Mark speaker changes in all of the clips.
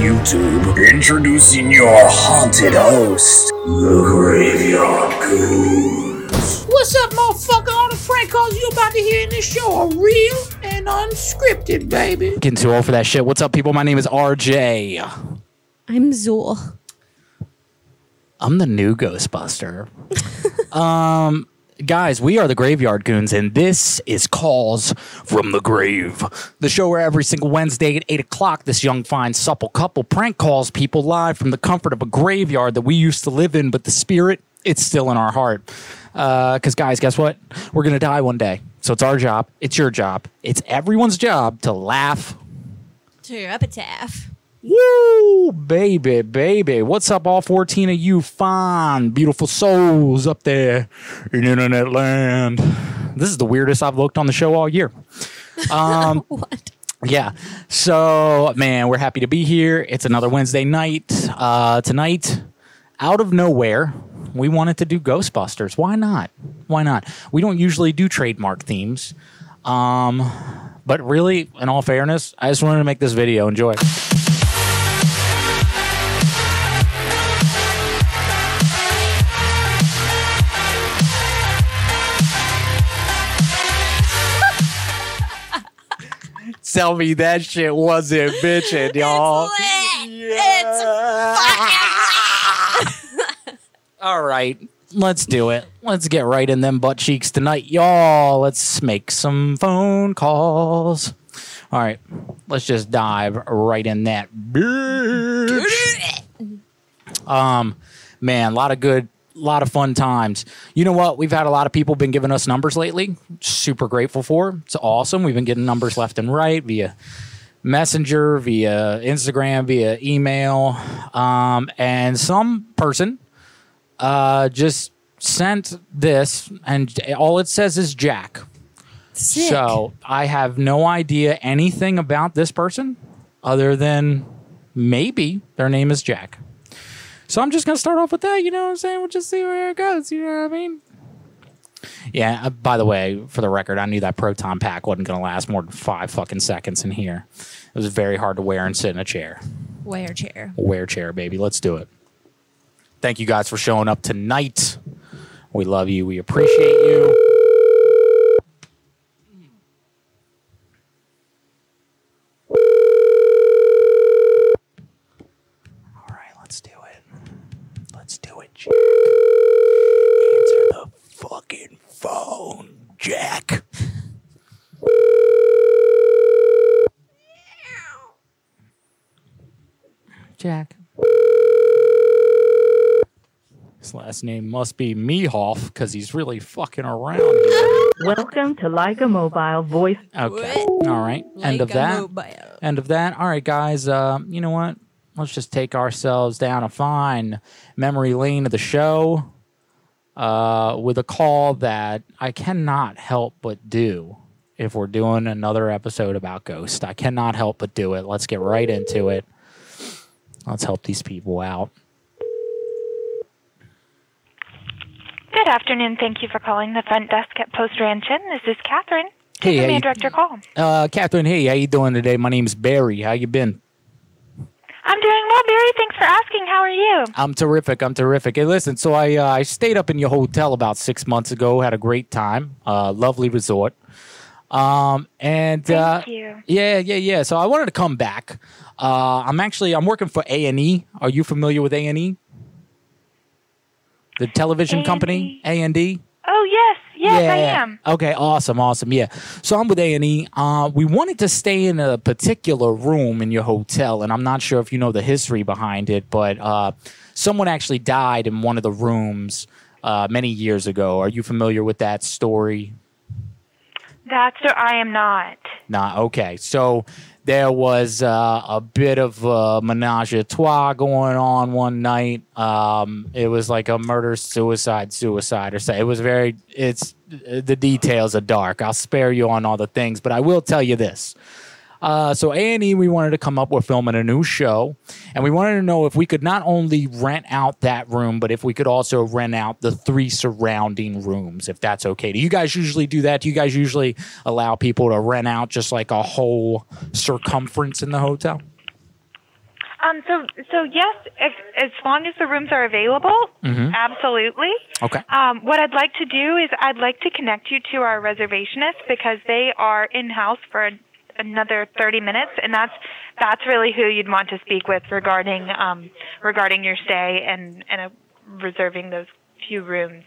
Speaker 1: YouTube. Introducing your haunted host, the Graveyard Goons.
Speaker 2: What's up, motherfucker? All the prank calls you about to hear in this show are real and unscripted, baby.
Speaker 3: Getting too old for that shit. What's up, people? My name is RJ.
Speaker 4: I'm Zool.
Speaker 3: I'm the new Ghostbuster. um, guys, we are the Graveyard Goons, and this is Calls from the Grave, the show where every single Wednesday at eight o'clock, this young, fine, supple couple prank calls people live from the comfort of a graveyard that we used to live in, but the spirit, it's still in our heart. Because, guys, guess what? We're gonna die one day, so it's our job, it's your job, it's everyone's job to laugh
Speaker 4: To your epitaph.
Speaker 3: Woo, baby, baby. What's up, all 14 of you fine, beautiful souls up there in internet land? This is the weirdest I've looked on the show all year. Um,
Speaker 4: What?
Speaker 3: Yeah. So, man, we're happy to be here. It's another Wednesday night. Uh, tonight, out of nowhere, we wanted to do Ghostbusters. Why not? Why not? We don't usually do trademark themes. Um, but really, in all fairness, I just wanted to make this video. Enjoy. Tell me that shit wasn't bitching, y'all. All right, let's do it. Let's get right in them butt cheeks tonight, y'all. Let's make some phone calls. All right, let's just dive right in that. bitch. Um, man, a lot of good, a lot of fun times. You know what? We've had a lot of people been giving us numbers lately. Super grateful for. It's awesome. We've been getting numbers left and right via messenger via instagram via email um, and some person uh, just sent this and all it says is jack
Speaker 4: Sick.
Speaker 3: so i have no idea anything about this person other than maybe their name is jack so i'm just gonna start off with that you know what i'm saying we'll just see where it goes you know what i mean yeah uh, by the way for the record i knew that proton pack wasn't gonna last more than five fucking seconds in here it was very hard to wear and sit in a chair
Speaker 4: Wear chair.
Speaker 3: wear chair, baby. Let's do it. Thank you guys for showing up tonight. We love you. We appreciate you. All right, let's do it. Let's do it, Jack. Answer the fucking phone, Jack. Jack. His last name must be Mehoff because he's really fucking around.
Speaker 5: Welcome to Leica Mobile Voice.
Speaker 3: Okay. All right. End of
Speaker 4: Like a
Speaker 3: that.
Speaker 4: mobile.
Speaker 3: End of that. All right, guys. Uh, you know what? Let's just take ourselves down a fine memory lane of the show uh, with a call that I cannot help but do if we're doing another episode about Ghost. I cannot help but do it. Let's get right into it. Let's help these people out.
Speaker 6: Good afternoon. Thank you for calling the front desk at Post Ranch Inn. This is Catherine.
Speaker 3: Hey,
Speaker 6: May I
Speaker 3: how
Speaker 6: direct your call?
Speaker 3: you, uh, Catherine. Hey, how you doing today? My name's Barry. How you been?
Speaker 6: I'm doing well, Barry. Thanks for asking. How are you?
Speaker 3: I'm terrific. I'm terrific. Hey, listen. So I uh, I stayed up in your hotel about six months ago. Had a great time. Uh, lovely resort. Um, and uh,
Speaker 6: Thank you.
Speaker 3: yeah, yeah, yeah. So I wanted to come back. Uh, I'm actually I'm working for A and E. Are you familiar with A and E? The television company A and D.
Speaker 6: Oh, yes. Yes, I am.
Speaker 3: Okay, awesome, awesome. Yeah. So I'm with A and E. Uh, we wanted to stay in a particular room in your hotel, and I'm not sure if you know the history behind it, but uh, someone actually died in one of the rooms uh, many years ago. Are you familiar with that story?
Speaker 6: That's or I am not.
Speaker 3: Nah. Okay. So there was uh, a bit of a menage a trois going on one night. Um, it was like a murder, suicide, suicide, or so. It was very. It's the details are dark. I'll spare you on all the things, but I will tell you this. Uh, so A and E, we wanted to come up. We're filming a new show, and we wanted to know if we could not only rent out that room, but if we could also rent out the three surrounding rooms, if that's okay. Do you guys usually do that? Do you guys usually allow people to rent out just like a whole circumference in the hotel?
Speaker 7: Um, so, so yes, if, as long as the rooms are available, absolutely.
Speaker 3: Okay.
Speaker 7: Um, what I'd like to do is I'd like to connect you to our reservationists because they are in house for another 30 minutes, and that's that's really who you'd want to speak with regarding um, regarding your stay and and uh, reserving those few rooms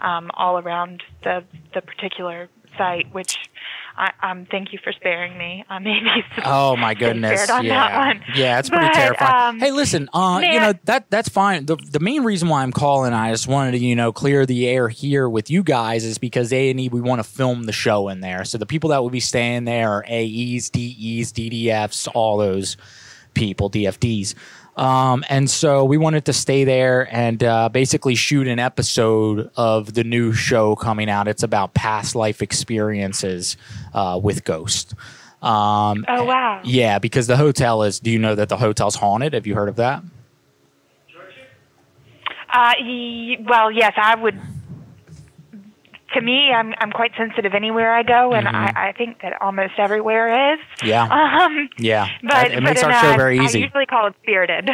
Speaker 7: um, all around the the particular site. Which I um, thank you for sparing me. Uh, I may be
Speaker 3: Oh my goodness!
Speaker 7: scared on
Speaker 3: yeah,
Speaker 7: that one.
Speaker 3: yeah, it's pretty
Speaker 7: But,
Speaker 3: terrifying.
Speaker 7: um,
Speaker 3: hey, listen, uh, you
Speaker 7: may I-
Speaker 3: know that that's fine. The the main reason why I'm calling, I just wanted to you know clear the air here with you guys, is because A and E we want to film the show in there. So the people that will be staying there are AEs, DEs, DDFs, all those people, DFDs. Um, and so we wanted to stay there and uh, basically shoot an episode of the new show coming out. It's about past life experiences uh, with ghosts. Um,
Speaker 7: Oh wow.
Speaker 3: yeah, because the hotel is. Do you know that the hotel's haunted? Have you heard of that?
Speaker 7: Uh, y- well, yes, I would. To me, I'm I'm quite sensitive anywhere I go, and I, I think that almost everywhere is.
Speaker 3: Mm-hmm. Yeah,
Speaker 7: Um,
Speaker 3: yeah.
Speaker 7: but
Speaker 3: it makes
Speaker 7: but
Speaker 3: our
Speaker 7: then
Speaker 3: show
Speaker 7: I-
Speaker 3: very
Speaker 7: I
Speaker 3: easy.
Speaker 7: usually call it spirited.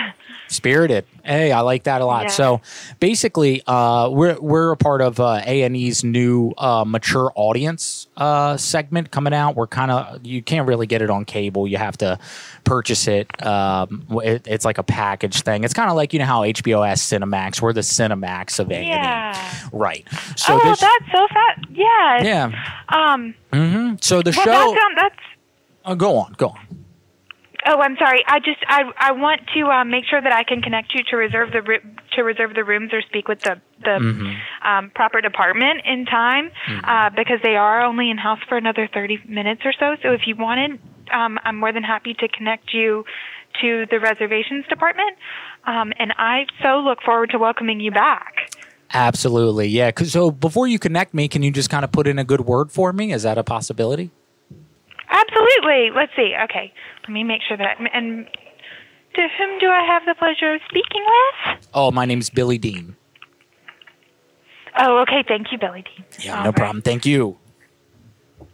Speaker 3: Spirited. Hey, I like that a lot.
Speaker 7: Yeah.
Speaker 3: So basically, uh, we're we're a part of uh, A and E's new uh, mature audience uh, segment coming out. We're kind of you can't really get it on cable. You have to purchase it. Um, w- it it's like a package thing. It's kind of like you know how HBO has Cinemax. We're the Cinemax of A and E,
Speaker 7: Yeah.
Speaker 3: right? So
Speaker 7: oh,
Speaker 3: this,
Speaker 7: that's so fat. Yeah.
Speaker 3: yeah.
Speaker 7: Um.
Speaker 3: hmm So the
Speaker 7: Well,
Speaker 3: show.
Speaker 7: that's um, that's.
Speaker 3: uh, go on, go on.
Speaker 7: Oh, I'm sorry. I just I I want to uh, make sure that I can connect you to reserve the roo- to reserve the rooms or speak with the the um, proper department in time uh, because they are only in house for another 30 minutes or so. So if you wanted, um, I'm more than happy to connect you to the reservations department. Um, and I so look forward to welcoming you back.
Speaker 3: Absolutely. Yeah. 'Cause- So before you connect me, can you just kind of put in a good word for me? Is that a possibility?
Speaker 7: Absolutely. Let's see. Okay, let me make sure that I, and to whom do I have the pleasure of speaking with?
Speaker 3: Oh, my name's Billy Dean.
Speaker 7: Oh, okay. Thank you, Billy Dean.
Speaker 3: Yeah,
Speaker 7: All
Speaker 3: no
Speaker 7: right.
Speaker 3: problem. Thank you.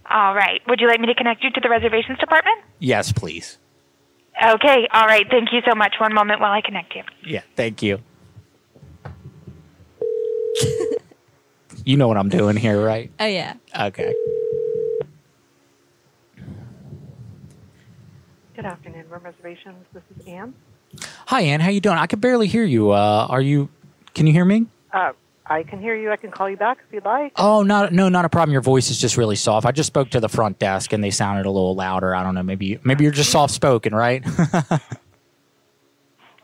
Speaker 7: All right. Would you like me to connect you to the reservations department?
Speaker 3: Yes, please.
Speaker 7: Okay. All right. Thank you so much. One moment while I connect you.
Speaker 3: Yeah, thank you. you know what I'm doing here, right?
Speaker 8: Oh yeah.
Speaker 3: Okay.
Speaker 1: Good afternoon, room reservations. This is Anne.
Speaker 3: Hi, Ann. How you doing? I could barely hear you. Uh, are you? Can you hear me?
Speaker 1: Uh, I can hear you. I can call you back if you'd like.
Speaker 3: Oh, not no, not a problem. Your voice is just really soft. I just spoke to the front desk and they sounded a little louder. I don't know. Maybe maybe you're just soft spoken, right?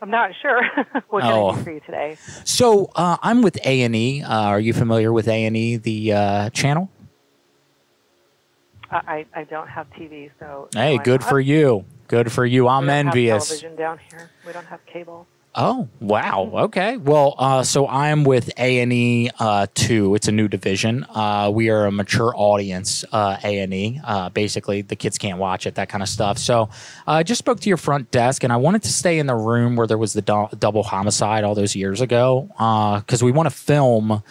Speaker 1: I'm not sure what can
Speaker 3: Oh.
Speaker 1: I do for you today.
Speaker 3: So uh, I'm with A and E. Uh, are you familiar with A and E, the uh, channel?
Speaker 1: Uh, I I don't have TV, so
Speaker 3: Hey, good for you. Good for you. I'm
Speaker 1: we don't Have
Speaker 3: envious.
Speaker 1: television down here. We don't have cable.
Speaker 3: Oh wow. Okay. Well, uh, so I'm with A and E uh, two. It's a new division. Uh, we are a mature audience. Uh, A and E. Uh, basically, the kids can't watch it. That kind of stuff. So uh, I just spoke to your front desk, and I wanted to stay in the room where there was the dou- double homicide all those years ago, because we want to film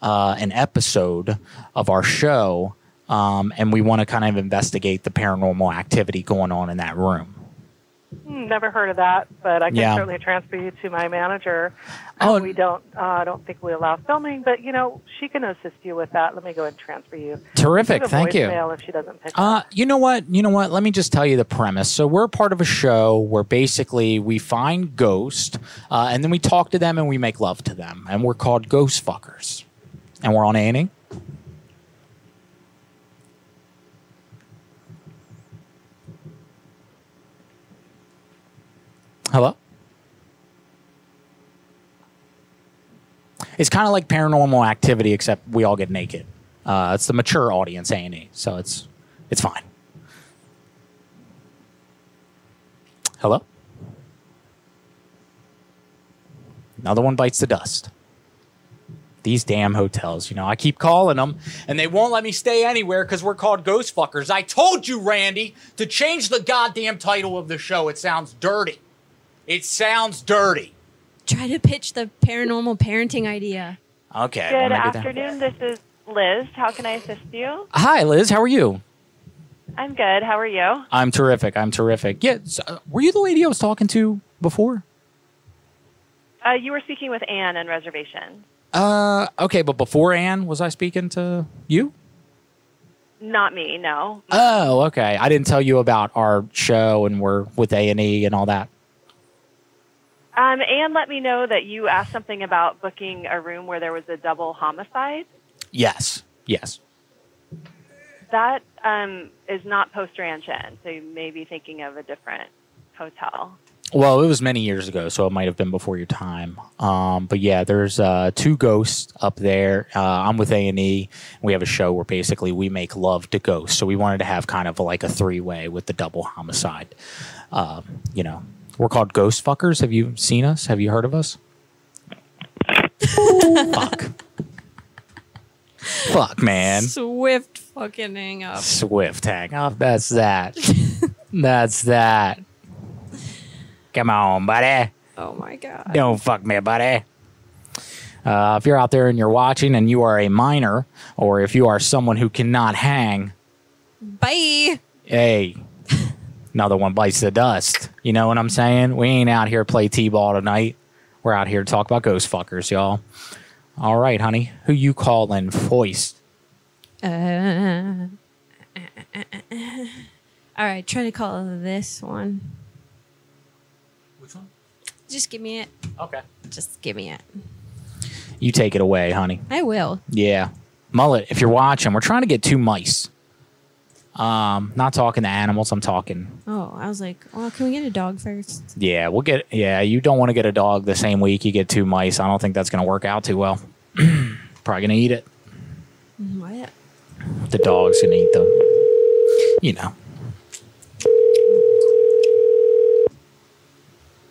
Speaker 3: uh, an episode of our show, um, and we want to kind of investigate the paranormal activity going on in that room.
Speaker 1: Hmm, Never heard of that, but I can
Speaker 3: Yeah.
Speaker 1: certainly transfer you to my manager.
Speaker 3: Oh.
Speaker 1: we don't. Uh, I don't think we allow filming, but you know she can assist you with that. Let me go and transfer you.
Speaker 3: Terrific.
Speaker 1: Leave a
Speaker 3: Thank you.
Speaker 1: voicemail If she doesn't pick
Speaker 3: Uh,
Speaker 1: up.
Speaker 3: you know what? You know what? Let me just tell you the premise. So we're part of a show where basically we find ghosts, uh, and then we talk to them and we make love to them, and we're called ghost fuckers, and E. we're on Annie. Hello. It's kind of like paranormal activity, except we all get naked. Uh, it's the mature audience, A and E, so it's it's fine. Hello? Another one bites the dust. These damn hotels, you know, I keep calling them and they won't let me stay anywhere because we're called ghost fuckers. I told you, Randy, to change the goddamn title of the show. It sounds dirty. It sounds dirty.
Speaker 4: Try to pitch the paranormal parenting idea.
Speaker 3: Okay.
Speaker 9: Good
Speaker 3: wanna get down-
Speaker 9: afternoon. This is Liz. How can I assist you?
Speaker 3: Hi, Liz. How are you?
Speaker 9: I'm good. How are you?
Speaker 3: I'm terrific. I'm terrific. Yeah. So, uh, were you the lady I was talking to before?
Speaker 9: Uh, you were speaking with Anne on reservation.
Speaker 3: Uh, okay, but before Anne, was I speaking to you?
Speaker 9: Not me, no.
Speaker 3: Oh, okay. I didn't tell you about our show and we're with A and E and all that.
Speaker 9: Um, Anne let me know that you asked something about booking a room where there was a double homicide.
Speaker 3: Yes, yes.
Speaker 9: That um, is not Post Ranch Inn, so you may be thinking of a different hotel.
Speaker 3: Well, it was many years ago, so it might have been before your time. Um, but yeah, there's uh, two ghosts up there. Uh, I'm with A and E. We have a show where basically we make love to ghosts. So we wanted to have kind of like a three way with the double homicide. Uh, you know, we're called ghost fuckers. Have you seen us? Have you heard of us? Fuck. Fuck, man.
Speaker 4: Swift fucking hang up.
Speaker 3: Swift hang up. Oh, That's that. That's that. Come on, buddy.
Speaker 4: Oh my god.
Speaker 3: Don't fuck me, buddy. Uh, if you're out there and you're watching and you are a minor, or if you are someone who cannot hang,
Speaker 4: Bye.
Speaker 3: hey, another one bites the dust. You know what I'm saying? We ain't out here to play t-ball tonight. We're out here to talk about ghost fuckers, y'all. All right, honey. Who you calling foist?
Speaker 4: Uh, all right, try to call this one.
Speaker 3: Which one?
Speaker 4: Just give me it.
Speaker 3: Okay.
Speaker 4: Just give me it.
Speaker 3: You take it away, honey.
Speaker 4: I will.
Speaker 3: Yeah. Mullet, if you're watching, we're trying to get two mice. Um, not talking to animals, I'm talking.
Speaker 4: Oh, I was like, well, can we get a dog first?
Speaker 3: Yeah, we'll get yeah, you don't want to get a dog the same week you get two mice. I don't think that's gonna work out too well. Probably gonna eat it.
Speaker 4: What?
Speaker 3: The dog's gonna eat them. You know.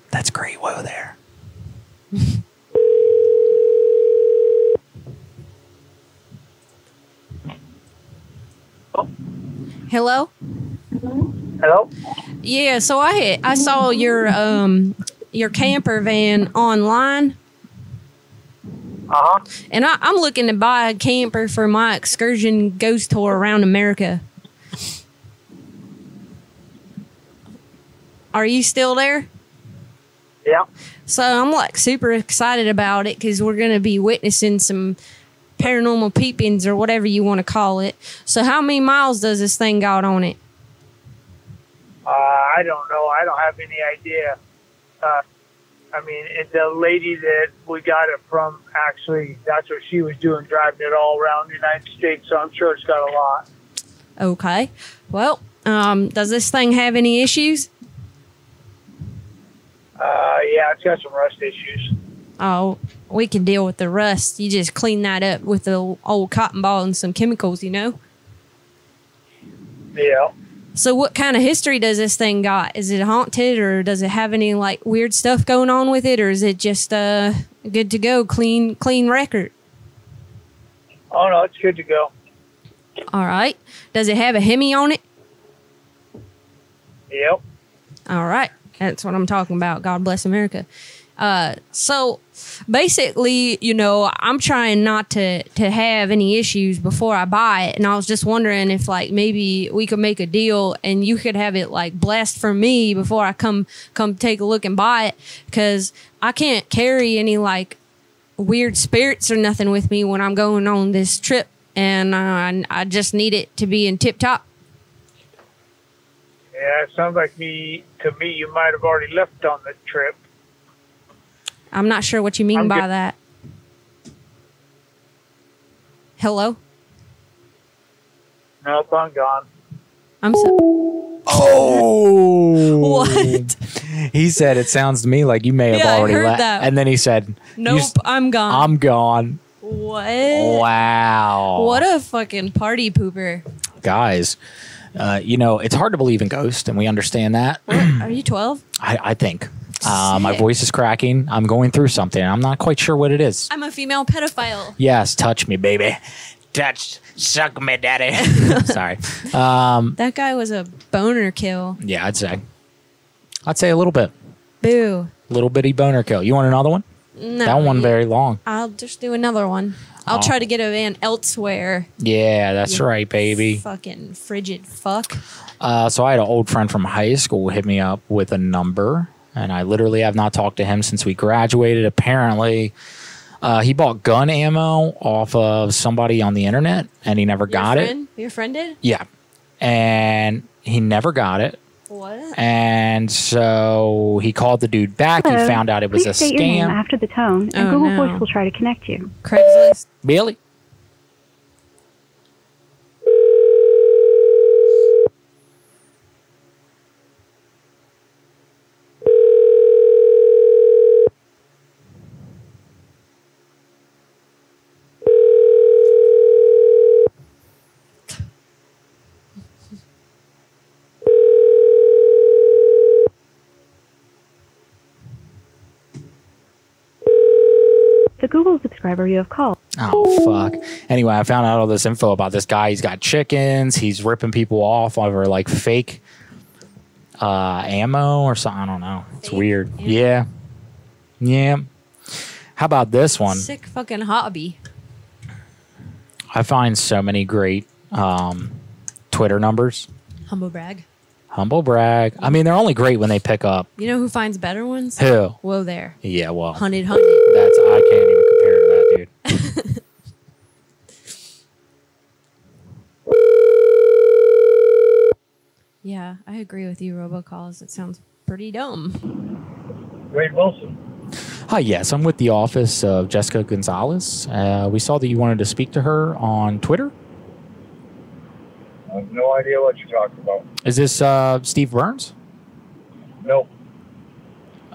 Speaker 3: That's great woe there.
Speaker 4: Hello?
Speaker 10: Hello?
Speaker 4: Yeah, so I I saw your um your camper van online
Speaker 11: Uh-huh.
Speaker 10: Uh huh.
Speaker 4: and I, I'm looking to buy a camper for my excursion ghost tour around America. Are you still there?
Speaker 10: Yeah.
Speaker 4: So I'm like super excited about it because we're going to be witnessing some paranormal peepings or whatever you want to call it. So, how many miles does this thing got on it?
Speaker 10: Uh, I don't know. I don't have any idea. Uh, I mean, it, the lady that we got it from actually, that's what she was doing, driving it all around the United States. So I'm sure it's got a lot.
Speaker 4: Okay. Well, um, does this thing have any issues?
Speaker 10: Uh, yeah, it's got some rust issues.
Speaker 4: Oh, we can deal with the rust. You just clean that up with the old cotton ball and some chemicals, you know?
Speaker 10: Yeah.
Speaker 4: So, what kind of history does this thing got? Is it haunted or does it have any like weird stuff going on with it or is it just uh, good to go, clean, clean record?
Speaker 10: Oh no, it's good to go.
Speaker 4: All right. Does it have a Hemi on it?
Speaker 10: Yep.
Speaker 4: All right. That's what I'm talking about. God bless America. Uh, so basically, you know, I'm trying not to to have any issues before I buy it, and I was just wondering if like maybe we could make a deal and you could have it like blessed for me before I come come take a look and buy it because I can't carry any like weird spirits or nothing with me when I'm going on this trip, and uh, I, I just need it to be in tip top.
Speaker 10: Yeah, it sounds like me. To me, you might have already left on the trip.
Speaker 4: I'm not sure what you mean
Speaker 10: I'm
Speaker 4: by
Speaker 10: good.
Speaker 4: that. Hello?
Speaker 10: Nope, I'm gone.
Speaker 4: I'm so
Speaker 3: Oh
Speaker 4: What?
Speaker 3: He said it sounds to me like you may have
Speaker 4: Yeah, I
Speaker 3: already
Speaker 4: heard
Speaker 3: left.
Speaker 4: that.
Speaker 3: And then he said
Speaker 4: Nope,
Speaker 3: "You s-
Speaker 4: I'm gone.
Speaker 3: I'm gone.
Speaker 4: what?
Speaker 3: Wow.
Speaker 4: What a fucking party pooper.
Speaker 3: guys, Uh, you know, it's hard to believe in ghosts, and we understand that.
Speaker 4: Are you 12?
Speaker 3: I, I think. Uh, my
Speaker 4: Sick.
Speaker 3: voice is cracking. I'm going through something. I'm not quite sure what it is.
Speaker 4: I'm a female pedophile.
Speaker 3: Yes, touch me, baby. Touch, suck me, daddy. Sorry. Um,
Speaker 4: That guy was a boner kill.
Speaker 3: yeah, I'd say. I'd say a little bit.
Speaker 4: Boo.
Speaker 3: Little bitty boner kill. You want another one?
Speaker 4: No.
Speaker 3: that one
Speaker 4: you-
Speaker 3: very long.
Speaker 4: I'll just do another one. I'll
Speaker 3: Aw.
Speaker 4: try to get a van elsewhere.
Speaker 3: Yeah, that's
Speaker 4: You
Speaker 3: right, baby.
Speaker 4: Fucking frigid fuck.
Speaker 3: Uh, so I had an old friend from high school hit me up with a number, and I literally have not talked to him since we graduated. Apparently, uh, he bought gun ammo off of somebody on the internet, and he never got
Speaker 4: Your
Speaker 3: it.
Speaker 4: friend? Your friend did?
Speaker 3: Yeah, and he never got it.
Speaker 4: What?
Speaker 3: And so he called the dude back. He
Speaker 12: Hello.
Speaker 3: found out it was
Speaker 12: Please
Speaker 3: a
Speaker 12: state your name
Speaker 3: scam.
Speaker 12: after the tone, and
Speaker 4: Oh,
Speaker 12: Google
Speaker 4: no.
Speaker 12: Voice will try to connect you.
Speaker 4: Craigslist.
Speaker 3: Billy.
Speaker 12: The Google subscriber you have called.
Speaker 3: Oh fuck. Anyway, I found out all this info about this guy. He's got chickens. He's ripping people off over like fake uh, ammo or something. I don't know. It's weird. Yeah. Yeah. How about this one?
Speaker 4: Sick fucking hobby.
Speaker 3: I find so many great um, Twitter numbers.
Speaker 4: Humble brag.
Speaker 3: Humble brag. I mean, they're only great when they pick up.
Speaker 4: You know who finds better ones?
Speaker 3: Who?
Speaker 4: Whoa there.
Speaker 3: Yeah. Well,
Speaker 4: Hunted, hunted.
Speaker 3: that's I can't even compare to that, dude.
Speaker 4: Yeah, I agree with you, robocalls. It sounds pretty dumb.
Speaker 10: Wade Wilson.
Speaker 3: Hi, yes, I'm with the office of Jessica Gonzalez. Uh, we saw that you wanted to speak to her on Twitter.
Speaker 10: I have no idea what you're talking about.
Speaker 3: Is this uh, Steve Burns?
Speaker 10: Nope.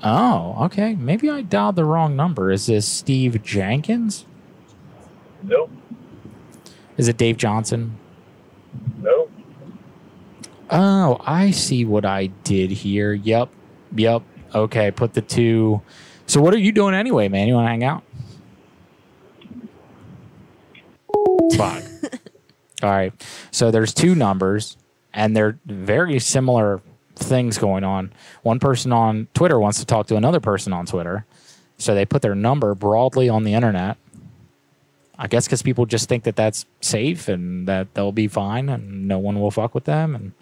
Speaker 3: Oh, okay. Maybe I dialed the wrong number. Is this Steve Jenkins?
Speaker 10: Nope.
Speaker 3: Is it Dave Johnson?
Speaker 10: Nope.
Speaker 3: Oh, I see what I did here. Yep. Yep. Okay, put the two. So, what are you doing anyway, man? You want to hang out? Fuck. All right. So, there's two numbers, and they're very similar things going on. One person on Twitter wants to talk to another person on Twitter. So, they put their number broadly on the internet. I guess because people just think that that's safe and that they'll be fine and no one will fuck with them. And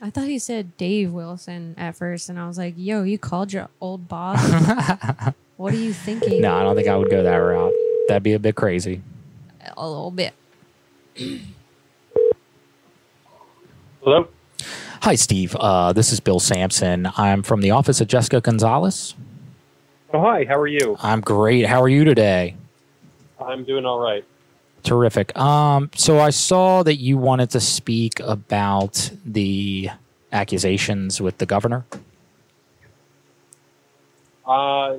Speaker 4: I thought you said Dave Wilson at first, and I was like, yo, you called your old boss? what are you thinking?
Speaker 3: No, I don't think I would go that route. That'd be a bit crazy.
Speaker 4: A little bit.
Speaker 10: Hello.
Speaker 3: Hi, Steve. Uh, this is Bill Sampson. I'm from the office of Jessica Gonzalez.
Speaker 13: Oh, hi, how are you?
Speaker 3: I'm great. How are you today?
Speaker 13: I'm doing all right.
Speaker 3: Terrific. Um, so I saw that you wanted to speak about the accusations with the governor.
Speaker 13: Uh,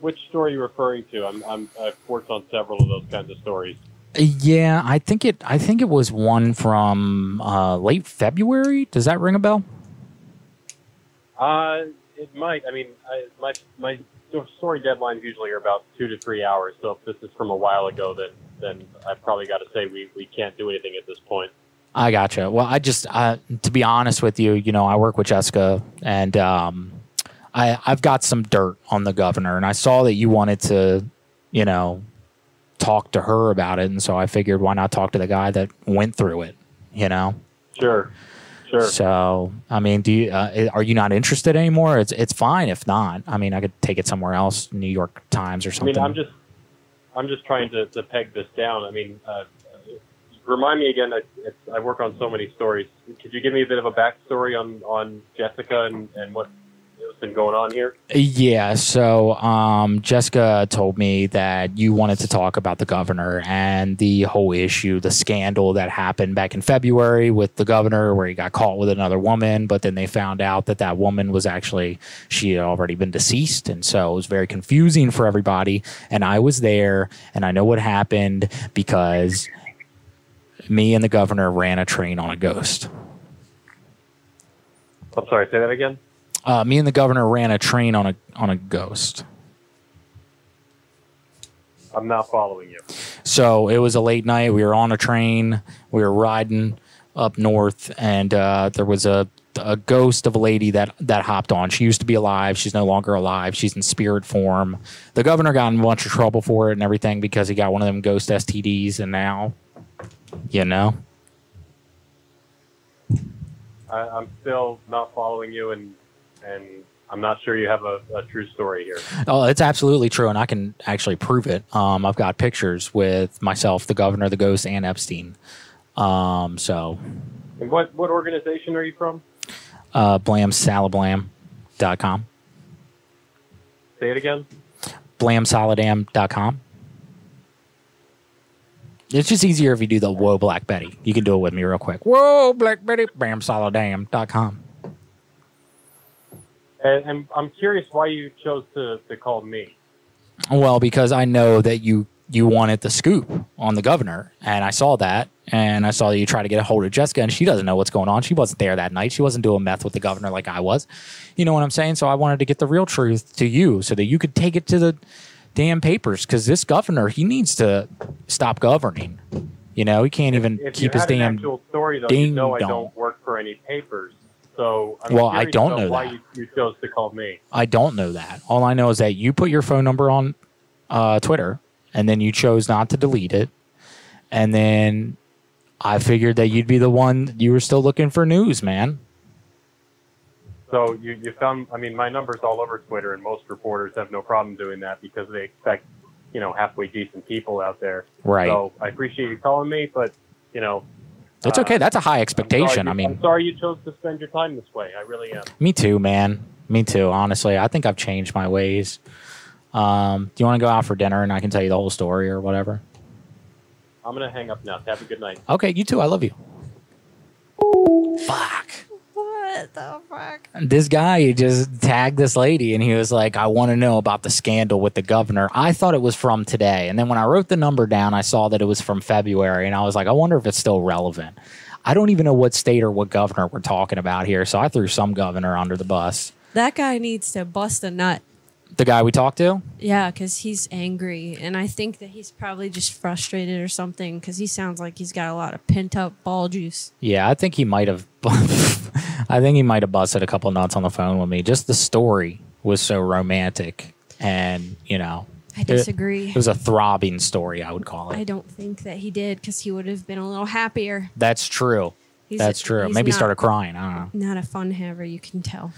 Speaker 13: which story are you referring to? I'm, I'm, I've worked on several of those kinds of stories.
Speaker 3: Yeah, I think it. I think it was one from uh, late February. Does that ring a bell?
Speaker 13: Uh, it might. I mean, I, my, my story deadlines usually are about two to three hours, so if this is from a while ago, then, then I've probably got to say we, we can't do anything at this point.
Speaker 3: I gotcha. Well, I just uh, to be honest with you, you know, I work with Jessica, and um, I I've got some dirt on the governor, and I saw that you wanted to, you know, talk to her about it, and so I figured why not talk to the guy that went through it, you know?
Speaker 13: Sure. Sure.
Speaker 3: So I mean, do you uh, i- are you not interested anymore? It's it's fine if not. I mean, I could take it somewhere else, New York Times or
Speaker 13: I
Speaker 3: something.
Speaker 13: mean, I'm just, I'm just trying to, to peg this down. I mean, uh, remind me again. I, it's, I work on so many stories. Could you give me a bit of a backstory on on Jessica and and what has been going on here?
Speaker 3: Yeah. So um, Jessica told me that you wanted to talk about the governor and the whole issue, the scandal that happened back in February with the governor, where he got caught with another woman, but then they found out that that woman was actually, she had already been deceased. And so it was very confusing for everybody. And I was there and I know what happened because me and the governor ran a train on a ghost.
Speaker 13: I'm sorry, say that again.
Speaker 3: Uh, me and the governor ran a train on a on a ghost.
Speaker 13: I'm not following you.
Speaker 3: So it was a late night. We were on a train. We were riding up north, and uh, there was a a ghost of a lady that that hopped on. She used to be alive. She's no longer alive. She's in spirit form. The governor got in a bunch of trouble for it and everything because he got one of them ghost STDs, and now, you know,
Speaker 13: I, I'm still not following you, and and I'm not sure you have a, a true story here.
Speaker 3: oh, it's absolutely true, and I can actually prove it. Um, I've got pictures with myself, the governor, the ghost, and Epstein. Um, so,
Speaker 13: And what what organization are you from?
Speaker 3: uh, blamsalablam.com,
Speaker 13: Say it again.
Speaker 3: blamsaladam.com. It's just easier if you do the whoa Black Betty. You can do it with me real quick. Whoa, Black Betty, blamsaladam.com.
Speaker 13: And, and I'm curious why you chose to, to call me.
Speaker 3: Well, because I know that you you wanted the scoop on the governor, and I saw that, and I saw that you try to get a hold of Jessica, and she doesn't know what's going on. She wasn't there that night. She wasn't doing meth with the governor like I was. You know what I'm saying? So I wanted to get the real truth to you, so that you could take it to the damn papers, because this governor he needs to stop governing. You know, he can't even
Speaker 13: If
Speaker 3: keep
Speaker 13: you
Speaker 3: his
Speaker 13: had an
Speaker 3: damn.
Speaker 13: actual story, though, you
Speaker 3: ding
Speaker 13: know I
Speaker 3: dong.
Speaker 13: don't work for any papers. So I'm
Speaker 3: Well, I
Speaker 13: curious,
Speaker 3: don't
Speaker 13: though,
Speaker 3: know
Speaker 13: why
Speaker 3: that.
Speaker 13: You, you chose to call me.
Speaker 3: I don't know that. All I know is that you put your phone number on uh, Twitter and then you chose not to delete it. And then I figured that you'd be the one you were still looking for news, man.
Speaker 13: So you, you found, I mean, my number's all over Twitter, and most reporters have no problem doing that because they expect, you know, halfway decent people out there.
Speaker 3: Right.
Speaker 13: So I appreciate you calling me, but, you know,
Speaker 3: It's
Speaker 13: Uh,
Speaker 3: okay. That's a high
Speaker 13: sorry
Speaker 3: expectation.
Speaker 13: you-
Speaker 3: I mean,
Speaker 13: I'm sorry you chose to spend your time this way. I really am.
Speaker 3: me too, man. Me too. Honestly, I think I've changed my ways. Um, do you want to go out for dinner and I can tell you the whole story or whatever?
Speaker 13: I'm going to hang up now. Have a good night.
Speaker 3: Okay, you too. I love you.
Speaker 4: What the fuck?
Speaker 3: this guy he just tagged this lady and he was like i want to know about the scandal with the governor i thought it was from today and then when i wrote the number down i saw that it was from february and i was like i wonder if it's still relevant i don't even know what state or what governor we're talking about here so i threw some governor under the bus
Speaker 4: That guy needs to bust a nut.
Speaker 3: the guy we talked to
Speaker 4: Yeah, because he's angry, and I think that he's probably just frustrated or something. Because he sounds like he's got a lot of pent up ball juice.
Speaker 3: yeah i think he might have i think he might have busted a couple nuts on the phone with me just the story was so romantic and you know
Speaker 4: I
Speaker 3: it-
Speaker 4: disagree.
Speaker 3: it was a throbbing story i would call it
Speaker 4: I don't think that he did, because he would have been a little happier.
Speaker 3: That's true.
Speaker 4: He's-
Speaker 3: That's true.
Speaker 4: he's
Speaker 3: Maybe he
Speaker 4: not-
Speaker 3: started crying. I don't know.
Speaker 4: Not a fun haver, you can tell.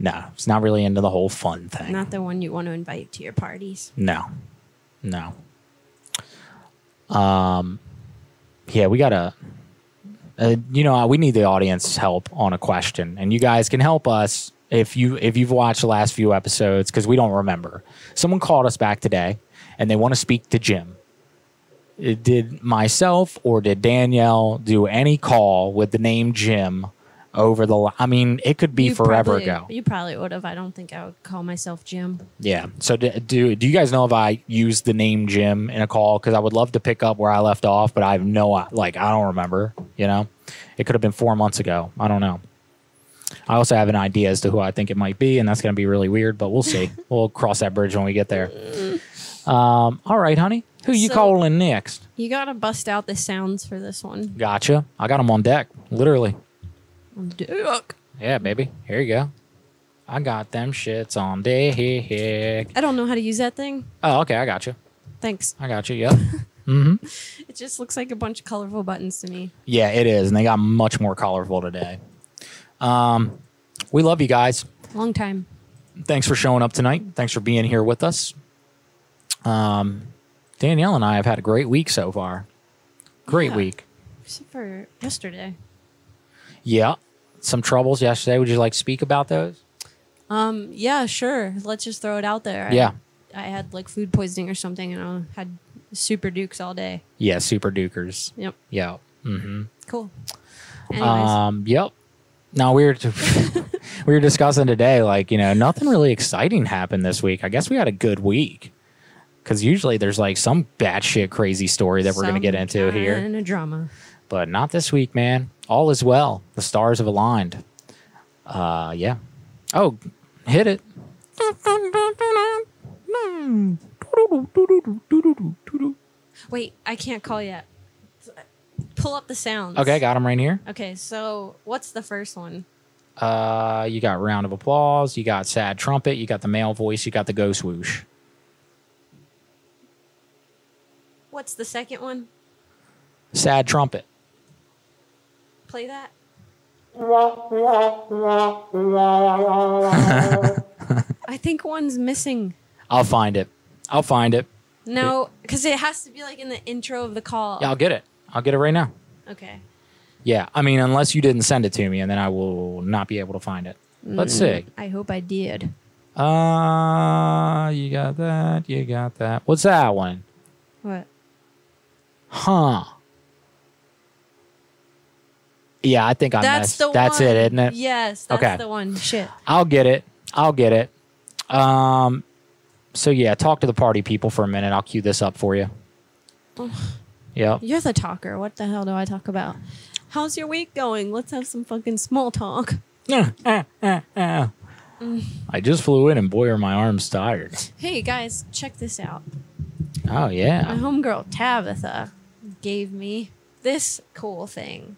Speaker 3: No, it's not really into the whole fun thing.
Speaker 4: Not the one you want to invite to your parties.
Speaker 3: No, no. Um, yeah, we gotta. Uh, you know, we need the audience help on a question, and you guys can help us if you if you've watched the last few episodes because we don't remember. Someone called us back today, and they want to speak to Jim. Uh, Did myself or did Danielle do any call with the name Jim over the? li- I mean, it could be
Speaker 4: You
Speaker 3: forever
Speaker 4: probably-
Speaker 3: ago.
Speaker 4: You probably would have. I don't think I would call myself Jim.
Speaker 3: Yeah. So do, do do you guys know if I used the name Jim in a call? Because I would love to pick up where I left off, but I have no like I don't remember. You know, it could have been four months ago. I don't know. I also have an idea as to who I think it might be, and that's going to be really weird. But we'll see. we'll cross that bridge when we get there. Um, all right, honey. Who you
Speaker 4: So-
Speaker 3: calling next?
Speaker 4: You gotta bust out the sounds for this one.
Speaker 3: Gotcha. I got him on deck, literally.
Speaker 4: Duke.
Speaker 3: Yeah, baby. Here you go. I got them shits on deck.
Speaker 4: I don't know how to use that thing.
Speaker 3: Oh, okay. I got you.
Speaker 4: Thanks.
Speaker 3: I got you. Yep. mm-hmm.
Speaker 4: It just looks like a bunch of colorful buttons to me.
Speaker 3: Yeah, it is, and they got much more colorful today. Um, we love you guys.
Speaker 4: Long time.
Speaker 3: Thanks for showing up tonight. Thanks for being here with us. Um, Danielle and I have had a great week so far. Great
Speaker 4: Yeah.
Speaker 3: week.
Speaker 4: Except for yesterday.
Speaker 3: Yeah, some troubles yesterday. Would you like to speak about those?
Speaker 4: Um, yeah, sure. Let's just throw it out there. I-
Speaker 3: Yeah.
Speaker 4: I, had like food poisoning or something and I had super dukes all day.
Speaker 3: Yeah, super dukers.
Speaker 4: Yep.
Speaker 3: Yeah. Mm-hmm.
Speaker 4: Cool. Anyways.
Speaker 3: Um, yep. No, we were we were discussing today, like you know, nothing really exciting happened this week. I guess we had a good week because usually there's like some batshit crazy story that we're gonna get into here,
Speaker 4: In a drama.
Speaker 3: but not this week, man. All is well. The stars have aligned. Uh, yeah. Oh, hit it.
Speaker 4: Wait, I can't call yet. Pull up the sounds.
Speaker 3: Okay, got 'em right here.
Speaker 4: Okay, so what's the first one?
Speaker 3: Uh, you got round of applause. You got sad trumpet. You got the male voice. You got the ghost swoosh.
Speaker 4: What's the second one?
Speaker 3: Sad trumpet.
Speaker 4: Play that. I think one's missing.
Speaker 3: I'll find it. I'll find it.
Speaker 4: No, because it has to be like in the intro of the call.
Speaker 3: Yeah, I'll get it. I'll get it right now.
Speaker 4: Okay.
Speaker 3: Yeah, I mean, unless you didn't send it to me, and then I will not be able to find it. Let's see.
Speaker 4: Mm, I hope I did.
Speaker 3: Uh, you got that. You got that. What's that one?
Speaker 4: What?
Speaker 3: Huh. Yeah, I think I
Speaker 4: that's
Speaker 3: messed.
Speaker 4: the
Speaker 3: that's
Speaker 4: one.
Speaker 3: it, isn't it?
Speaker 4: Yes, that's
Speaker 3: okay.
Speaker 4: the one. Shit.
Speaker 3: I'll get it. I'll get it. Um, so yeah, talk to the party people for a minute. I'll cue this up for you. Oh.
Speaker 4: Ugh.
Speaker 3: Yep.
Speaker 4: You're the talker. What the hell do I talk about? How's your week going? Let's have some fucking small talk. Mm.
Speaker 3: I just flew in, and boy, are my arms tired.
Speaker 4: Hey guys, check this out.
Speaker 3: Oh
Speaker 4: My
Speaker 3: yeah.
Speaker 4: homegirl Tabitha gave me this cool thing.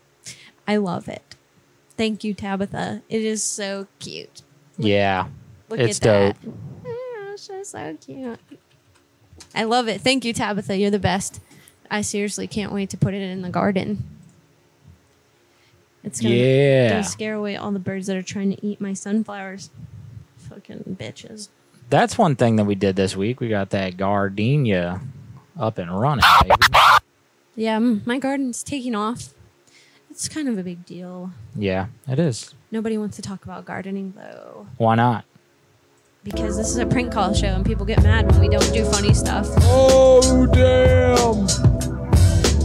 Speaker 4: I love it. Thank you, Tabitha. It is so cute.
Speaker 3: Yeah.
Speaker 4: Look
Speaker 3: it's
Speaker 4: at that.
Speaker 3: dope.
Speaker 4: Oh, she's so cute. I love it. Thank you, Tabitha. You're the best. I seriously can't wait to put it in the garden. It's gonna,
Speaker 3: Yeah.
Speaker 4: gonna scare away all the birds that are trying to eat my sunflowers. Fucking bitches.
Speaker 3: That's one thing that we did this week. We got that gardenia up and running, baby.
Speaker 4: Yeah, m- my garden's taking off. It's kind of a big deal.
Speaker 3: Yeah, it is.
Speaker 4: Nobody wants to talk about gardening though,
Speaker 3: Why not?
Speaker 4: because this is a prank call show and people get mad when we don't do funny stuff.
Speaker 3: Oh damn!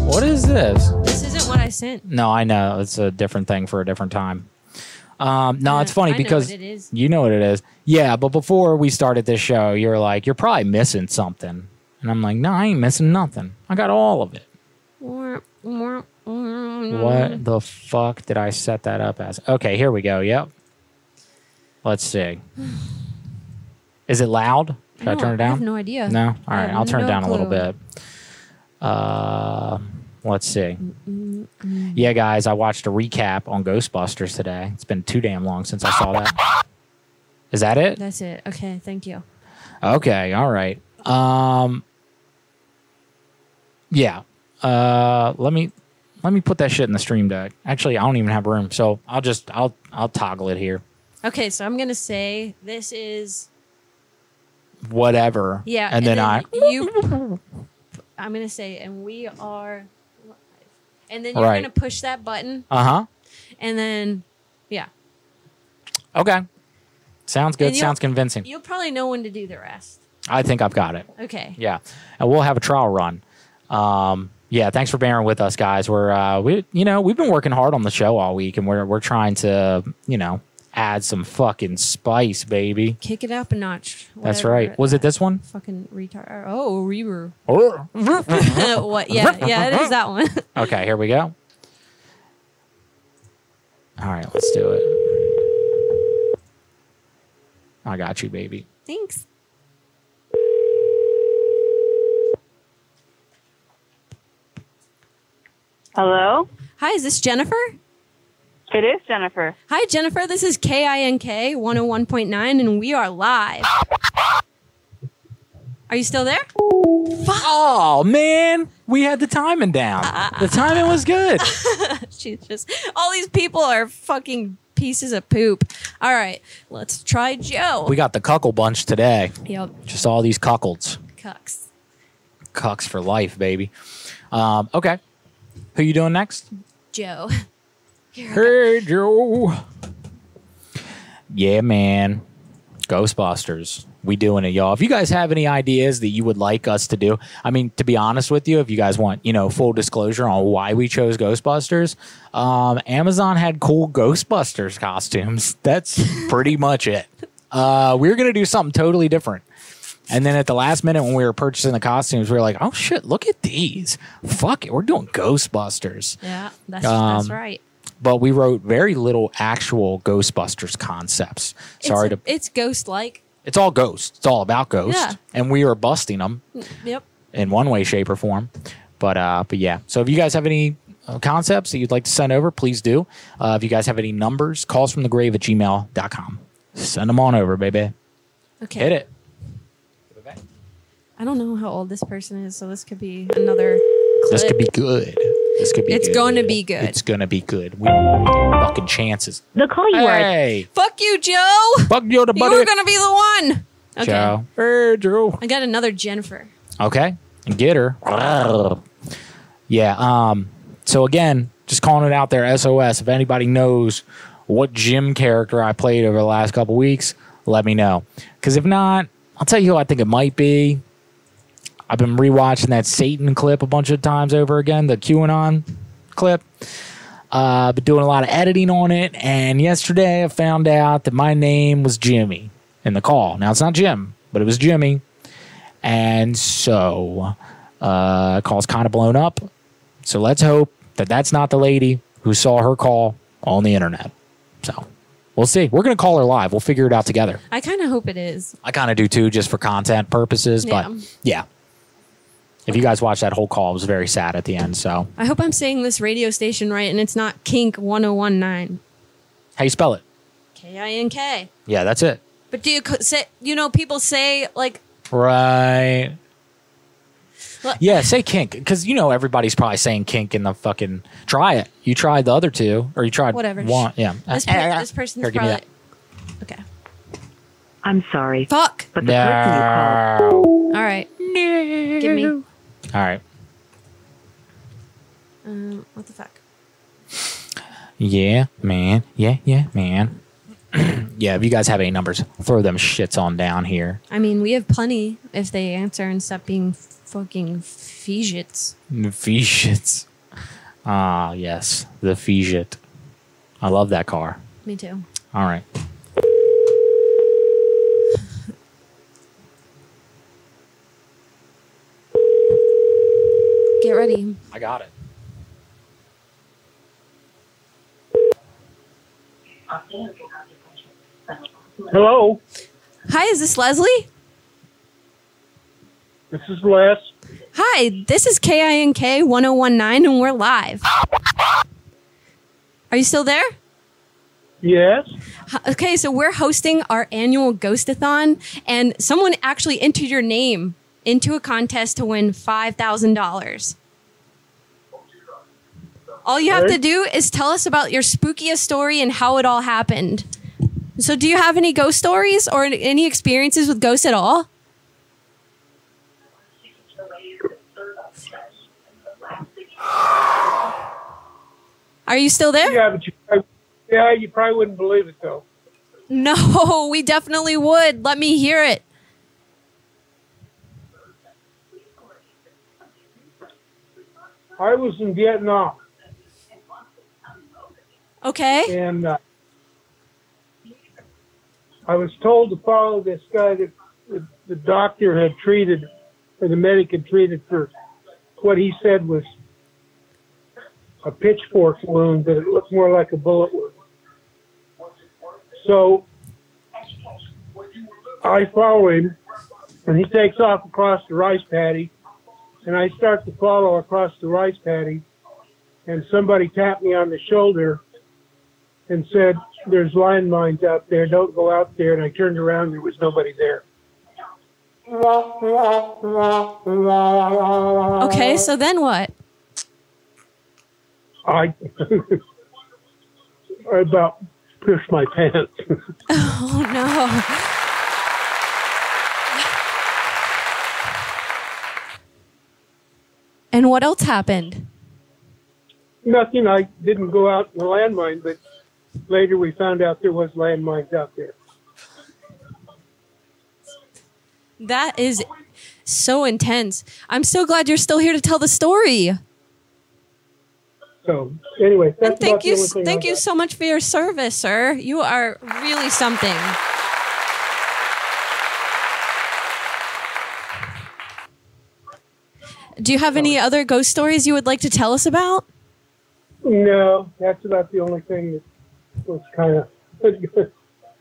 Speaker 3: What is this?
Speaker 4: This isn't what I sent.
Speaker 3: No, I know it's a different thing for a different time. Um, no, it's funny
Speaker 4: I know
Speaker 3: because
Speaker 4: what it is.
Speaker 3: you know what it is. Yeah, but before we started this show, you were like, "You're probably missing something," and I'm like, "No, I ain't missing nothing. I got all of it." What the fuck did I set that up as? Okay, here we go. Yep. Let's see. Is it loud? Should I,
Speaker 4: No,
Speaker 3: turn it down?
Speaker 4: I have no idea.
Speaker 3: No. All
Speaker 4: I
Speaker 3: right,
Speaker 4: have
Speaker 3: I'll turn it
Speaker 4: no
Speaker 3: down a little
Speaker 4: clue.
Speaker 3: bit. Uh, let's see. Yeah, guys, I watched a recap on Ghostbusters today. It's been too damn long since I saw that. Is that it?
Speaker 4: That's it. Okay, thank you.
Speaker 3: Okay, all right. Um Yeah. Uh let me let me put that shit in the stream deck. Actually, I don't even have room, so I'll just I'll I'll toggle it here.
Speaker 4: Okay, so I'm gonna say this is
Speaker 3: Whatever.
Speaker 4: yeah,
Speaker 3: And, then, I
Speaker 4: you. I'm gonna say, and we are, live. and then you're
Speaker 3: Right.
Speaker 4: gonna push that button,
Speaker 3: Uh-huh.
Speaker 4: and then yeah,
Speaker 3: Okay. Sounds good.
Speaker 4: And you'll-
Speaker 3: Sounds convincing.
Speaker 4: You'll probably know when to do the rest.
Speaker 3: I think I've got it.
Speaker 4: Okay.
Speaker 3: Yeah, and we'll have a trial run. Um, yeah, thanks for bearing with us, guys. We're uh, we you know we've been working hard on the show all week, and we're we're trying to you know add some fucking spice, baby.
Speaker 4: Kick it up a notch.
Speaker 3: That's
Speaker 4: whatever
Speaker 3: right. Was it this one?
Speaker 4: Fucking retard. Oh, we were.
Speaker 3: Oh.
Speaker 4: what? Yeah, yeah, it is that one.
Speaker 3: Okay, here we go. All right, let's do it. I got you, baby.
Speaker 4: Thanks.
Speaker 9: Hello?
Speaker 4: Hi, is this Jennifer?
Speaker 9: It is Jennifer.
Speaker 4: Hi, Jennifer. This is KINK 101.9, and we are live. Are you still there?
Speaker 3: Oh man, we had the timing down. The timing was good.
Speaker 4: She's just. All these people are fucking pieces of poop. All right, let's try Joe.
Speaker 3: We got the cuckle bunch today.
Speaker 4: Yep,
Speaker 3: Just all these cuckolds.
Speaker 4: cucks.
Speaker 3: Cucks for life, baby. Um, okay. Who you doing next?
Speaker 4: Joe.
Speaker 3: Hey, Joe. Yeah, man. Ghostbusters. We doing it, y'all. If you guys have any ideas that you would like us to do, I mean, to be honest with you, if you guys want, you know, full disclosure on why we chose Ghostbusters, um, Amazon had cool Ghostbusters costumes. That's pretty much it. Uh, we were gonna do something totally different. And then at the last minute, when we were purchasing the costumes, we were like, "Oh shit, look at these! Fuck it, we're doing Ghostbusters."
Speaker 4: Yeah, that's,
Speaker 3: Um,
Speaker 4: that's right.
Speaker 3: but we wrote very little actual Ghostbusters concepts. Sorry
Speaker 4: it's,
Speaker 3: to.
Speaker 4: it's ghost like.
Speaker 3: It's all ghosts. It's all about ghosts,
Speaker 4: Yeah.
Speaker 3: and we are busting them
Speaker 4: Yep.
Speaker 3: in one way, shape, or form. But uh, but yeah. So if you guys have any uh, concepts that you'd like to send over, please do. Uh, if you guys have any numbers, calls from the grave at gmail.com. Send them on over, baby.
Speaker 4: Okay.
Speaker 3: Hit it.
Speaker 4: I don't know how old this person is, so this could be another.
Speaker 3: This could be good. This could be.
Speaker 4: It's
Speaker 3: good.
Speaker 4: gonna be good.
Speaker 3: It's gonna be good. We don't fucking chances.
Speaker 4: The call
Speaker 3: you are- Hey.
Speaker 4: Fuck you, Joe.
Speaker 3: Fuck you, the buddy.
Speaker 4: You're gonna be the one. Okay.
Speaker 3: Joe. Hey, Joe.
Speaker 4: I got another Jennifer.
Speaker 3: Okay. And get her. Yeah. Um, so again, just calling it out there, SOS. If anybody knows what gym character I played over the last couple weeks, let me know. Because if not, I'll tell you who I think it might be. I've been rewatching that Satan clip a bunch of times over again, the QAnon clip. Uh, been doing a lot of editing on it, and yesterday I found out that my name was Jimmy in the call. Now it's not Jim, but it was Jimmy, and so uh, call's kind of blown up. So let's hope that that's not the lady who saw her call on the internet. So we'll see. We're gonna call her live. We'll figure it out together.
Speaker 4: I kind of hope it is.
Speaker 3: I kind of do too, just for content purposes.
Speaker 4: Yeah.
Speaker 3: But yeah, if you guys watched that whole call, it was very sad at the end. So
Speaker 4: I hope I'm saying this radio station right, and it's not Kink 1019.
Speaker 3: how you spell it?
Speaker 4: K I N K.
Speaker 3: Yeah, that's it.
Speaker 4: But do you co- say? You know, people say like
Speaker 3: Right.
Speaker 4: What?
Speaker 3: Yeah, say kink because you know everybody's probably saying kink in the fucking. Try it. You tried the other two, or you tried
Speaker 4: whatever.
Speaker 3: One, yeah. Uh,
Speaker 4: This, per- this person's
Speaker 3: Here, give me
Speaker 4: probably.
Speaker 3: that.
Speaker 4: Okay.
Speaker 5: I'm sorry.
Speaker 4: Fuck.
Speaker 5: But the person you
Speaker 3: No.
Speaker 4: All right. Give me.
Speaker 3: All right.
Speaker 4: Um, what the fuck?
Speaker 3: Yeah, man. Yeah, yeah, man. yeah, if you guys have any numbers, throw them shits on down here.
Speaker 4: I mean, we have plenty if they answer and stop being fucking fidgets.
Speaker 3: Ephesians. Ah, yes, the Ephesians. I love that car.
Speaker 4: Me too.
Speaker 3: All right.
Speaker 4: Get ready.
Speaker 3: I got it.
Speaker 10: Hello,
Speaker 4: Hi, is this Leslie?
Speaker 10: this is Les.
Speaker 4: Hi, this is KINK 1019 and we're live. Are you still there?
Speaker 10: Yes.
Speaker 4: H- Okay, so we're hosting our annual Ghostathon and someone actually entered your name into a contest to win $5,000. All you have to do is tell us about your spookiest story and how it all happened. So, do you have any ghost stories or any experiences with ghosts at all? Are you still there?
Speaker 10: Yeah, but you, I, yeah, you probably wouldn't believe it though.
Speaker 4: No, we definitely would. Let me hear it.
Speaker 10: I was in Vietnam,
Speaker 4: Okay.
Speaker 10: and uh, I was told to follow this guy that the, the doctor had treated, or the medic had treated for what he said was a pitchfork wound, but it looked more like a bullet wound. So I follow him, and he takes off across the rice paddy, and I start to follow across the rice paddy, and somebody tapped me on the shoulder and said, "There's landmines out there. Don't go out there." And I turned around, there was nobody there.
Speaker 1: Uh,
Speaker 4: Okay, so then what?
Speaker 10: I I about pushed my pants.
Speaker 4: Oh no. And what else happened?
Speaker 10: Nothing. I didn't go out in the landmine, but later we found out there was landmines out there.
Speaker 4: That is so intense. I'm so glad you're still here to tell the story.
Speaker 10: So anyway, that's
Speaker 4: And
Speaker 10: about
Speaker 4: thank
Speaker 10: the
Speaker 4: you
Speaker 10: only thing
Speaker 4: thank
Speaker 10: I
Speaker 4: you
Speaker 10: got.
Speaker 4: so much for your service, sir. You are really something. Do you have any other ghost stories you would like to tell us about?
Speaker 10: No, that's about the only thing that was kind of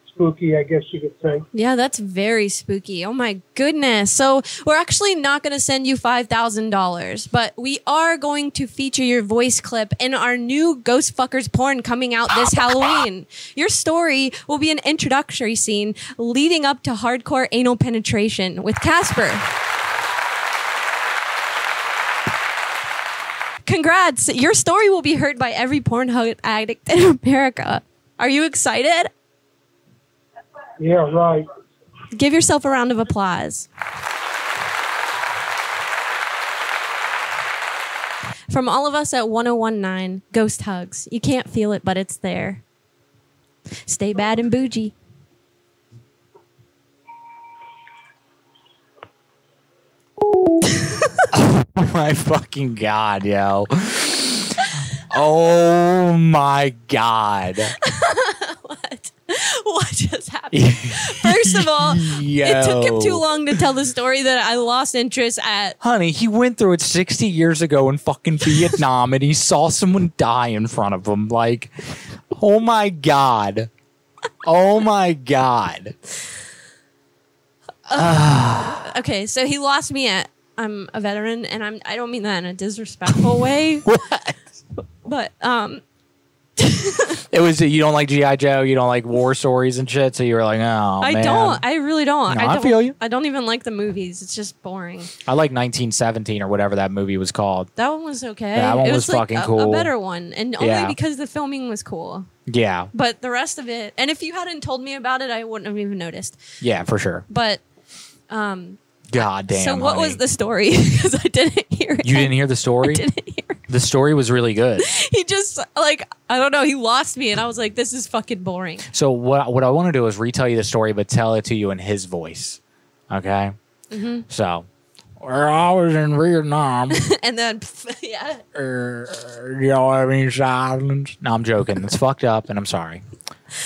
Speaker 10: spooky, I guess you could say.
Speaker 4: Yeah, that's very spooky. Oh my goodness. So, we're actually not going to send you $5,000, but we are going to feature your voice clip in our new Ghost Fuckers porn coming out this Halloween. Your story will be an introductory scene leading up to hardcore anal penetration with Casper. Congrats. Your story will be heard by every Pornhub addict in America. Are you excited?
Speaker 10: Yeah, right.
Speaker 4: Give yourself a round of applause. From all of us at 1019, ghost hugs. You can't feel it, but it's there. Stay bad and bougie.
Speaker 3: Oh my fucking god, yo. Oh my god.
Speaker 4: what just happened? First of all, it took him
Speaker 3: Yo.
Speaker 4: too long to tell the story that I lost interest at.
Speaker 3: Honey, he went through it 60 years ago in fucking Vietnam and he saw someone die in front of him. Like, oh my god. Oh my god.
Speaker 4: Okay, so he lost me at I'm a veteran, and I'm I don't mean that in a disrespectful way. But um,
Speaker 3: It was you don't like G.I. Joe, you don't like war stories and shit, so you were like, oh
Speaker 4: I
Speaker 3: man.
Speaker 4: don't. I really don't.
Speaker 3: No,
Speaker 4: I
Speaker 3: I
Speaker 4: don't.
Speaker 3: feel you.
Speaker 4: I don't even like the movies. It's just boring.
Speaker 3: I like 1917 or whatever that movie was called.
Speaker 4: That one was okay.
Speaker 3: That one
Speaker 4: it
Speaker 3: was
Speaker 4: was, like
Speaker 3: fucking
Speaker 4: a, a
Speaker 3: cool.
Speaker 4: better one, and only
Speaker 3: Yeah.
Speaker 4: because the filming was cool.
Speaker 3: Yeah.
Speaker 4: But the rest of it, and if you hadn't told me about it, I wouldn't have even noticed.
Speaker 3: Yeah, for sure.
Speaker 4: But, um,
Speaker 3: God damn.
Speaker 4: so what
Speaker 3: honey.
Speaker 4: was the story? Because I didn't hear it.
Speaker 3: You didn't hear the story? didn't
Speaker 4: hear.
Speaker 3: The story was really good.
Speaker 4: He just like I don't know. He lost me, and I was like, "This is fucking boring."
Speaker 3: So what what I want to do is retell you the story, but tell it to you in his voice. Okay.
Speaker 4: hmm
Speaker 3: So, where I was in Vietnam,
Speaker 4: and then yeah,
Speaker 3: er, you know what I mean? Silence. No, I'm joking. It's fucked up, and I'm sorry.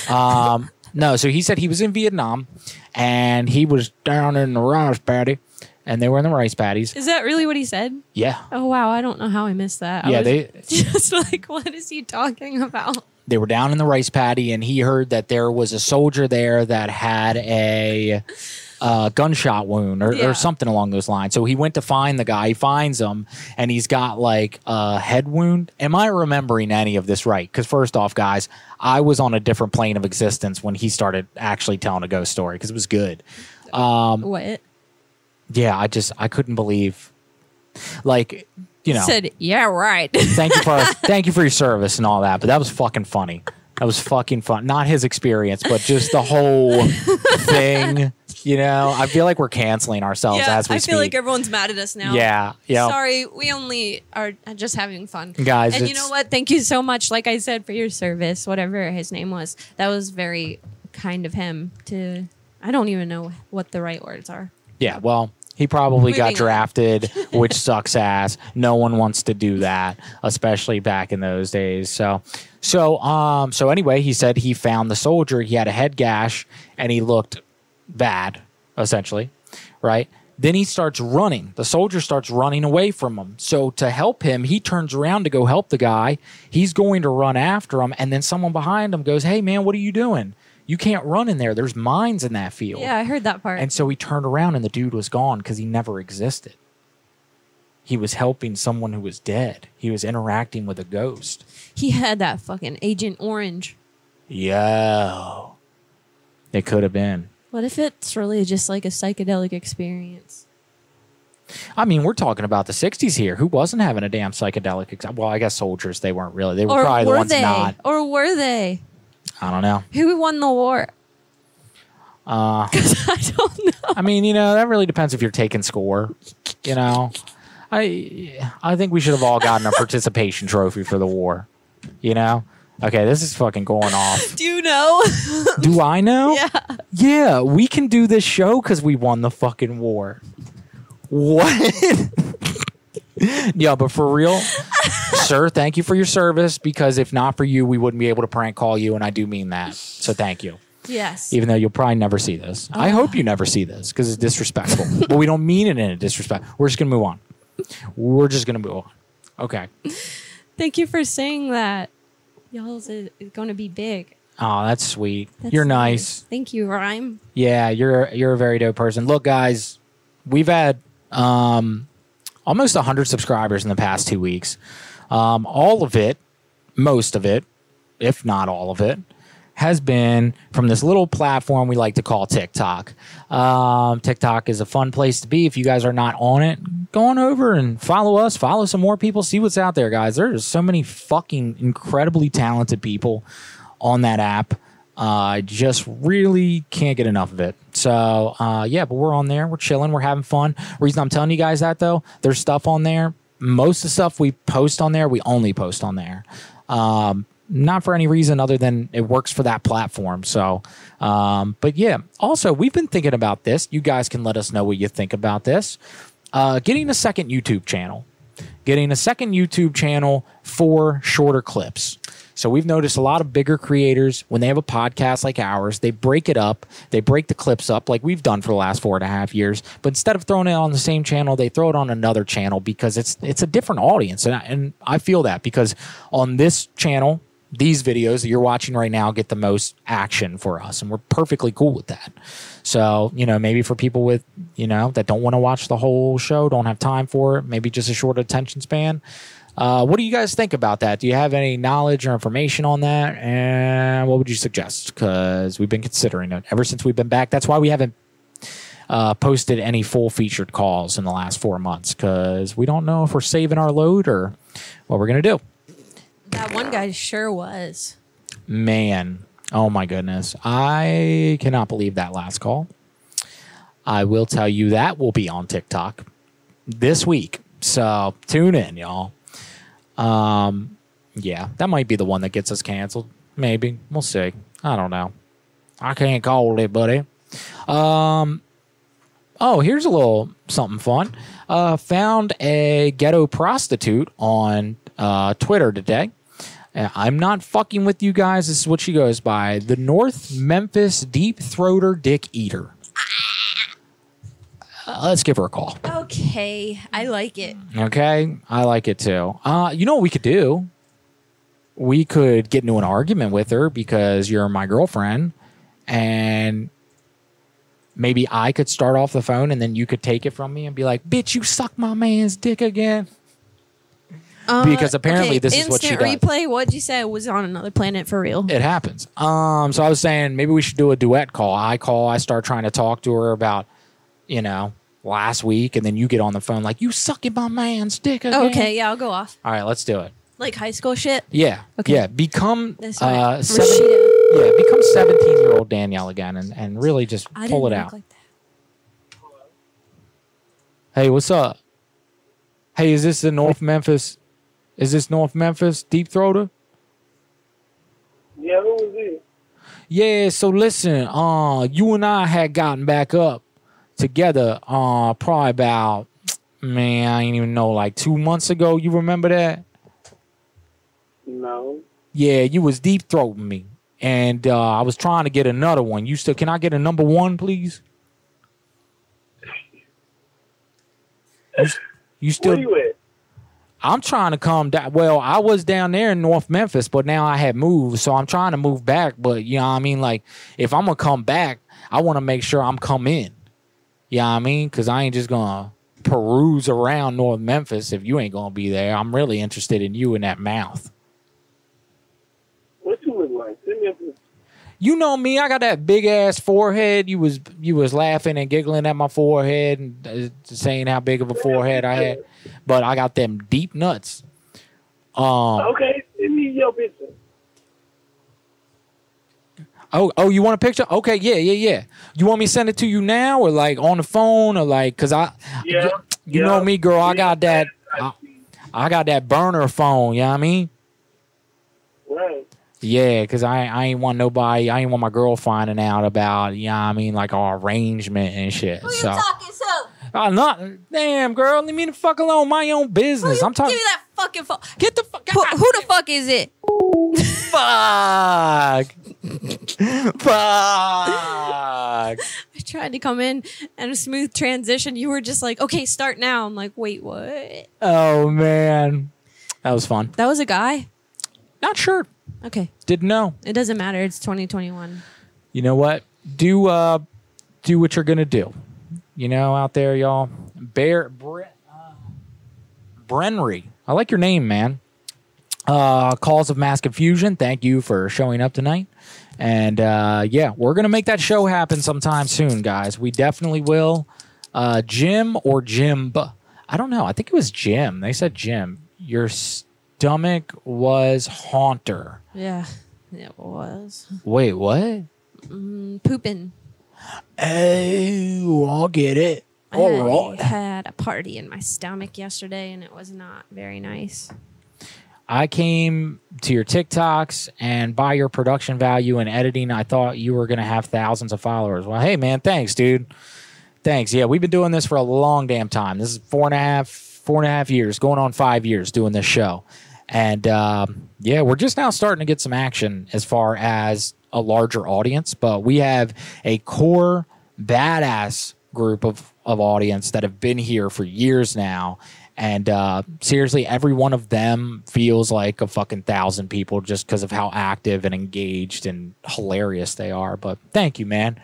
Speaker 3: Um, no. So he said he was in Vietnam, and he was down in the rice paddy, and they were in the rice paddies.
Speaker 4: is that really what he said?
Speaker 3: Yeah,
Speaker 4: Oh wow, I don't know how I missed that. I
Speaker 3: Yeah,
Speaker 4: was
Speaker 3: they-
Speaker 4: just like, what is he talking about?
Speaker 3: they were down in the rice paddy, and he heard that there was a soldier there that had a uh, gunshot wound or,
Speaker 4: Yeah.
Speaker 3: or something along those lines. So he went to find the guy. He finds him, and he's got like a head wound. Am I remembering any of this right? Because first off, guys, I was on a different plane of existence when he started actually telling a ghost story because it was good. Um,
Speaker 4: What?
Speaker 3: yeah, I just I couldn't believe, like you know,
Speaker 4: said yeah, right.
Speaker 3: thank you for thank you for your service and all that. But that was fucking funny. That was fucking fun. Not his experience, but just the whole thing. You know, I feel like we're canceling ourselves
Speaker 4: yeah,
Speaker 3: as we
Speaker 4: I
Speaker 3: speak.
Speaker 4: feel like everyone's mad at us now.
Speaker 3: Yeah, yeah.
Speaker 4: Sorry, we only are just having fun,
Speaker 3: Guys,
Speaker 4: And you know
Speaker 3: it's-
Speaker 4: what? Thank you so much. Like I said, for your service, whatever his name was, that was very kind of him to. I don't even know what the right words are.
Speaker 3: yeah, well, he probably
Speaker 4: Moving on.
Speaker 3: got drafted, which sucks ass. No one wants to do that, especially back in those days. So, so um, so anyway, he said he found the soldier. He had a head gash, and he looked bad, essentially, right? Then he starts running. The soldier starts running away from him. So to help him, he turns around to go help the guy. He's going to run after him, and then someone behind him goes, "Hey, man, what are you doing? You can't run in there. There's mines in that field."
Speaker 4: Yeah, I heard that part.
Speaker 3: And so he turned around and the dude was gone because he never existed. He was helping someone who was dead. He was interacting with a ghost.
Speaker 4: he had that fucking Agent Orange.
Speaker 3: Yo. It could have been.
Speaker 4: What if it's really just like a psychedelic experience?
Speaker 3: I mean, we're talking about the 60s here. Who wasn't having a damn psychedelic? Ex- well, I guess soldiers, they weren't really. They were probably the ones
Speaker 4: they?
Speaker 3: not.
Speaker 4: Or were they?
Speaker 3: I don't know.
Speaker 4: Who won the war?
Speaker 3: Uh, I don't know. I mean, you know, that really depends if you're taking score. You know, I I think we should have all gotten a participation trophy for the war. You know, okay, this is fucking going off.
Speaker 4: Do you know?
Speaker 3: Do I know?
Speaker 4: Yeah.
Speaker 3: Yeah, we can do this show because we won the fucking war. What? yeah, but for real, sir, thank you for your service because if not for you, we wouldn't be able to prank call you. And I do mean that. So thank you.
Speaker 4: yes. Oh.
Speaker 3: Even though you'll probably never see this. I hope you never see this because it's disrespectful. but we don't mean it in a disrespect. We're just going to move on. We're just going to move on. Okay.
Speaker 4: Thank you for saying that. Y'all's is, going to be big.
Speaker 3: Oh, that's sweet.
Speaker 4: That's
Speaker 3: You're nice.
Speaker 4: Thank you, Rhyme.
Speaker 3: Yeah, you're you're a very dope person. Look, guys, we've had um, almost 100 subscribers in the past two weeks. Um, all of it, most of it, if not all of it, has been from this little platform we like to call TikTok. Um, TikTok is a fun place to be. If you guys are not on it, go on over and follow us, follow some more people, see what's out there, guys. There's so many fucking incredibly talented people on that app. Uh, I just really can't get enough of it. So uh, yeah, but we're on there. We're chilling. We're having fun. Reason I'm telling you guys that though, there's stuff on there. Most of the stuff we post on there, we only post on there. Um, not for any reason other than it works for that platform. So, um, but yeah. Also, we've been thinking about this. You guys can let us know what you think about this. Uh, getting a second YouTube channel getting a second YouTube channel for shorter clips. So we've noticed a lot of bigger creators when they have a podcast like ours, they break it up, they break the clips up like we've done for the last four and a half years. But instead of throwing it on the same channel, they throw it on another channel because it's it's a different audience, and I, and I feel that because on this channel. These videos that you're watching right now get the most action for us, and we're perfectly cool with that. So, you know, maybe for people with, you know, that don't want to watch the whole show, don't have time for it, maybe just a short attention span. Uh, what do you guys think about that? Do you have any knowledge or information on that? And what would you suggest? Because we've been considering it ever since we've been back. That's why we haven't uh, posted any full featured calls in the last four months because we don't know if we're saving our load or what we're going to do.
Speaker 4: That one guy sure was.
Speaker 3: Man, oh my goodness. I cannot believe that last call. I will tell you that will be on TikTok this week. So tune in, y'all. Um, yeah, that might be the one that gets us canceled. Maybe. We'll see. I don't know. I can't call it, buddy. Um, oh, here's a little something fun. Uh, found a ghetto prostitute on uh, Twitter today. Uh, I'm not fucking with you guys. This is what she goes by the North Memphis Deep Throater Dick Eater. Uh, let's give her a call.
Speaker 4: Okay, I like it.
Speaker 3: Okay, I like it too. Uh, you know what we could do? We could get into an argument with her because you're my girlfriend, and maybe I could start off the phone, and then you could take it from me and be like, "Bitch, you suck my man's dick again." Because apparently this is what she
Speaker 4: Uh,
Speaker 3: does.
Speaker 4: instant replay. What you said was on another planet for real.
Speaker 3: It happens. Um, so I was saying maybe we should do a duet call. I call, I start trying to talk to her about, you know, last week, and then you get on the phone like, "You sucking my man's dick again."
Speaker 4: Okay, yeah, I'll go off
Speaker 3: All right, let's do it.
Speaker 4: like high school shit.
Speaker 3: Yeah.
Speaker 4: Okay.
Speaker 3: Yeah. Become
Speaker 4: That's all right.
Speaker 3: uh, seven, yeah. Become seventeen year old Danielle again, and, and really just
Speaker 4: I
Speaker 3: pull it
Speaker 4: didn't
Speaker 3: out.
Speaker 4: look like that.
Speaker 3: hey, what's up? Hey, is this the North Memphis? Is this North Memphis deep throater?
Speaker 10: Yeah, who was this?
Speaker 3: Yeah. So listen, uh, you and I had gotten back up together, uh, probably about man, I didn't even know, like two months ago. You remember that?
Speaker 10: No.
Speaker 3: Yeah, you was deep throating me, and uh, I was trying to get another one. You still can I get a number one, please? You, s- you still?
Speaker 10: Where you at?
Speaker 3: I'm trying to come down. Well, I was down there in North Memphis, but now I had moved, so I'm trying to move back. But you know, what I mean, like if I'm gonna come back, I want to make sure I'm come in. You know what I mean? Because I ain't just gonna peruse around North Memphis if you ain't gonna be there. I'm really interested in you and that mouth.
Speaker 10: What you look like? Send me a picture.
Speaker 3: you know me i got that big ass forehead you was you was laughing and giggling at my forehead and uh, saying how big of a forehead i had but i got them deep nuts um
Speaker 10: Okay, send me your picture.
Speaker 3: oh oh you want a picture okay yeah yeah yeah you want me to send it to you now or like on the phone or like because i
Speaker 10: Yeah,
Speaker 3: you, you know
Speaker 10: yeah.
Speaker 3: me girl i got that I, I got that burner phone you know what i mean
Speaker 10: Right.
Speaker 3: Yeah, because I, I ain't want nobody, I ain't want my girl finding out about, you know what I mean, like our arrangement and shit. so.
Speaker 4: Fucking so.
Speaker 3: I'm not, Oh, damn girl, leave me the fuck alone, my own business. I'm
Speaker 4: Give
Speaker 3: talking.
Speaker 4: me that fucking phone. Get the fuck. Who, who the fuck is it?
Speaker 3: Fuck. fuck.
Speaker 4: I tried to come in and a smooth transition. You were just like, okay, start now. I'm like, wait, what?
Speaker 3: Oh man. That was fun.
Speaker 4: That was a guy?
Speaker 3: Not sure.
Speaker 4: Okay.
Speaker 3: Didn't know.
Speaker 4: It doesn't matter. It's 2021.
Speaker 3: you know what? Do uh, do what you're gonna do. You know, out there, y'all. Bear Bre- uh, Brenry, I like your name, man. Uh, cause of mass confusion. Thank you for showing up tonight. And uh, yeah, we're gonna make that show happen sometime soon, guys. We definitely will. Uh, Jim or Jim? I don't know. I think it was Jim. They said Jim. Your stomach was haunter.
Speaker 4: Yeah. It was.
Speaker 3: Wait, what?
Speaker 4: Mm, pooping.
Speaker 3: Oh, I'll get it. All
Speaker 4: I
Speaker 3: right.
Speaker 4: had a party in my stomach yesterday and it was not very nice.
Speaker 3: I came to your TikToks and by your production value and editing, I thought you were going to have thousands of followers. Well, hey, man, thanks, dude. Thanks. Yeah, we've been doing this for a long damn time. This is four and a half, four and a half years, going on five years doing this show. And um, yeah, we're just now starting to get some action as far as a larger audience, but we have a core badass group of, of audience that have been here for years now. And uh, seriously, every one of them feels like a fucking thousand people just because of how active and engaged and hilarious they are. But thank you, man.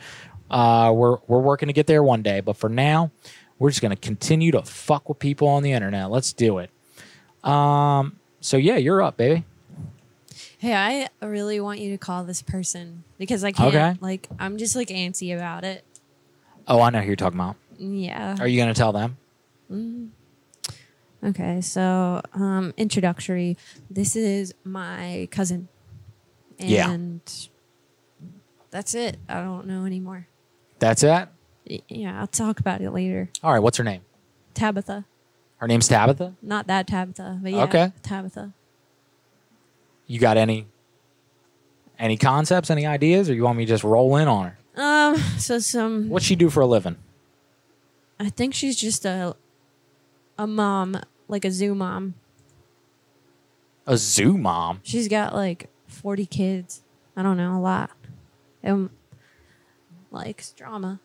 Speaker 3: Uh, we're we're working to get there one day, but for now, we're just gonna continue to fuck with people on the internet. Let's do it. Um. So yeah, you're up, baby.
Speaker 4: Hey, I really want you to call this person because I can't.
Speaker 3: Okay.
Speaker 4: Like, I'm just like antsy about it.
Speaker 3: Oh, I know who you're talking about.
Speaker 4: Yeah.
Speaker 3: Are you gonna tell them?
Speaker 4: Mm. Okay, so um, introductory. This is my cousin. And
Speaker 3: Yeah.
Speaker 4: that's it. I don't know anymore.
Speaker 3: That's it.
Speaker 4: Y- Yeah, I'll talk about it later.
Speaker 3: All right. What's her name?
Speaker 4: Tabitha.
Speaker 3: Her name's Tabitha.
Speaker 4: Not that Tabitha, but yeah.
Speaker 3: Okay.
Speaker 4: Tabitha.
Speaker 3: You got any any concepts, any ideas, or you want me to just roll in on her?
Speaker 4: Um, so some
Speaker 3: What's she do for a living?
Speaker 4: I think she's just a a mom, like a zoo mom.
Speaker 3: A zoo mom.
Speaker 4: She's got like 40 kids. I don't know, a lot. Um likes drama.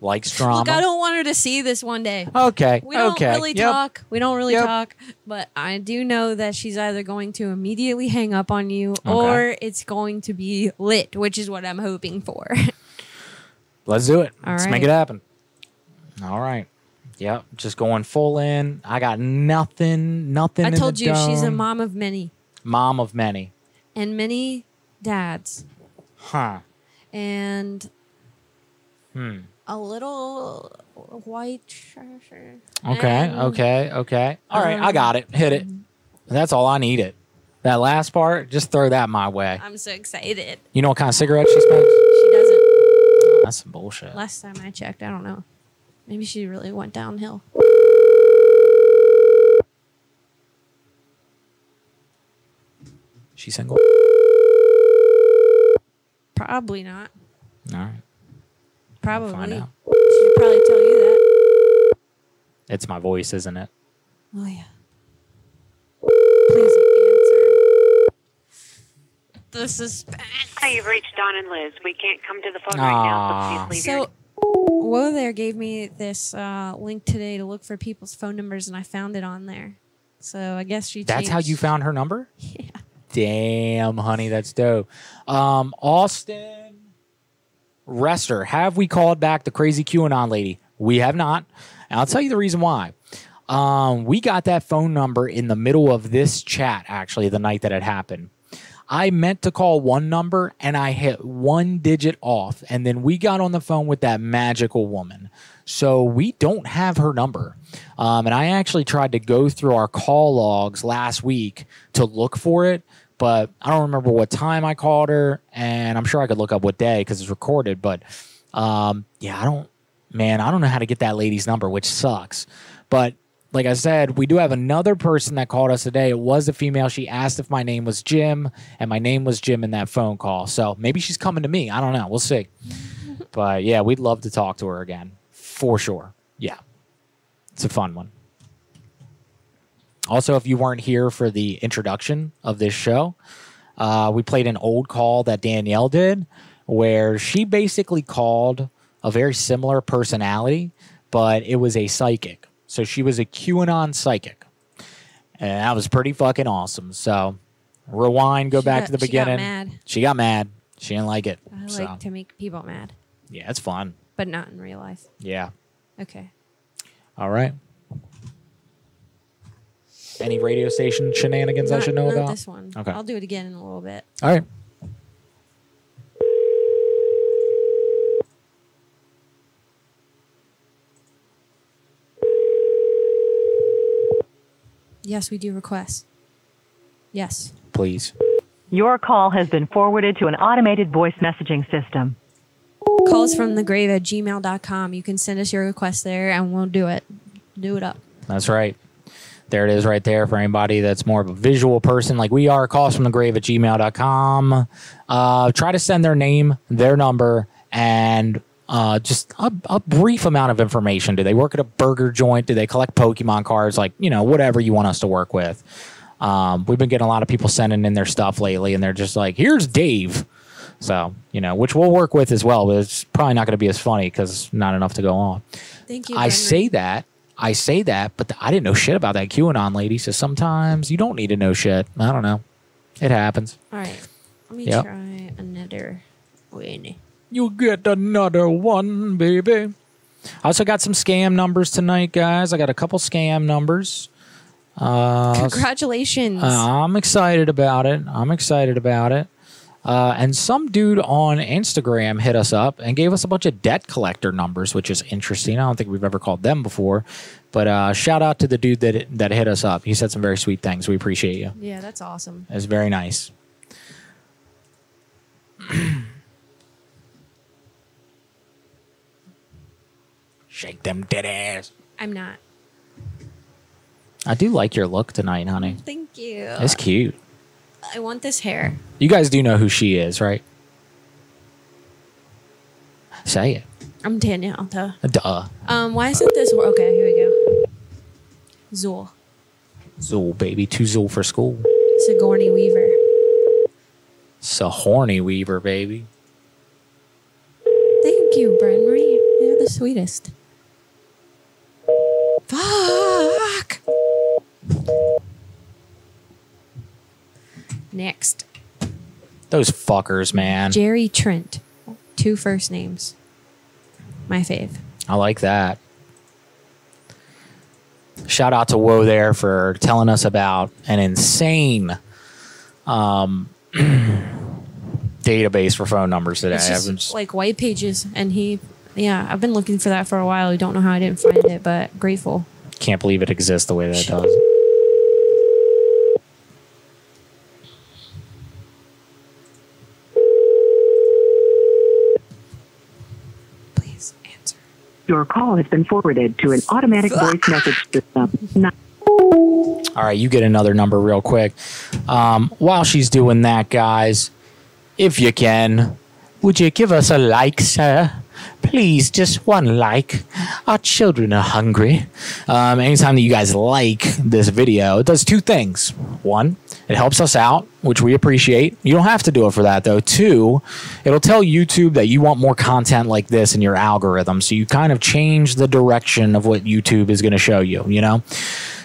Speaker 3: Likes drama.
Speaker 4: Look, I don't want her to see this one day.
Speaker 3: Okay,
Speaker 4: We don't
Speaker 3: okay,
Speaker 4: really
Speaker 3: yep.
Speaker 4: talk. We don't really
Speaker 3: Yep.
Speaker 4: talk, but I do know that she's either going to immediately hang up on you
Speaker 3: Okay.
Speaker 4: or it's going to be lit, which is what I'm hoping for.
Speaker 3: Let's do it.
Speaker 4: All
Speaker 3: Let's
Speaker 4: right.
Speaker 3: make it happen. All right. Yep. Just going full in. I got nothing. Nothing.
Speaker 4: I
Speaker 3: in the
Speaker 4: told you she's a
Speaker 3: dome.
Speaker 4: mom of many
Speaker 3: Mom of many.
Speaker 4: and many dads
Speaker 3: Huh.
Speaker 4: and
Speaker 3: Hmm.
Speaker 4: a little white treasure.
Speaker 3: Okay.
Speaker 4: And-
Speaker 3: okay. Okay. All right. I
Speaker 4: um,
Speaker 3: got it. Hit it. That's all I needed. That last part, just throw that my way.
Speaker 4: I'm so excited.
Speaker 3: You know what kind of cigarette she smokes?
Speaker 4: She doesn't.
Speaker 3: That's some bullshit.
Speaker 4: Last time I checked, I don't know. Maybe she really went downhill.
Speaker 3: She single.
Speaker 4: Probably not.
Speaker 3: All right.
Speaker 4: Probably.
Speaker 3: out.
Speaker 4: She'd probably tell you that.
Speaker 3: It's my voice, isn't it?
Speaker 4: Oh yeah. Please answer. The suspense.
Speaker 14: Hi, you've reached Don and Liz. We can't come to the phone
Speaker 3: Ah.
Speaker 14: right now, so please leave
Speaker 4: So, Whoa there gave me this uh, link today to look for people's phone numbers, and I found it on there. So I guess she.
Speaker 3: That's how
Speaker 4: changed.
Speaker 3: you found her number? Yeah. Damn, honey, that's dope. Um, Austin Rester, have we called back the crazy QAnon lady? We have not. And I'll tell you the reason why. Um, we got that phone number in the middle of this chat, actually, the night that it happened. I meant to call one number and I hit one digit off. And then we got on the phone with that magical woman. So we don't have her number. Um, and I actually tried to go through our call logs last week to look for it, but I don't remember what time I called her. And I'm sure I could look up what day because it's recorded. But um, yeah, I don't, man, I don't know how to get that lady's number, which sucks. But like I said, we do have another person that called us today. It was a female. She asked if my name was Jim, and my name was Jim in that phone call. So maybe she's coming to me. I don't know. We'll see. but yeah, we'd love to talk to her again for sure. Yeah, it's a fun one. Also, if you weren't here for the introduction of this show, uh, we played an old call that Danielle did where she basically called a very similar personality, but it was a psychic. So she was a QAnon psychic. and that was pretty fucking awesome. So rewind, go back
Speaker 4: got-
Speaker 3: to the
Speaker 4: she got
Speaker 3: beginning.
Speaker 4: mad.
Speaker 3: She got mad. She didn't like it.
Speaker 4: I
Speaker 3: so
Speaker 4: like to make people mad,
Speaker 3: yeah, it's fun.
Speaker 4: but not in real life.
Speaker 3: Yeah.
Speaker 4: Okay.
Speaker 3: All right. Any radio station shenanigans I
Speaker 4: Not-
Speaker 3: should know
Speaker 4: not
Speaker 3: about?
Speaker 4: this one.
Speaker 3: Okay.
Speaker 4: I'll do it again in a little bit.
Speaker 3: All right.
Speaker 4: Yes, we do request. Yes.
Speaker 3: Please.
Speaker 5: Your call has been forwarded to an automated voice messaging system.
Speaker 4: Calls from the grave at gmail.com. You can send us your request there and we'll do it. Do it up.
Speaker 3: That's right. There it is right there for anybody that's more of a visual person like we are. Calls from the grave at gmail.com. Uh, try to send their name, their number, and uh, just a, a brief amount of information. Do they work at a burger joint? Do they collect Pokemon cards? Like, you know, whatever you want us to work with. Um, we've been getting a lot of people sending in their stuff lately, and they're just like, here's Dave. So, you know, which we'll work with as well, but it's probably not going to be as funny because not enough to go on.
Speaker 4: Thank you.
Speaker 3: I
Speaker 4: Henry.
Speaker 3: say that. I say that, but th- I didn't know shit about that QAnon lady. So sometimes you don't need to know shit. I don't know. It happens.
Speaker 4: All right. Let me
Speaker 3: Yep.
Speaker 4: try another win.
Speaker 3: You get another one, baby. I also got some scam numbers tonight, guys. I got a couple scam numbers. Uh,
Speaker 4: Congratulations.
Speaker 3: Uh, I'm excited about it. I'm excited about it. Uh, and some dude on Instagram hit us up and gave us a bunch of debt collector numbers, which is interesting. I don't think we've ever called them before. But uh, shout out to the dude that that hit us up. He said some very sweet things. We appreciate you.
Speaker 4: yeah, that's awesome.
Speaker 3: It's very nice. Shake them dead ass.
Speaker 4: I'm not.
Speaker 3: I do like your look tonight, honey.
Speaker 4: Thank you.
Speaker 3: It's cute.
Speaker 4: I want this hair.
Speaker 3: You guys do know who she is, right? Say it.
Speaker 4: I'm Danielle. Duh.
Speaker 3: Duh.
Speaker 4: Um, why isn't this wor- okay? Here we go. Zool,
Speaker 3: Zool, baby. Too Zool for school.
Speaker 4: Sigourney Weaver.
Speaker 3: It's a horny weaver, baby.
Speaker 4: Thank you, Bryn Marie. You're the sweetest. Fuck. Next,
Speaker 3: Those fuckers, man.
Speaker 4: Jerry Trent. Two first names. My fave.
Speaker 3: I like that. Shout out to Woe there for telling us about an insane um, database for phone numbers today.
Speaker 4: It's
Speaker 3: I've been-
Speaker 4: just like white pages, and he. Yeah, I've been looking for that for a while. I don't know how I didn't find it, but grateful.
Speaker 3: can't believe it exists the way that it does.
Speaker 4: Please answer.
Speaker 5: Your call has been forwarded to an automatic voice message system. Not-
Speaker 3: All right, you get another number real quick. Um, while she's doing that, guys, if you can, would you give us a like, sir? Please, just one like. Our children are hungry. Um, anytime that you guys like this video, it does two things. One, it helps us out, which we appreciate. You don't have to do it for that, though. Two, it'll tell YouTube that you want more content like this in your algorithm. So you kind of change the direction of what YouTube is going to show you, you know?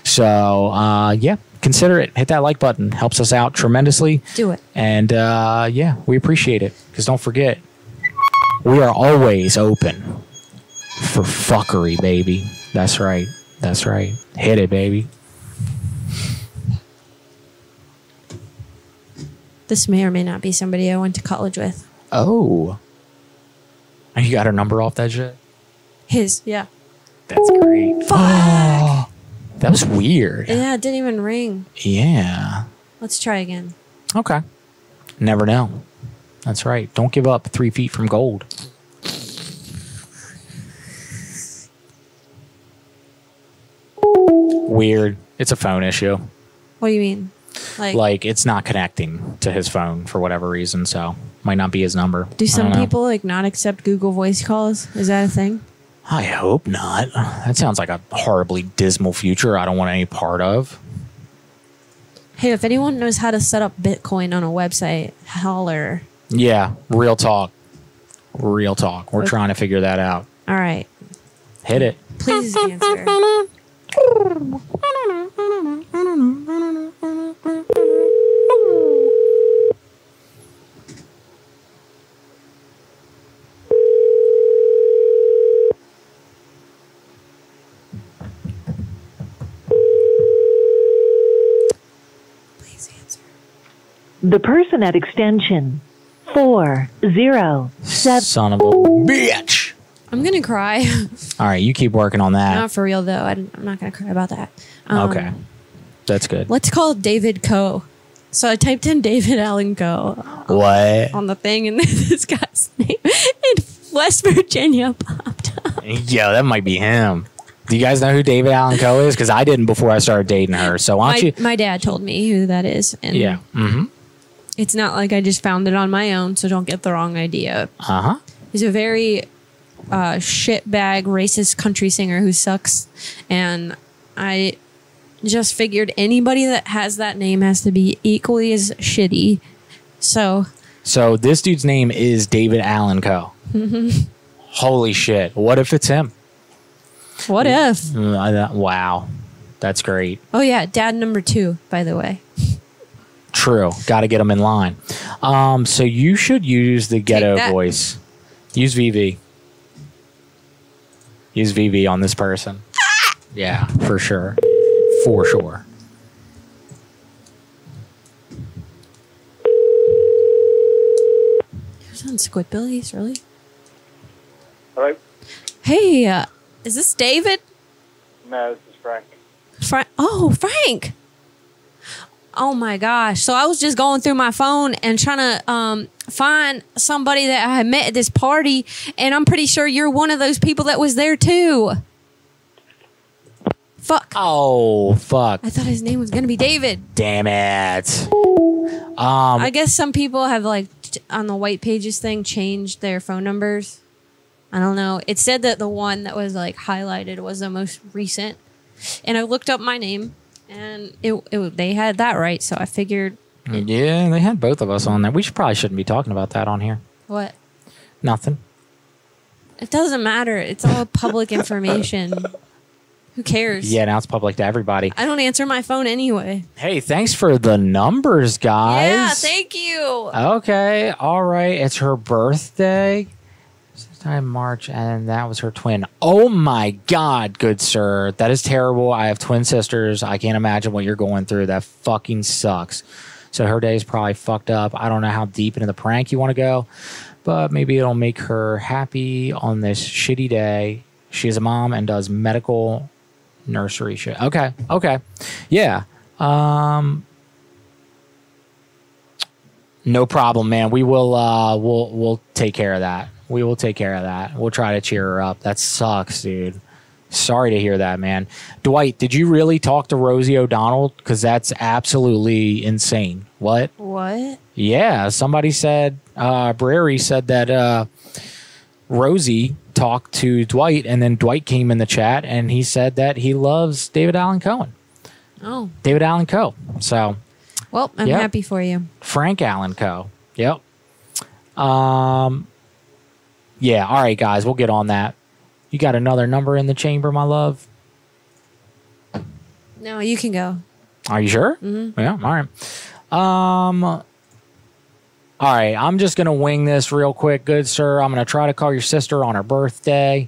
Speaker 3: So, uh, yeah, consider it. Hit that like button. Helps us out tremendously.
Speaker 4: Do it.
Speaker 3: And uh, yeah, we appreciate it. Because don't forget, we are always open for fuckery, baby. That's right. That's right. Hit it, baby.
Speaker 4: This may or may not be somebody I went to college with.
Speaker 3: Oh. You got her number off that shit?
Speaker 4: His, yeah.
Speaker 3: That's great. Fuck. that was weird.
Speaker 4: Yeah, it didn't even ring.
Speaker 3: Yeah.
Speaker 4: Let's try again.
Speaker 3: Okay. Never know. That's right. Don't give up three feet from gold. Weird. It's a phone issue.
Speaker 4: What do you mean? Like,
Speaker 3: Like, it's not connecting to his phone for whatever reason, so might not be his number. I
Speaker 4: do some
Speaker 3: don't know.
Speaker 4: people like not accept Google voice calls? Is that a thing?
Speaker 3: I hope not. That sounds like a horribly dismal future I don't want any part of.
Speaker 4: Hey, if anyone knows how to set up Bitcoin on a website, holler.
Speaker 3: Yeah, real talk. Real talk. We're
Speaker 4: Okay.
Speaker 3: trying to figure that out.
Speaker 4: All right.
Speaker 3: Hit it.
Speaker 4: Please answer.
Speaker 15: The person at extension four zero seven.
Speaker 3: Son of a bitch.
Speaker 4: I'm gonna cry.
Speaker 3: All right, you keep working on that.
Speaker 4: not for real though. I'm I'm not gonna cry about that. Um,
Speaker 3: okay. That's good.
Speaker 4: Let's call David Coe. So I typed in David Allen Coe
Speaker 3: What?
Speaker 4: on the thing, and this guy's name in West Virginia.
Speaker 3: Yo, that might be him. Do you guys know who David Allen Coe is? Because I didn't before I started dating her. So why
Speaker 4: My,
Speaker 3: don't you?
Speaker 4: my dad told me who that is, and
Speaker 3: Yeah. Mm-hmm.
Speaker 4: it's not like I just found it on my own. So don't get the wrong idea.
Speaker 3: Uh huh.
Speaker 4: He's a very uh, shitbag racist country singer who sucks, and I just figured anybody that has that name has to be equally as shitty. So,
Speaker 3: So this dude's name is David Allen Coe.
Speaker 4: what
Speaker 3: Holy shit! What if it's him?
Speaker 4: if?
Speaker 3: Mm, I thought- Wow, that's great.
Speaker 4: Oh yeah, dad number two, by the way.
Speaker 3: True. Got to get them in line. Um, so you should use the ghetto
Speaker 4: that.
Speaker 3: voice. Use VV. Use VV on this person. Yeah, for sure. For sure.
Speaker 4: Who's on Squidbillies, really?
Speaker 11: Hello?
Speaker 4: Hey, uh, is this David?
Speaker 11: No, this is Frank.
Speaker 4: Frank? Oh, Frank. Oh my gosh! So I was just going through my phone and trying to um, find somebody that I had met at this party, and I'm pretty sure you're one of those people that was there too. Fuck!
Speaker 3: Oh fuck!
Speaker 4: I thought his name was gonna be David.
Speaker 3: Damn it. Um,
Speaker 4: I guess some people have like t- on the white pages thing changed their phone numbers. I don't know. It said that the one that was like highlighted was the most recent, and I looked up my name, and it, it they had that right. So I figured
Speaker 3: Yeah, they had both of us on there. We should, probably shouldn't be talking about that on here.
Speaker 4: what
Speaker 3: Nothing.
Speaker 4: it doesn't matter. It's all public information. Who cares?
Speaker 3: Yeah, now it's public to everybody.
Speaker 4: I don't answer my phone anyway.
Speaker 3: Hey, thanks for the numbers, guys.
Speaker 4: Yeah, thank you.
Speaker 3: Okay, all right. It's her birthday. Sometime March, and that was her twin. Oh my God, good sir. That is terrible. I have twin sisters. I can't imagine what you're going through. That fucking sucks. So her day is probably fucked up. I don't know how deep into the prank you want to go, but maybe it'll make her happy on this shitty day. She is a mom and does medical nursery shit. Okay, okay. Yeah. Um, no problem, man. We will uh we'll we'll take care of that. We will take care of that. We'll try to cheer her up. That sucks, dude. Sorry to hear that, man. Dwight, did you really talk to Rosie O'Donnell? Because that's absolutely insane. What?
Speaker 4: What?
Speaker 3: Yeah, somebody said uh Brary said that uh Rosie talked to Dwight and then Dwight came in the chat and he said that he loves David Allen Cohen.
Speaker 4: Oh
Speaker 3: David Allen Coe. So
Speaker 4: well, I'm
Speaker 3: Yeah.
Speaker 4: happy for you.
Speaker 3: Frank Allen Co. Yep. Um. Yeah. All right, guys. We'll get on that. You got another number in the chamber, my love.
Speaker 4: No, you can go.
Speaker 3: Are you sure?
Speaker 4: Mhm.
Speaker 3: Yeah. All right. Um. All right. I'm just gonna wing this real quick, good sir. I'm gonna try to call your sister on her birthday.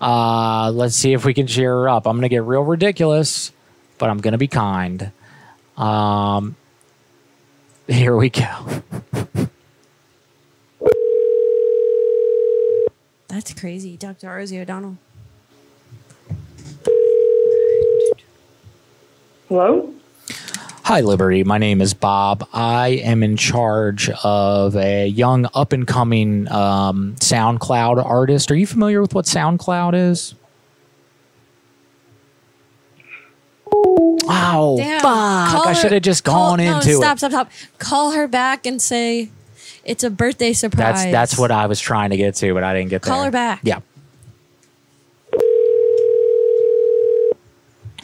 Speaker 3: Uh, let's see if we can cheer her up. I'm gonna get real ridiculous, but I'm gonna be kind. Um. Here we go.
Speaker 4: That's crazy, Dr. Rosie O'Donnell.
Speaker 16: Hello?
Speaker 3: Hi, Liberty. My name is Bob. I am in charge of a young up and coming um, SoundCloud artist. Are you familiar with what SoundCloud is? Wow.
Speaker 4: Damn.
Speaker 3: Oh, Fuck.
Speaker 4: Call
Speaker 3: I
Speaker 4: her-
Speaker 3: should have just
Speaker 4: call-
Speaker 3: gone
Speaker 4: no,
Speaker 3: into
Speaker 4: stop,
Speaker 3: it.
Speaker 4: Stop, stop, Call her back and say it's a birthday surprise.
Speaker 3: That's that's what I was trying to get to, but I didn't get
Speaker 4: Call
Speaker 3: there.
Speaker 4: her back.
Speaker 3: Yeah.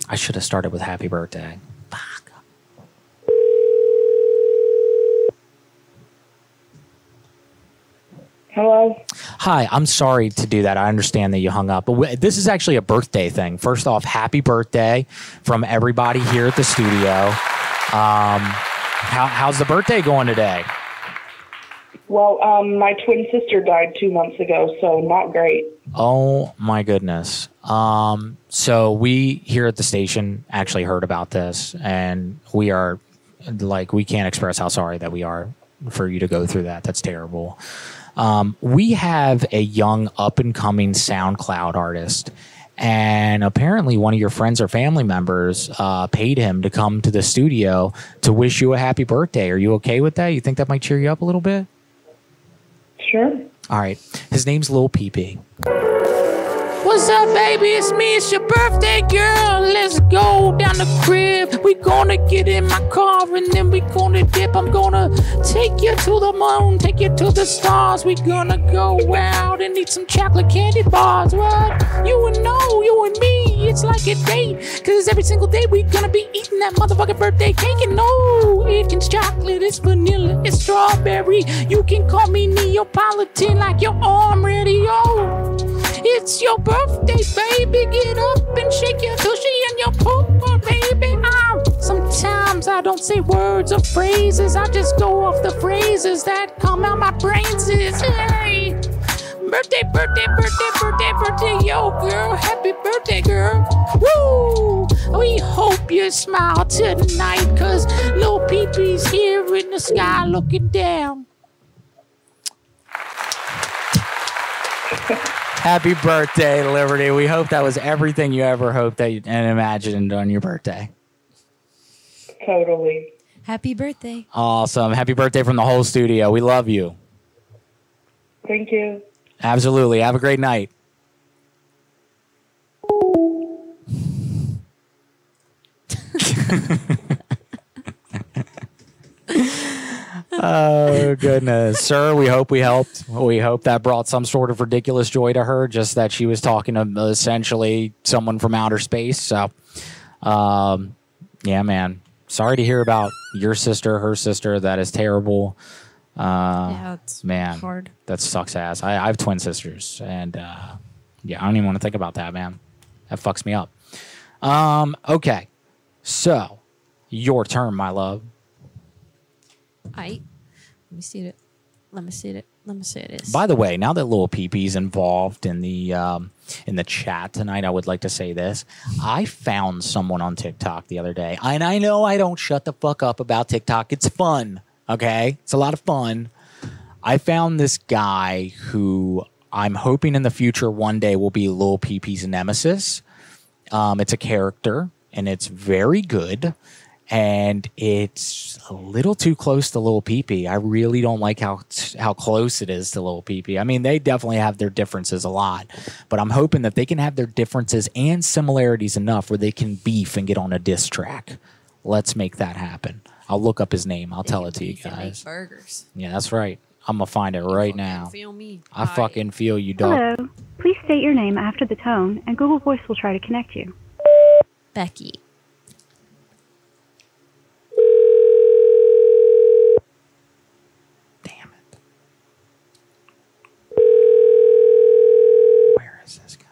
Speaker 3: I should have started with happy birthday.
Speaker 16: Hello?
Speaker 3: Hi, I'm sorry to do that. I understand that you hung up, but w- this is actually a birthday thing. First off, happy birthday from everybody here at the studio. Um, how, how's the birthday going today?
Speaker 16: Well, um, my twin sister died two months ago, so not great.
Speaker 3: Oh my goodness. Um, so we here at the station actually heard about this, and we are like we can't express how sorry that we are for you to go through that. That's terrible. Um, we have a young up and coming SoundCloud artist, and apparently one of your friends or family members uh, paid him to come to the studio to wish you a happy birthday. Are you okay with that? You think that might cheer you up a little bit?
Speaker 16: Sure.
Speaker 3: All right. His name's Lil Peepee.
Speaker 2: What's up, baby? It's me. It's your birthday, girl. Let's go down the crib. We gonna get in my car and then we gonna dip. I'm gonna take you to the moon, take you to the stars. We gonna go out and eat some chocolate candy bars. What? You and no, you and me. It's like a date. Cause every single day we gonna be eating that motherfucking birthday cake. And no, it can chocolate, it's vanilla, it's strawberry. You can call me Neapolitan like your arm radio. It's your birthday, baby. Get up and shake your tushy and your pooper, baby. i sometimes I don't say words or phrases. I just go off the phrases that come out my brains. Is hey, birthday, birthday, birthday, birthday, birthday, yo, girl. Happy birthday, girl. Woo! We hope you smile tonight, cause Lil Peepee's here in the sky looking down.
Speaker 3: Happy birthday, Liberty. We hope that was everything you ever hoped that you, and imagined on your birthday.
Speaker 16: Totally.
Speaker 4: Happy birthday.
Speaker 3: Awesome. Happy birthday from the whole studio. We love you.
Speaker 16: Thank you.
Speaker 3: Absolutely. Have a great night. oh goodness sir we hope we helped we hope that brought some sort of ridiculous joy to her just that she was talking to essentially someone from outer space so um yeah man sorry to hear about your sister her sister that is terrible uh
Speaker 4: Yeah, it's
Speaker 3: man
Speaker 4: hard.
Speaker 3: that sucks ass I, I have twin sisters and uh yeah i don't even want to think about that man that fucks me up um okay so your turn my love
Speaker 4: I. Let me see it. Let me see it. Let me see it.
Speaker 3: By the way, now that Lil Peepee's involved in the um, in the chat tonight, I would like to say this: I found someone on TikTok the other day, and I know I don't shut the fuck up about TikTok. It's fun, okay? It's a lot of fun. I found this guy who I'm hoping in the future one day will be Lil Peepee's nemesis. Um, it's a character, and it's very good. And it's a little too close to Lil Peepee. I really don't like how how close it is to Lil Peepee. I mean, they definitely have their differences a lot, but I'm hoping that they can have their differences and similarities enough where they can beef and get on a diss track. Let's make that happen. I'll look up his name. I'll tell it to you guys.
Speaker 4: burgers.
Speaker 3: Yeah, that's right. I'm gonna find it right now.
Speaker 4: Feel me.
Speaker 3: I fucking feel you, dog.
Speaker 12: Hello. Please state your name after the tone, and Google Voice will try to connect you.
Speaker 4: Becky.
Speaker 3: Where is this guy?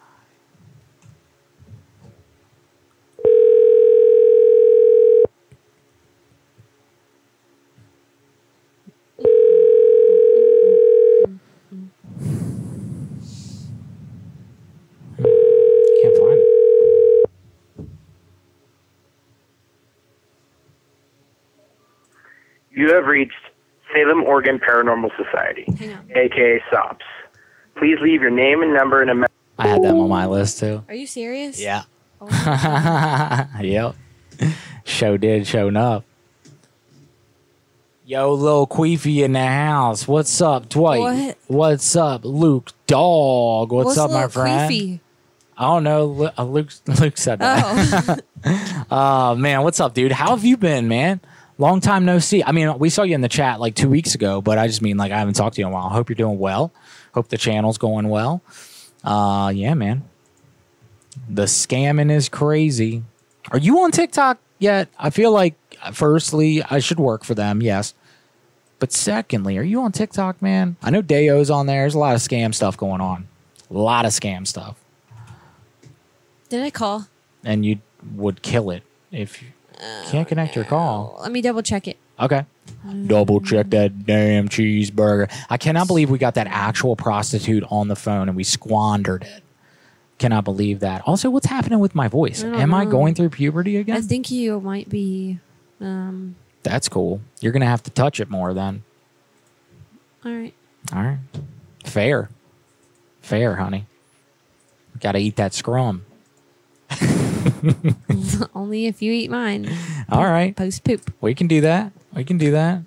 Speaker 3: Can't find it.
Speaker 17: You have reached Salem, Oregon Paranormal Society, aka SOPS. Please leave your name and number and a message.
Speaker 3: I had them on my list too.
Speaker 4: Are you serious?
Speaker 3: Yeah. yep. Show did shown up. Yo, little Queefy in the house. What's up, Dwight?
Speaker 4: What?
Speaker 3: What's up, Luke? Dog. What's, up, my
Speaker 4: Lil
Speaker 3: friend?
Speaker 4: Queefy?
Speaker 3: I don't know. Lu- uh, Luke, Luke said that. Oh. man, what's up, dude? How have you been, man? Long time no see. I mean, we saw you in the chat like two weeks ago, but I just mean like I haven't talked to you in a while. Hope you're doing well. Hope the channel's going well. Uh, yeah, man. The scamming is crazy. Are you on TikTok yet? I feel like, firstly, I should work for them. Yes. But secondly, are you on TikTok, man? I know Dayo's on there. There's a lot of scam stuff going on. A lot of scam stuff
Speaker 4: Did I call?
Speaker 3: and you would kill it if you can't connect your call.
Speaker 4: Let me double check it.
Speaker 3: Okay. Double check that damn cheeseburger. I cannot believe we got that actual prostitute on the phone and we squandered it. Cannot believe that. Also, what's happening with my voice?
Speaker 4: I don't
Speaker 3: Am I
Speaker 4: know.
Speaker 3: going through puberty again?
Speaker 4: I think you might be. Um,
Speaker 3: That's cool. You're gonna have to touch it more then.
Speaker 4: All right.
Speaker 3: All right. Fair. Fair, honey. Gotta eat that scrum.
Speaker 4: Only if you eat mine.
Speaker 3: All right.
Speaker 4: Post poop.
Speaker 3: We can do that. We can do that.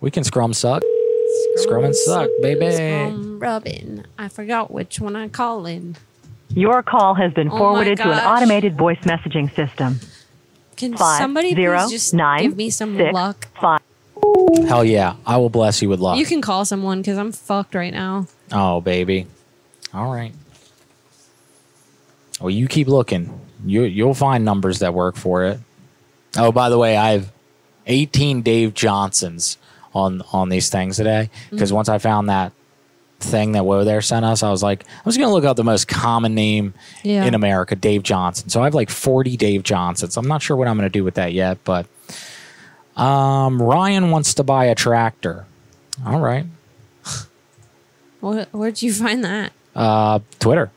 Speaker 3: We can scrum suck. Scrum, and suck, baby.
Speaker 4: Scrum Robin. I forgot which one I call in.
Speaker 18: Your call has been
Speaker 4: Oh my
Speaker 18: forwarded to an
Speaker 4: gosh.
Speaker 18: automated voice messaging system.
Speaker 4: Can
Speaker 18: Five,
Speaker 4: somebody
Speaker 18: zero,
Speaker 4: please just
Speaker 18: nine,
Speaker 4: give me some
Speaker 18: six,
Speaker 4: luck?
Speaker 18: Five.
Speaker 3: Hell yeah. I will bless you with luck.
Speaker 4: You can call someone because I'm fucked right now.
Speaker 3: Oh, baby. All right. Well, you keep looking. You you'll find numbers that work for it. Oh, by the way, I have 18 Dave Johnsons on on these things today because
Speaker 19: Mhm.
Speaker 3: once I found that thing that Woe there sent us, I was like, I'm just gonna look up the most common name
Speaker 19: Yeah.
Speaker 3: in America, Dave Johnson. So I have like 40 Dave Johnsons. I'm not sure what I'm gonna do with that yet, but um, Ryan wants to buy a tractor. All right,
Speaker 4: Where, where'd you find that?
Speaker 3: uh, Twitter.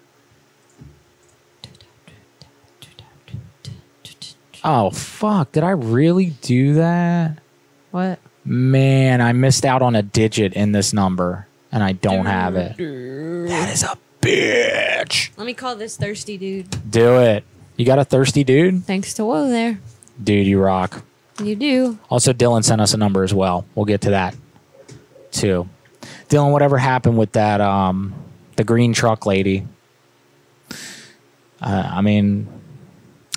Speaker 3: Oh fuck! Did I really do that?
Speaker 4: What?
Speaker 3: Man, I missed out on a digit in this number, and I don't have it.
Speaker 4: That
Speaker 3: is a bitch.
Speaker 4: Let me call this thirsty dude.
Speaker 3: Do it. You got a thirsty dude?
Speaker 4: Thanks to Whoa there.
Speaker 3: Dude, you rock.
Speaker 4: You do.
Speaker 3: Also, Dylan sent us a number as well. We'll get to that too. Dylan, whatever happened with that um the green truck lady? Uh, I mean,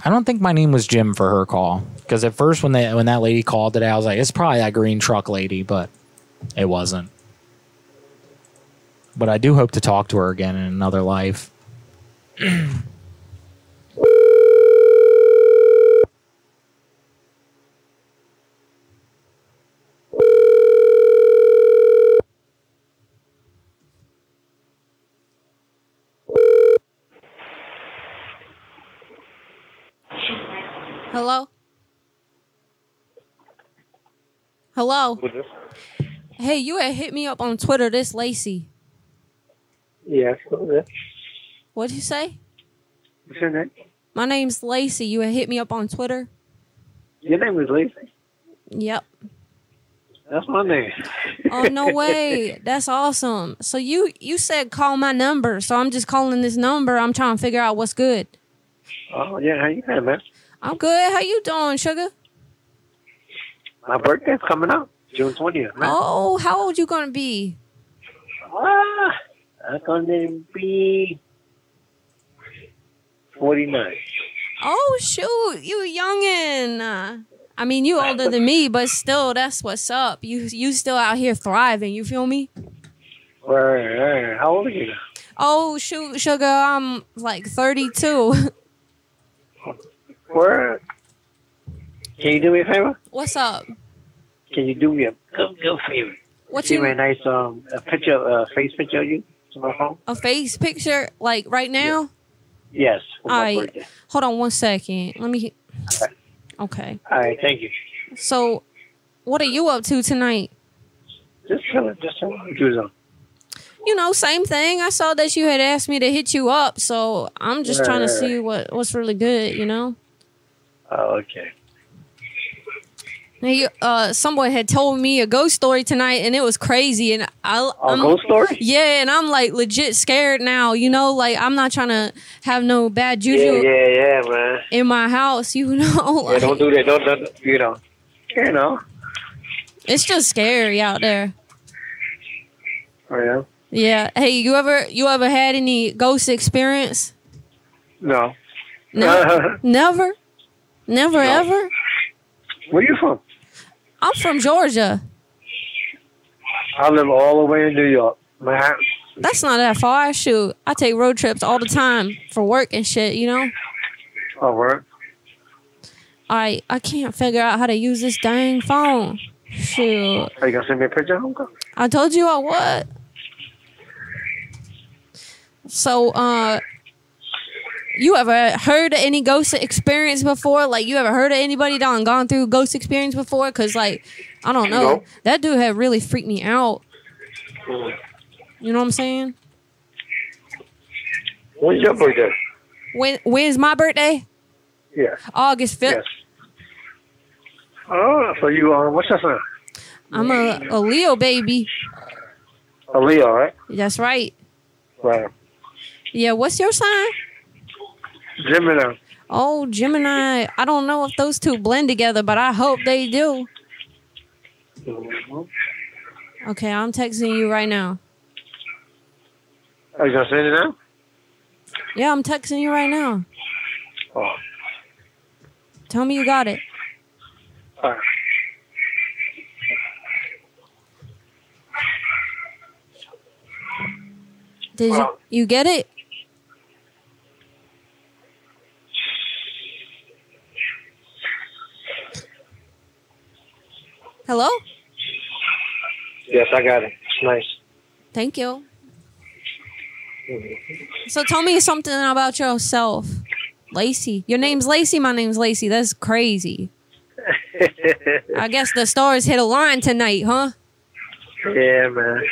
Speaker 3: I don't think my name was Jim for her call because at first when they when that lady called today, I was like, it's probably that green truck lady, but it wasn't. But I do hope to talk to her again in another life.
Speaker 4: Hello? Hello?
Speaker 11: Who's this?
Speaker 4: Hey, you had hit me up on Twitter, this Lacey.
Speaker 11: Yes. who's this?
Speaker 4: What'd you say?
Speaker 11: What's your name?
Speaker 4: My name's Lacey. You had hit me up on Twitter?
Speaker 11: Your name is Lacey.
Speaker 4: Yep.
Speaker 11: That's my name.
Speaker 4: Oh no way. That's awesome. So you you said call my number, so I'm just calling this number. I'm trying to figure out what's good.
Speaker 11: oh yeah, how you doing, man?
Speaker 4: I'm good. How you doing, sugar?
Speaker 11: My birthday's coming up, June twentieth, man.
Speaker 4: Oh, how old you gonna be?
Speaker 11: Ah, that's gonna be forty nine.
Speaker 4: Oh shoot, you a youngin. Uh, I mean, you older than me, but still, that's what's up. You you still out here thriving. You feel me?
Speaker 11: Right, right. How old are you? now?
Speaker 4: Oh shoot, sugar, I'm like 32.
Speaker 11: Where? Can you do me a favor?
Speaker 4: what's up?
Speaker 11: Can you do me a good, good favor?
Speaker 4: What
Speaker 11: See
Speaker 4: you
Speaker 11: my nice um a picture, a face picture of you to my phone.
Speaker 4: a face picture like right now?
Speaker 11: Yes. for my
Speaker 4: All right.
Speaker 11: birthday.
Speaker 4: Hold on one second. Let me. Okay.
Speaker 11: All right. Thank you.
Speaker 4: So, what are you up to tonight?
Speaker 11: Just chilling. Just chilling. What you doing?
Speaker 4: You know, same thing. I saw that you had asked me to hit you up, so I'm just
Speaker 11: Right,
Speaker 4: trying to
Speaker 11: right,
Speaker 4: see what what's really good. You know,
Speaker 11: Oh, okay.
Speaker 4: Hey, uh, someone had told me a ghost story tonight, and it was crazy. And I, I'm,
Speaker 11: ghost story?
Speaker 4: Yeah, and I'm like legit scared now. You know, like I'm not trying to have no bad juju Oh,
Speaker 11: Yeah, yeah, yeah, man.
Speaker 4: in my house. You know,
Speaker 11: Yeah,
Speaker 4: like,
Speaker 11: don't do that. Don't, don't you know? You know.
Speaker 4: it's just scary out there.
Speaker 11: Oh, yeah.
Speaker 4: Yeah. Hey, you ever you ever had any ghost experience?
Speaker 11: No.
Speaker 4: No, never, never, ever.
Speaker 11: Where you from?
Speaker 4: I'm from Georgia.
Speaker 11: I live all the way in New York, Manhattan.
Speaker 4: That's not that far. Shoot, I take road trips all the time for work and shit. You know.
Speaker 11: Oh, word.
Speaker 4: I I can't figure out how to use this dang phone. Shoot,
Speaker 11: Are you gonna send me a picture? Okay.
Speaker 4: I told you I would. So, uh, you ever heard of any ghost experience before? Like, you ever heard of anybody that done gone through ghost experience before? Cause like, I don't know,
Speaker 11: No.
Speaker 4: that dude had really freaked me out. You know what I'm saying?
Speaker 11: When's your birthday?
Speaker 4: When when's my birthday?
Speaker 11: Yeah.
Speaker 4: August fifth.
Speaker 11: Oh, so you are, what's that sound?
Speaker 4: I'm a, a Leo baby.
Speaker 11: A Leo, right?
Speaker 4: That's right.
Speaker 11: Right.
Speaker 4: Yeah, what's your sign?
Speaker 11: Gemini.
Speaker 4: Oh, Gemini. I don't know if those two blend together, but I hope they do. Okay, I'm texting you right now.
Speaker 11: Are you going to send it now?
Speaker 4: Yeah, I'm texting you right now.
Speaker 11: Oh,
Speaker 4: Tell me you got it.
Speaker 11: all right.
Speaker 4: Did you, you get it? Hello?
Speaker 11: Yes, I got it. It's nice.
Speaker 4: Thank you. So tell me something about yourself. Lacey. Your name's Lacey, my name's Lacey. That's crazy. I guess the stars hit a line tonight, huh?
Speaker 11: yeah, man.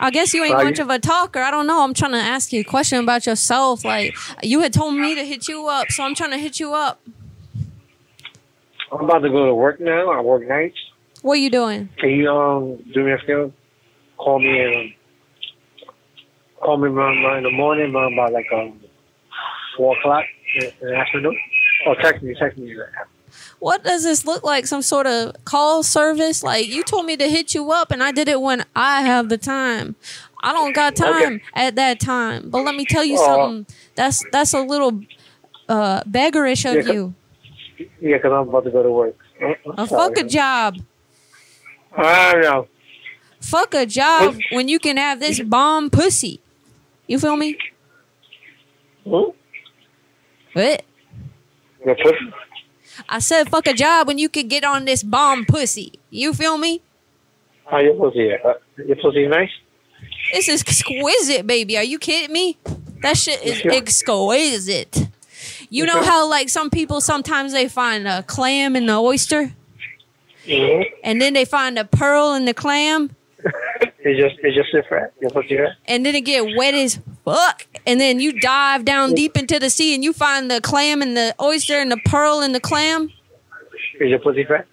Speaker 4: I guess you ain't
Speaker 11: Well,
Speaker 4: much
Speaker 11: you-
Speaker 4: of a talker. I don't know. I'm trying to ask you a question about yourself. Like you had told me to hit you up, so I'm trying to hit you up.
Speaker 11: I'm about to go to work now. I work nights.
Speaker 4: What you doing?
Speaker 11: Can you um do me a favor? Call me and call me around, around in the morning, around about like um four o'clock in in the afternoon. Or text me, text me.
Speaker 4: What does this look like? Some sort of call service? Like you told me to hit you up, and I did it when I have the time. I don't got time at that time. But let me tell you
Speaker 11: Aw.
Speaker 4: something. That's that's a little uh, beggarish of
Speaker 11: Yeah, 'cause-
Speaker 4: you.
Speaker 11: Yeah, because I'm about to go to work.
Speaker 4: A Oh, fuck a job.
Speaker 11: I know.
Speaker 4: Fuck a job when you can have this bomb pussy. You feel me?
Speaker 11: Who?
Speaker 4: What?
Speaker 11: Your pussy?
Speaker 4: I said fuck a job when you can get on this bomb pussy. You feel me?
Speaker 11: How your pussy? at? Uh, your pussy nice?
Speaker 4: This is exquisite, baby. Are you kidding me? That shit is exquisite. You know how like some people sometimes they find a clam in the oyster
Speaker 11: hmm
Speaker 4: and then they find a pearl in the clam
Speaker 11: It's just it's just different. Your pussy right?
Speaker 4: and then it get wet as fuck and then you dive down deep into the sea and you find the clam and the oyster and the pearl in the clam.
Speaker 11: Is your pussy fat?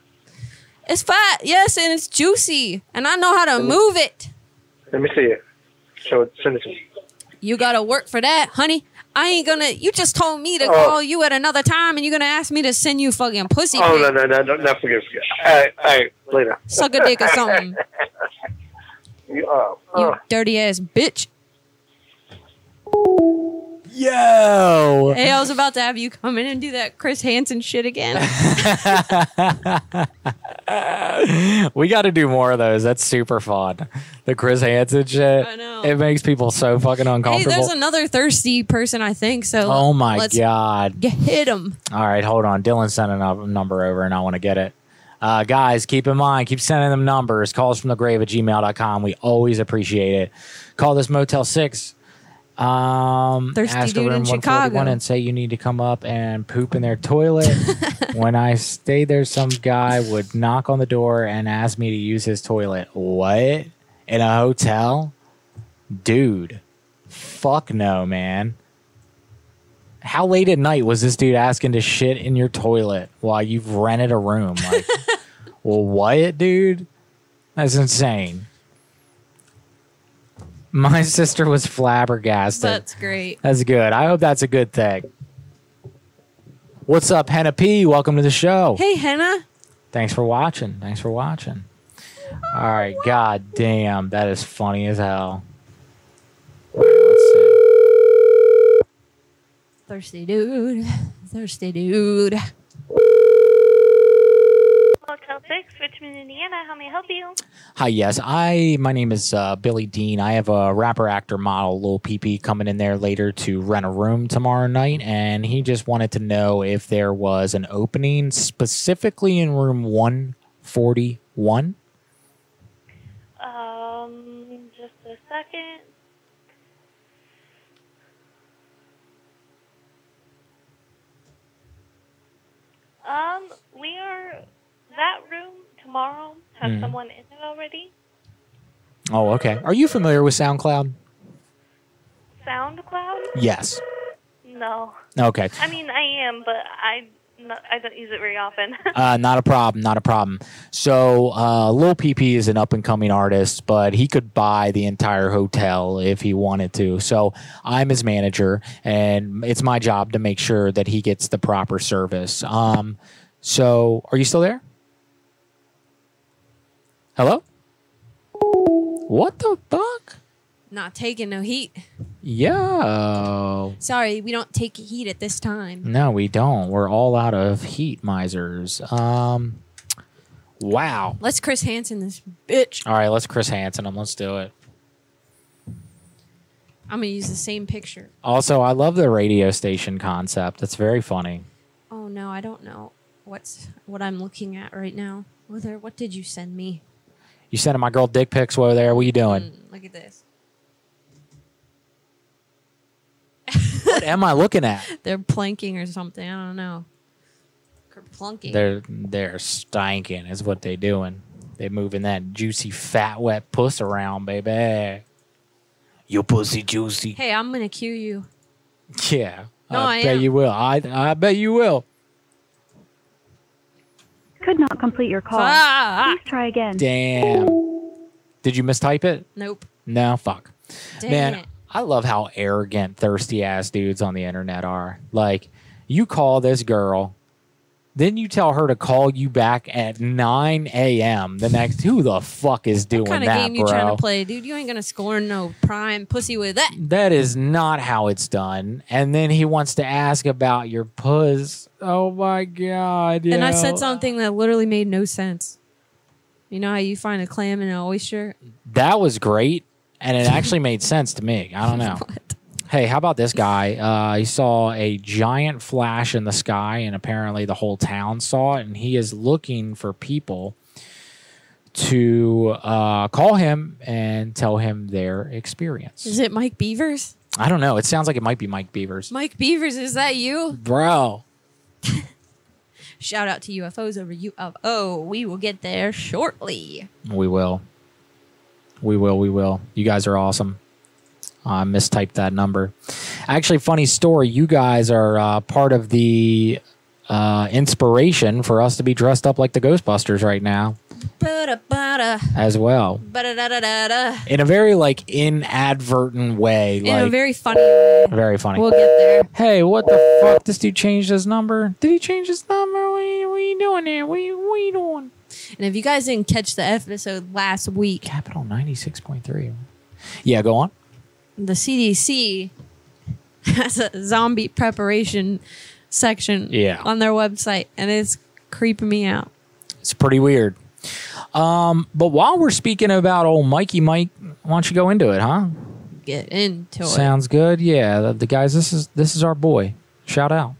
Speaker 4: It's fat, yes, and it's juicy. And I know how to move it.
Speaker 11: Let me see it. So send it to me.
Speaker 4: You gotta work for that, honey. I ain't gonna. You just told me to
Speaker 11: Oh.
Speaker 4: call you at another time, and you're gonna ask me to send you fucking pussy.
Speaker 11: Oh
Speaker 4: pic.
Speaker 11: no no no no no forget forget. All right all right later.
Speaker 4: Suck a dick or something.
Speaker 11: You, uh,
Speaker 4: You dirty ass bitch.
Speaker 3: Yo.
Speaker 4: Hey, I was about to have you come in and do that Chris Hansen shit again.
Speaker 3: we got to do more of those. That's super fun. The Chris Hansen shit. I know. It makes people so fucking
Speaker 4: hey,
Speaker 3: uncomfortable.
Speaker 4: there's another thirsty person, I think. So.
Speaker 3: oh my
Speaker 4: let's
Speaker 3: god.
Speaker 4: Get, hit him.
Speaker 3: All right, hold on. Dylan sent a num- number over and I want to get it. Uh, guys, keep in mind, keep sending them numbers. Calls from the grave at gmail.com. We always appreciate it. Call this Motel 6. Um,
Speaker 4: Thirsty
Speaker 3: ask
Speaker 4: dude in
Speaker 3: a room 141
Speaker 4: Chicago.
Speaker 3: and say you need to come up and poop in their toilet. when I stayed there, some guy would knock on the door and ask me to use his toilet. What? In a hotel? Dude, fuck no, man. How late at night was this dude asking to shit in your toilet while you've rented a room? Like, well, what, dude? That's insane. My sister was flabbergasted.
Speaker 4: That's great.
Speaker 3: That's good. I hope that's a good thing. What's up, Henna P? Welcome to the show.
Speaker 4: Hey, Henna.
Speaker 3: Thanks for watching. Thanks for watching. All right. God damn. That is funny as hell.
Speaker 4: Thirsty dude. Thirsty dude.
Speaker 14: Hotel 6, Richmond, Indiana. How may I help you?
Speaker 3: Hi, yes. I my name is uh, Billy Dean. I have a rapper, actor, model, Lil PP coming in there later to rent a room tomorrow night, and he just wanted to know if there was an opening specifically in room one forty one.
Speaker 14: Um, just a second. Um, we are that room tomorrow. Has
Speaker 3: Mhm.
Speaker 14: someone in it already?
Speaker 3: Oh, okay. Are you familiar with SoundCloud?
Speaker 14: SoundCloud?
Speaker 3: Yes.
Speaker 14: No.
Speaker 3: Okay.
Speaker 14: I mean, I am, but I No, I don't use it very often.
Speaker 3: Uh, not a problem, not a problem. So, uh, Lil PP is an up and coming artist, but he could buy the entire hotel if he wanted to. So, I'm his manager, and it's my job to make sure that he gets the proper service. Um, so, are you still there? Hello? What the fuck?
Speaker 4: Not taking no heat.
Speaker 3: Yeah.
Speaker 4: Sorry, we don't take heat at this time.
Speaker 3: No, we don't. We're all out of heat misers. Um, wow.
Speaker 4: Let's Chris Hansen this bitch.
Speaker 3: All right, let's Chris Hansen him. Let's do it.
Speaker 4: I'm gonna use the same picture.
Speaker 3: Also, I love the radio station concept. It's very funny.
Speaker 4: Oh no, I don't know what's what I'm looking at right now. Whether what did you send me? Hmm,
Speaker 3: You sending my girl dick pics over there? What you doing?
Speaker 4: Look at this.
Speaker 3: what am I looking at?
Speaker 4: They're planking or something. I don't know. Plunking.
Speaker 3: They're they're stanking is what they doing. They moving that juicy fat wet puss around, baby. Your pussy juicy.
Speaker 4: Hey, I'm gonna cue you.
Speaker 3: Yeah.
Speaker 4: No,
Speaker 3: I,
Speaker 4: I
Speaker 3: bet
Speaker 4: am.
Speaker 3: you will. I I bet you will.
Speaker 12: Could not complete your call. Please try again.
Speaker 3: Damn. Did you mistype it?
Speaker 4: Nope.
Speaker 3: No, fuck.
Speaker 4: Dang
Speaker 3: Man,
Speaker 4: it.
Speaker 3: I love how arrogant, thirsty ass dudes on the internet are. Like, you call this girl, then you tell her to call you back at 9 a.m. the next. Who the fuck is doing
Speaker 4: What kind of
Speaker 3: that,
Speaker 4: game you
Speaker 3: bro?
Speaker 4: trying to play, dude? You ain't gonna score no prime pussy with that.
Speaker 3: That is not how it's done. And then he wants to ask about your puss. Oh my god!
Speaker 4: And I
Speaker 3: yo.
Speaker 4: said something that literally made no sense. You know how you find a clam in an oyster?
Speaker 3: That was great, and it actually made sense to me. I don't know. Hey, how about this guy? Uh, he saw a giant flash in the sky, and apparently the whole town saw it. And he is looking for people to uh, call him and tell him their experience.
Speaker 4: Is it Mike Beavers?
Speaker 3: I don't know. It sounds like it might be Mike Beavers,
Speaker 4: Mike Beavers, is that you?
Speaker 3: bro.
Speaker 4: Shout out to UFOs over UFO. We will get there shortly.
Speaker 3: We will. We will. We will. You guys are awesome. I mistyped that number. Actually, funny story. You guys are uh, part of the uh, inspiration for us to be dressed up like the Ghostbusters right now,
Speaker 4: Bada bada.
Speaker 3: as well.
Speaker 4: Bada da da da da.
Speaker 3: In a very like inadvertent way.
Speaker 4: In
Speaker 3: like,
Speaker 4: a very funny. way.
Speaker 3: very funny.
Speaker 4: We'll get there.
Speaker 3: Hey, what the fuck? This dude changed his number. Did he change his number? What are you, what are you doing there? What are you, what are you doing?
Speaker 4: And if you guys didn't catch the episode last week,
Speaker 3: Capital 96.3. Yeah, go on.
Speaker 4: the CDC has a zombie preparation section
Speaker 3: Yeah.
Speaker 4: on their website, and it's creeping me out.
Speaker 3: It's pretty weird. Um, but while we're speaking about old Mikey Mike, why don't you go into it, huh?
Speaker 4: Get into it.
Speaker 3: Sounds good. Yeah, the, the guys. This is this is our boy. Shout out.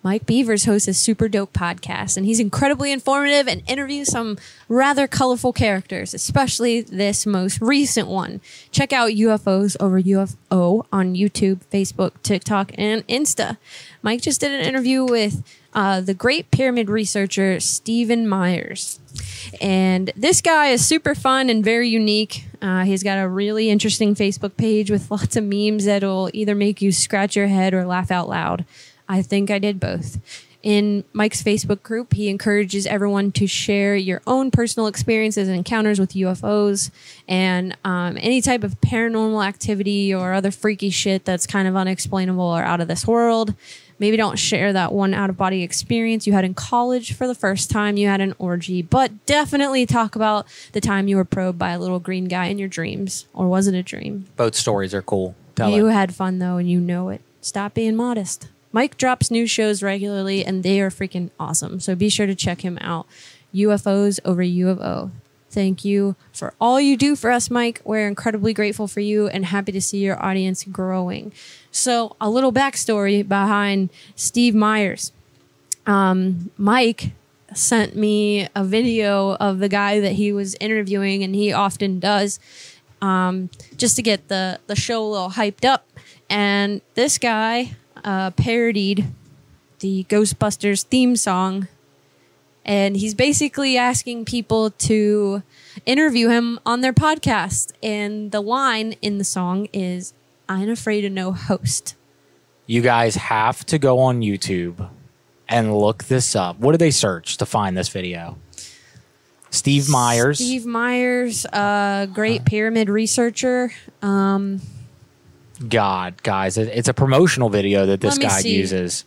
Speaker 4: Mike Beavers hosts a super dope podcast, and he's incredibly informative and interviews some rather colorful characters, especially this most recent one. Check out UFOs over UFO on YouTube, Facebook, TikTok, and Insta. Mike just did an interview with uh, the great pyramid researcher Stephen Myers. And this guy is super fun and very unique. Uh, he's got a really interesting Facebook page with lots of memes that'll either make you scratch your head or laugh out loud. I think I did both. In Mike's Facebook group, he encourages everyone to share your own personal experiences and encounters with UFOs and um, any type of paranormal activity or other freaky shit that's kind of unexplainable or out of this world. Maybe don't share that one out of body experience you had in college for the first time you had an orgy, but definitely talk about the time you were probed by a little green guy in your dreams. Or was it a dream?
Speaker 3: Both stories are cool. Tell
Speaker 4: you
Speaker 3: it.
Speaker 4: had fun though, and you know it. Stop being modest. Mike drops new shows regularly, and they are freaking awesome. So be sure to check him out. UFOs over U of O. Thank you for all you do for us, Mike. We're incredibly grateful for you and happy to see your audience growing. So, a little backstory behind Steve Myers um, Mike sent me a video of the guy that he was interviewing, and he often does, um, just to get the the show a little hyped up. And this guy uh, parodied the Ghostbusters theme song, and he's basically asking people to interview him on their podcast. And the line in the song is, "I ain't afraid of no host."
Speaker 3: You guys have to go on YouTube and look this up. What did they search to find this video? Steve Myers.
Speaker 4: Steve Myers, uh, great pyramid researcher. Um,
Speaker 3: God, guys, it- it's a promotional video that this
Speaker 4: Let me
Speaker 3: guy
Speaker 4: see.
Speaker 3: uses.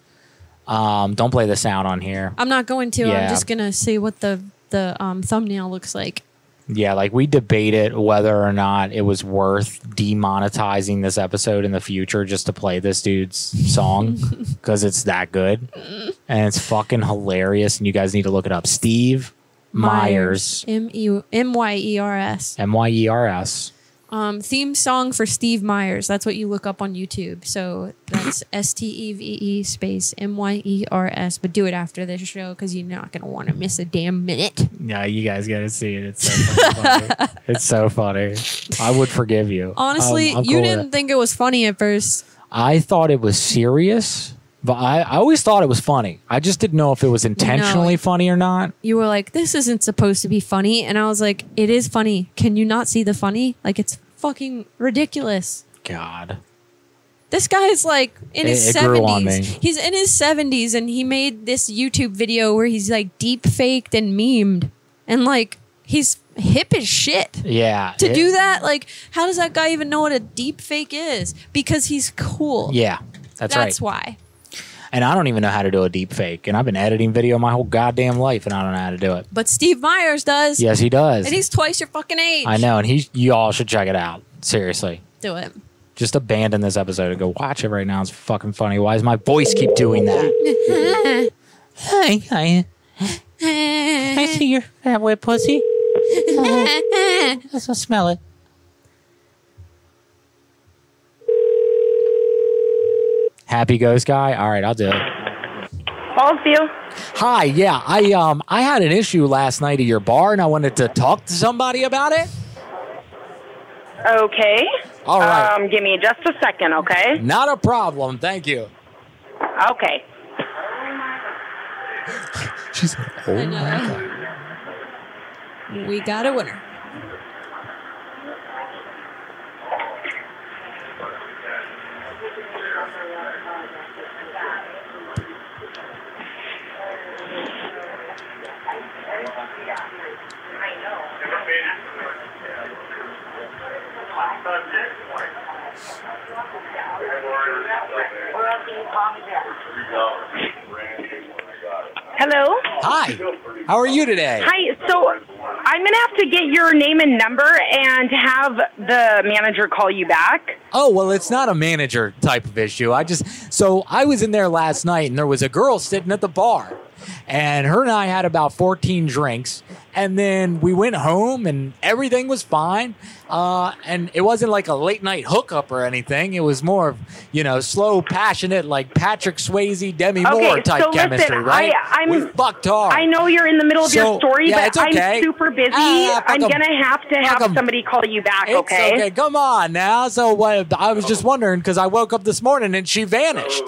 Speaker 3: Um, don't play the sound on here.
Speaker 4: I'm not going to.
Speaker 3: Yeah.
Speaker 4: I'm just gonna see what the the um, thumbnail looks like.
Speaker 3: Yeah, like we debated whether or not it was worth demonetizing this episode in the future just to play this dude's song because it's that good and it's fucking hilarious. And you guys need to look it up. Steve Myers,
Speaker 4: M E M Y E R S.
Speaker 3: M Y E R S.
Speaker 4: Um, theme song for Steve Myers. That's what you look up on YouTube. So that's S T E V E space M Y E R S. But do it after this show because you're not gonna want to miss a damn minute.
Speaker 3: Yeah, you guys got to see it. It's so fucking funny. it's so funny. I would forgive you.
Speaker 4: Honestly,
Speaker 3: I'm- I'm
Speaker 4: you
Speaker 3: cool Um, with
Speaker 4: didn't
Speaker 3: it.
Speaker 4: think it was funny at first.
Speaker 3: I thought it was serious, but I, I always thought it was funny. I just didn't know if it was intentionally funny or not.
Speaker 4: You were like, "This isn't supposed to be funny," and I was like, "It is funny. Can you not see the funny? Like it's fucking ridiculous."
Speaker 3: God.
Speaker 4: This guy is like in his
Speaker 3: It- it grew on
Speaker 4: seventies.
Speaker 3: me.
Speaker 4: He's in his seventies, and he made this YouTube video where he's like deep faked and memed, and like he's hip as shit.
Speaker 3: Yeah.
Speaker 4: To
Speaker 3: it-
Speaker 4: do that, like, how does that guy even know what a deep fake is? Because he's cool.
Speaker 3: Yeah, that's, right.
Speaker 4: That's why.
Speaker 3: And I don't even know how to do a deep fake. And I've been editing video my whole goddamn life and I don't know how to do it.
Speaker 4: But Steve Myers does.
Speaker 3: Yes, he does.
Speaker 4: And he's twice your fucking age.
Speaker 3: I know. And he, you all should check it out. Seriously.
Speaker 4: Do it.
Speaker 3: Just abandon this episode and go watch it right now. It's fucking funny. Why does my voice keep doing that?
Speaker 2: Hi, hi. I see your fat wet pussy. I so smell it.
Speaker 3: Happy Ghost Guy? All right, I'll do it.
Speaker 14: Fallsview.
Speaker 3: Hi, yeah. I um I had an issue last night at your bar and I wanted to talk to somebody about it.
Speaker 14: Okay.
Speaker 3: All right.
Speaker 14: Um, give me just a second, okay?
Speaker 3: Not a problem. Thank you.
Speaker 14: Okay.
Speaker 3: She's oh
Speaker 4: I know. We got a winner.
Speaker 14: Hello.
Speaker 3: Hi. How are you today?
Speaker 14: Hi. So I'm gonna have to get your name and number and have the manager call you back.
Speaker 3: Oh, well, it's not a manager type of issue. I just, so I was in there last night and there was a girl sitting at the bar and her and I had about 14 drinks. And then we went home and everything was fine. Uh, and it wasn't like a late night hookup or anything. It was more of, you know, slow, passionate, like Patrick Swayze, Demi
Speaker 14: Okay,
Speaker 3: Moore type
Speaker 14: so listen,
Speaker 3: chemistry, right?
Speaker 14: I- I'm-
Speaker 3: we fucked hard.
Speaker 14: I know you're in the middle of
Speaker 3: So,
Speaker 14: your story,
Speaker 3: yeah,
Speaker 14: but
Speaker 3: it's okay.
Speaker 14: I'm super busy.
Speaker 3: Ah, fuck
Speaker 14: I'm
Speaker 3: 'em.
Speaker 14: gonna have to have somebody call you back.
Speaker 3: It's
Speaker 14: okay.
Speaker 3: Come on now. So what? I was just wondering because I woke up this morning and she vanished,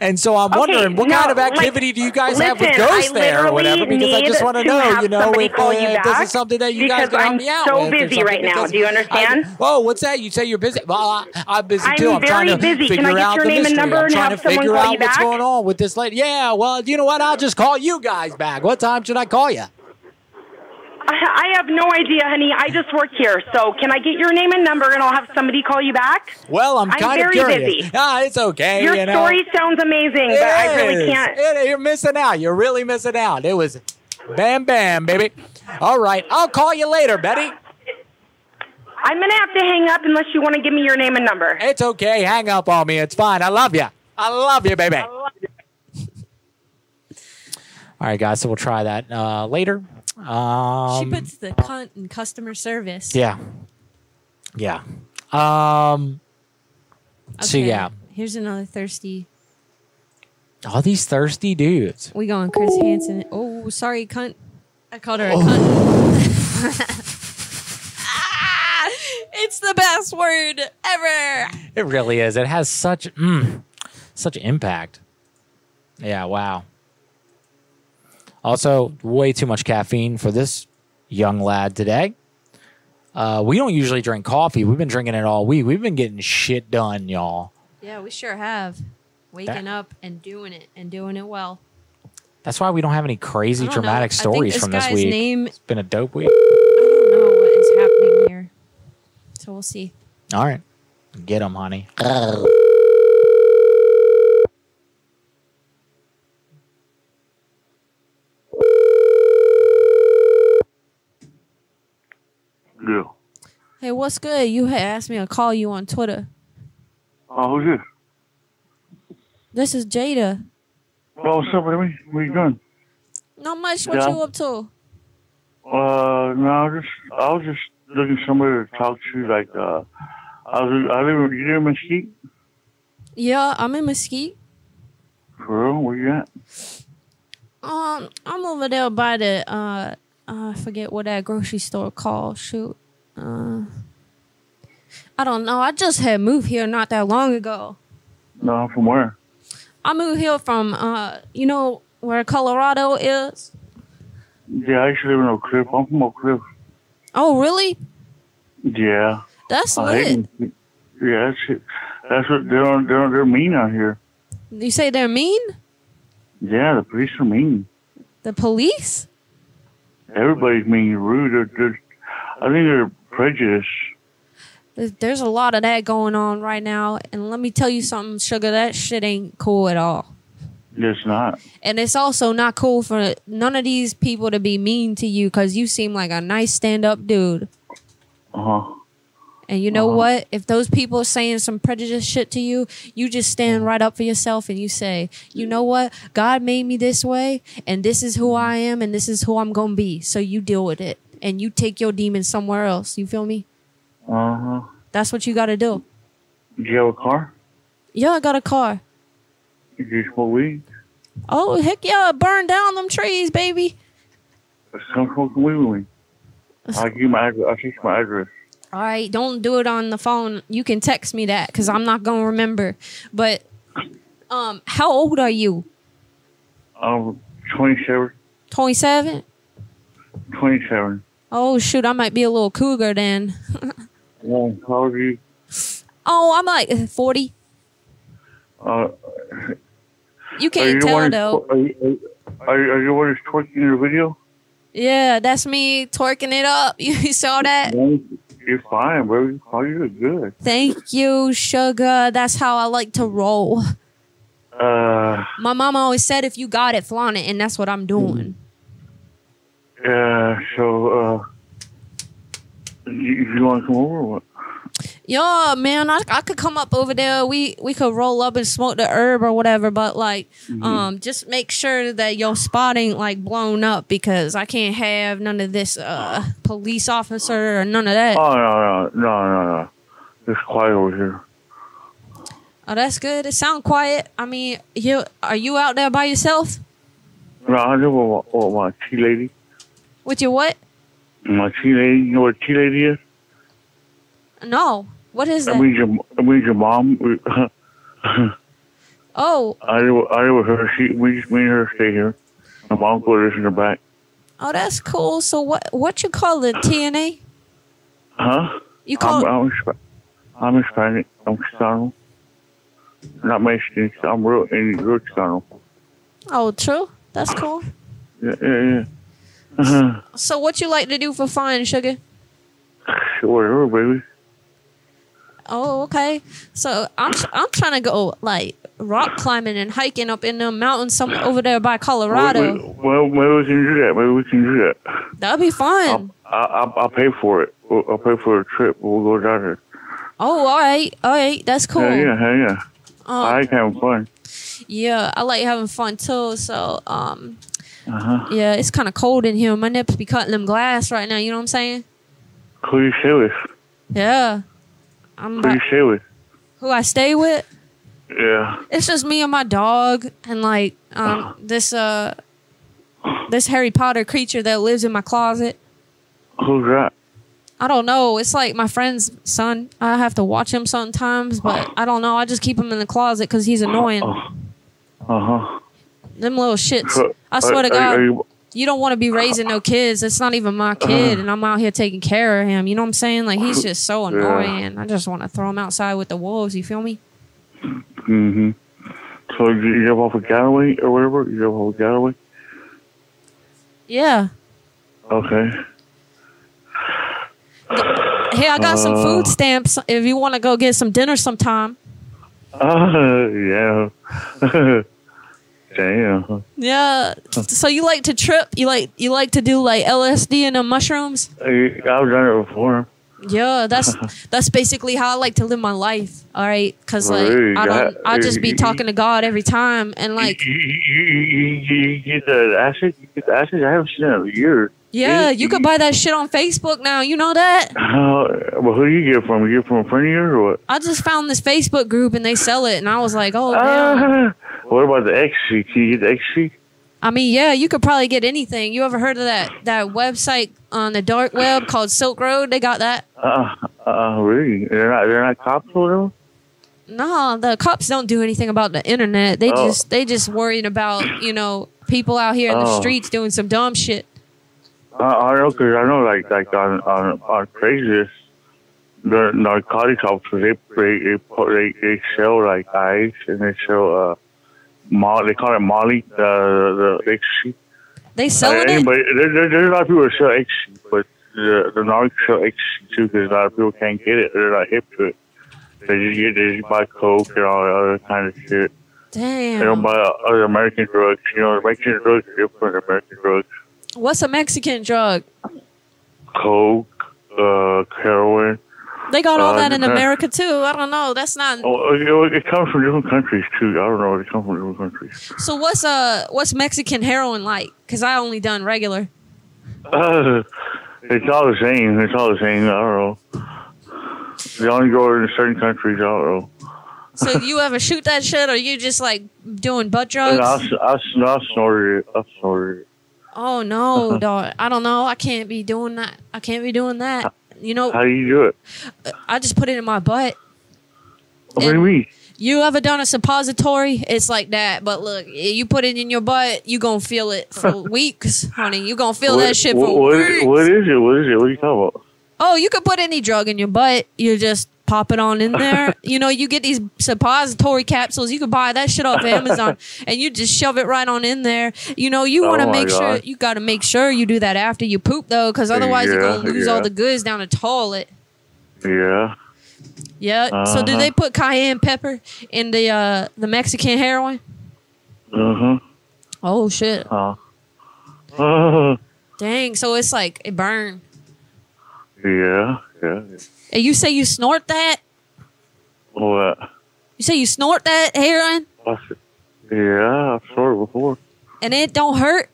Speaker 3: and so I'm
Speaker 14: Okay,
Speaker 3: wondering what
Speaker 14: no,
Speaker 3: kind of
Speaker 14: like,
Speaker 3: activity do you guys have with
Speaker 14: listen, I
Speaker 3: ghosts there or whatever?
Speaker 14: literally
Speaker 3: Because I just
Speaker 14: need
Speaker 3: want to
Speaker 14: to
Speaker 3: know,
Speaker 14: have
Speaker 3: you know,
Speaker 14: somebody
Speaker 3: if,
Speaker 14: call you
Speaker 3: uh, if this
Speaker 14: back
Speaker 3: is something that you guys
Speaker 14: because
Speaker 3: can help
Speaker 14: I'm
Speaker 3: me out
Speaker 14: so
Speaker 3: with or
Speaker 14: busy
Speaker 3: something,
Speaker 14: right now.
Speaker 3: because
Speaker 14: Do you
Speaker 3: I-
Speaker 14: understand?
Speaker 3: oh, what's that? You say you're busy? Well, I, I'm busy
Speaker 14: I'm
Speaker 3: too. I'm
Speaker 14: very
Speaker 3: trying to
Speaker 14: busy. Can I
Speaker 3: figure
Speaker 14: get
Speaker 3: out
Speaker 14: your
Speaker 3: the
Speaker 14: name and
Speaker 3: mystery.
Speaker 14: number
Speaker 3: I'm
Speaker 14: and
Speaker 3: trying
Speaker 14: have
Speaker 3: to
Speaker 14: someone
Speaker 3: figure
Speaker 14: call
Speaker 3: out
Speaker 14: you
Speaker 3: what's
Speaker 14: back?
Speaker 3: going on with this lady. Yeah. Well, you know what? I'll just call you guys back. What time should I call you?
Speaker 14: I, I have no idea, honey. I just work here, so can I get your name and number, and I'll have somebody call you back?
Speaker 3: Well, I'm
Speaker 14: I'm
Speaker 3: kind of
Speaker 14: very
Speaker 3: curious.
Speaker 14: busy.
Speaker 3: Ah, it's okay.
Speaker 14: your
Speaker 3: you know?
Speaker 14: story sounds amazing, but I really
Speaker 3: Yes.
Speaker 14: can't.
Speaker 3: It- you're missing out. You're really missing out. It was bam, bam, baby. All right. I'll call you later, Betty.
Speaker 14: I'm gonna have to hang up unless you want to give me your name and number.
Speaker 3: It's okay. Hang up on me. It's fine. I love you. I love you, baby. All right, guys. So we'll try that uh, later. Um,
Speaker 4: she puts the cunt in customer service.
Speaker 3: yeah. Yeah. Um, So,
Speaker 4: Okay,
Speaker 3: yeah.
Speaker 4: Here's another thirsty.
Speaker 3: All these thirsty dudes.
Speaker 4: We going Chris Hansen. Oh, sorry, cunt. I called her a
Speaker 3: Oh.
Speaker 4: cunt. Ah, it's the best word ever.
Speaker 3: It really is. It has such mm, such impact. Yeah, wow. Also, way too much caffeine for this young lad today. Uh, we don't usually drink coffee. We've been drinking it all week. We've been getting shit done, y'all.
Speaker 4: Yeah, we sure have. Waking up and doing it and doing it well.
Speaker 3: That's why we don't have any crazy dramatic
Speaker 4: I think
Speaker 3: stories
Speaker 4: this
Speaker 3: from this
Speaker 4: guy's
Speaker 3: week.
Speaker 4: name-
Speaker 3: it's been a dope week.
Speaker 4: know what is happening here. So we'll see.
Speaker 3: All right. Get him, honey.
Speaker 19: Yeah.
Speaker 4: Hey, what's good? You had asked me to call you on Twitter.
Speaker 19: Oh, who's this?
Speaker 4: This is Jada.
Speaker 19: Well, what's up, baby? What you doing?
Speaker 4: Not much. What
Speaker 19: Yeah.
Speaker 4: you up to?
Speaker 19: Uh, no, I was just, I was just looking somewhere to talk to. Like, uh, I was, I live in, you live in Mesquite?
Speaker 4: Yeah, I'm in Mesquite.
Speaker 19: For real? Where you at?
Speaker 4: Um, I'm over there by the uh, I forget what that grocery store called. Shoot, uh, I don't know. I just had moved here not that long ago.
Speaker 19: No, I'm from where?
Speaker 4: I moved here from uh, you know where Colorado is.
Speaker 19: Yeah, I used to live in Oak Cliff. I'm from Oak Cliff.
Speaker 4: Oh, really?
Speaker 19: Yeah.
Speaker 4: That's
Speaker 19: Oh, I hate
Speaker 4: lit.
Speaker 19: Mesquite. Yeah, that's it. That's what they're, on- they're, on- they're mean out here.
Speaker 4: You say they're mean?
Speaker 19: Yeah, the police are mean.
Speaker 4: The police?
Speaker 19: Everybody's mean, rude. They're, they're, I think they're prejudiced.
Speaker 4: There's- There's a lot of that going on right now, and let me tell you something, sugar. That shit ain't cool at all.
Speaker 19: It's not.
Speaker 4: And it's also not cool for none of these people to be mean to you because you seem like a nice stand up dude.
Speaker 19: Uh huh.
Speaker 4: And you know what? If those people are saying some prejudiced shit to you, you just stand right up for yourself and you say, you know what? God made me this way, and this is who I am, and this is who I'm going to be. So you deal with it and you take your demon somewhere else. You feel me?
Speaker 19: Uh huh.
Speaker 4: That's what you got to do.
Speaker 19: Do you have a car?
Speaker 4: Yeah, I got a car.
Speaker 19: Do you smoke weed?
Speaker 4: Oh, heck yeah. Burn down them trees, baby.
Speaker 19: Come smoke weed with me. I'll give you my address. I'll text you my address.
Speaker 4: All right, don't do it on the phone. You can text me that because I'm not going to remember. But um, how old are you?
Speaker 19: I'm 27.
Speaker 4: 27?
Speaker 19: 27.
Speaker 4: Oh, shoot, I might be a little cougar then.
Speaker 19: Well, how old are you?
Speaker 4: Oh, I'm like 40.
Speaker 19: Uh,
Speaker 4: You
Speaker 19: are
Speaker 4: can't
Speaker 19: you the
Speaker 4: tell
Speaker 19: one
Speaker 4: though.
Speaker 19: who's- Are you, are you, are you the one who's twerking in your video?
Speaker 4: Yeah, that's me twerking it up. You saw that?
Speaker 19: No, You're fine, bro. You're fine. You're good.
Speaker 4: Thank you, sugar. That's how I like to roll.
Speaker 19: Uh,
Speaker 4: My mom always said, if you got it, flaunt it. And that's what I'm doing.
Speaker 19: yeah, so, uh, you, you want to come over or what?
Speaker 4: Yeah, man, I, I could come up over there. We we could roll up and smoke the herb or whatever, but like, um, just make sure that your spot ain't like blown up because I can't have none of this uh police officer or none of that.
Speaker 19: Oh, no, no, no, no, no. It's quiet over here.
Speaker 4: Oh, that's good. It sound quiet. I mean, you are you out there by yourself
Speaker 19: No, I live with my, with my tea lady.
Speaker 4: with your what?
Speaker 19: My tea lady, you know what a tea lady is?
Speaker 4: No, what is
Speaker 19: I
Speaker 4: that?
Speaker 19: mean, your, I mean, your mom. I
Speaker 4: Oh,
Speaker 19: live, I live with her. She, we just, me and her stay here. My mom go this in her back.
Speaker 4: oh, that's cool. So what what you call it? TNA?
Speaker 19: Huh?
Speaker 4: You call-
Speaker 19: I'm, I'm, Hispa- I'm Hispanic. I'm Chicano. Not Mexican. I'm real, and real Chicano.
Speaker 4: Oh, true. That's cool.
Speaker 19: Yeah, yeah, yeah. Uh-huh.
Speaker 4: So what you like to do for fun, sugar?
Speaker 19: Whatever, baby.
Speaker 4: Oh, okay. So I'm I'm trying to go like rock climbing and hiking up in the mountains some over there by
Speaker 19: We-
Speaker 4: Colorado.
Speaker 19: we- Well, maybe we can do that. Maybe we can do that.
Speaker 4: That'd be fun.
Speaker 19: I, I, I'll pay for it. I'll I'll pay for a trip. We'll go down there.
Speaker 4: Oh, all right, all right. That's cool.
Speaker 19: Yeah, yeah, hell yeah.
Speaker 4: Um,
Speaker 19: I like having fun.
Speaker 4: Yeah, I like having fun too. So um,
Speaker 19: Uh huh.
Speaker 4: yeah, it's kind of cold in here. My nips be cutting them glass right now. You know what I'm saying?
Speaker 19: Who you stay with?
Speaker 4: Yeah. I'm
Speaker 19: Who
Speaker 4: about,
Speaker 19: you stay with?
Speaker 4: who I stay with.
Speaker 19: Yeah.
Speaker 4: It's just me and my dog and like um this uh this Harry Potter creature that lives in my closet.
Speaker 19: Who's that?
Speaker 4: I don't know. It's like my friend's son. I have to watch him sometimes, but I don't know. I just keep him in the closet because he's annoying.
Speaker 19: Uh
Speaker 4: Them little shits.
Speaker 19: huh.
Speaker 4: I swear to
Speaker 19: Are,
Speaker 4: God,
Speaker 19: you, Uh-huh.
Speaker 4: you don't want to be raising no kids. It's not even my kid, and I'm out here taking care of him. You know what I'm saying? Like he's just so
Speaker 19: Yeah.
Speaker 4: annoying. I just want to throw him outside with the wolves. You feel me?
Speaker 19: mm-hmm. So you, you have off of Galloway or whatever? You have off of Galloway?
Speaker 4: Yeah.
Speaker 19: Okay.
Speaker 4: Hey, I got some food
Speaker 19: Uh.
Speaker 4: stamps if you want to go get some dinner sometime.
Speaker 19: Uh, yeah. Damn.
Speaker 4: Yeah. So you like to trip? You like you like to do like LSD and uh, mushrooms?
Speaker 19: I- I've done it before.
Speaker 4: Yeah, that's that's basically how I like to live my life. All right, because like
Speaker 19: Really?
Speaker 4: I don't,
Speaker 19: I-
Speaker 4: I just be talking to God every time, and like
Speaker 19: You, you, you, you- you get the acid. You get the acid. I haven't seen it in years.
Speaker 4: yeah, you could buy that shit on Facebook now. You know that?
Speaker 19: How? Uh, Well, who do you get it from? You get it from a friend of yours or what?
Speaker 4: I just found this Facebook group and they sell it, and I was like, oh, damn.
Speaker 19: Uh, what about the ecstasy? Can you get the ecstasy?
Speaker 4: I mean, yeah, you could probably get anything. You ever heard of that that website on the dark web called Silk Road? They got that.
Speaker 19: Uh, uh, really? They're not. They're not cops or whatever.
Speaker 4: No, the cops don't do anything about the internet. They
Speaker 19: Oh.
Speaker 4: just they just worried about you know people out here in the
Speaker 19: Oh.
Speaker 4: streets doing some dumb shit.
Speaker 19: I, I know 'cause I know like like on on on Craigslist, the narcotic officers they they they, put- they they sell like ice and they sell uh, Molly. They call it Molly. The the, the ecstasy.
Speaker 4: They selling
Speaker 19: Like,
Speaker 4: it?
Speaker 19: anybody, There, there, there's a lot of people that sell ecstasy, but the the narcs sell ecstasy too 'cause a lot of people can't get it. They're not hip to it. They just get they just buy coke and all that other kind of shit.
Speaker 4: Damn.
Speaker 19: They don't buy other American drugs. You know, American drugs are different. than American drugs.
Speaker 4: What's a Mexican drug?
Speaker 19: coke, uh, heroin.
Speaker 4: They got all
Speaker 19: Uh,
Speaker 4: that in
Speaker 19: uh,
Speaker 4: America too. I don't know. That's not.
Speaker 19: Oh, it- it, it comes from different countries too. I don't know. It comes from different countries.
Speaker 4: So what's uh what's Mexican heroin like? Cause I only done regular.
Speaker 19: Uh, it's all the same. It's all the same. I don't know. They only go in certain countries. I don't know.
Speaker 4: So you ever shoot that shit, or you just like doing butt drugs?
Speaker 19: And I, s- I, s- I snorted it. I snorted it.
Speaker 4: Oh
Speaker 19: Uh-huh.
Speaker 4: no, dog! I don't know. I can't be doing that. I can't be doing that. You know,
Speaker 19: How do you do it?
Speaker 4: I just put it in my butt.
Speaker 19: What do you mean?
Speaker 4: You ever done a suppository? It's like that. But look, you put it in your butt, you gonna feel it for weeks, honey. You gonna feel
Speaker 19: What-
Speaker 4: that shit
Speaker 19: what,
Speaker 4: for
Speaker 19: what,
Speaker 4: weeks.
Speaker 19: what is it? What is it? What are you talking about?
Speaker 4: Oh, you could put any drug in your butt. You just pop it on in there. you know, you get these suppository capsules. You could buy that shit off Amazon, and you just shove it right on in there. You know, you
Speaker 19: Oh
Speaker 4: want to
Speaker 19: my
Speaker 4: make sure
Speaker 19: God.
Speaker 4: you got to make sure you do that after you poop though, because otherwise you're
Speaker 19: Yeah,
Speaker 4: gonna lose all
Speaker 19: yeah.
Speaker 4: the goods down the toilet.
Speaker 19: Yeah.
Speaker 4: Yeah. So do
Speaker 19: Uh-huh.
Speaker 4: they put cayenne pepper in the uh, the Mexican heroin?
Speaker 19: Uh
Speaker 4: Oh shit!
Speaker 19: huh. Uh. Uh.
Speaker 4: Dang. So it's like it burned.
Speaker 19: Yeah. Yeah.
Speaker 4: And you say you snort that?
Speaker 19: What?
Speaker 4: You say you snort that heroin,
Speaker 19: I s- Yeah. I've snorted before.
Speaker 4: and it don't hurt?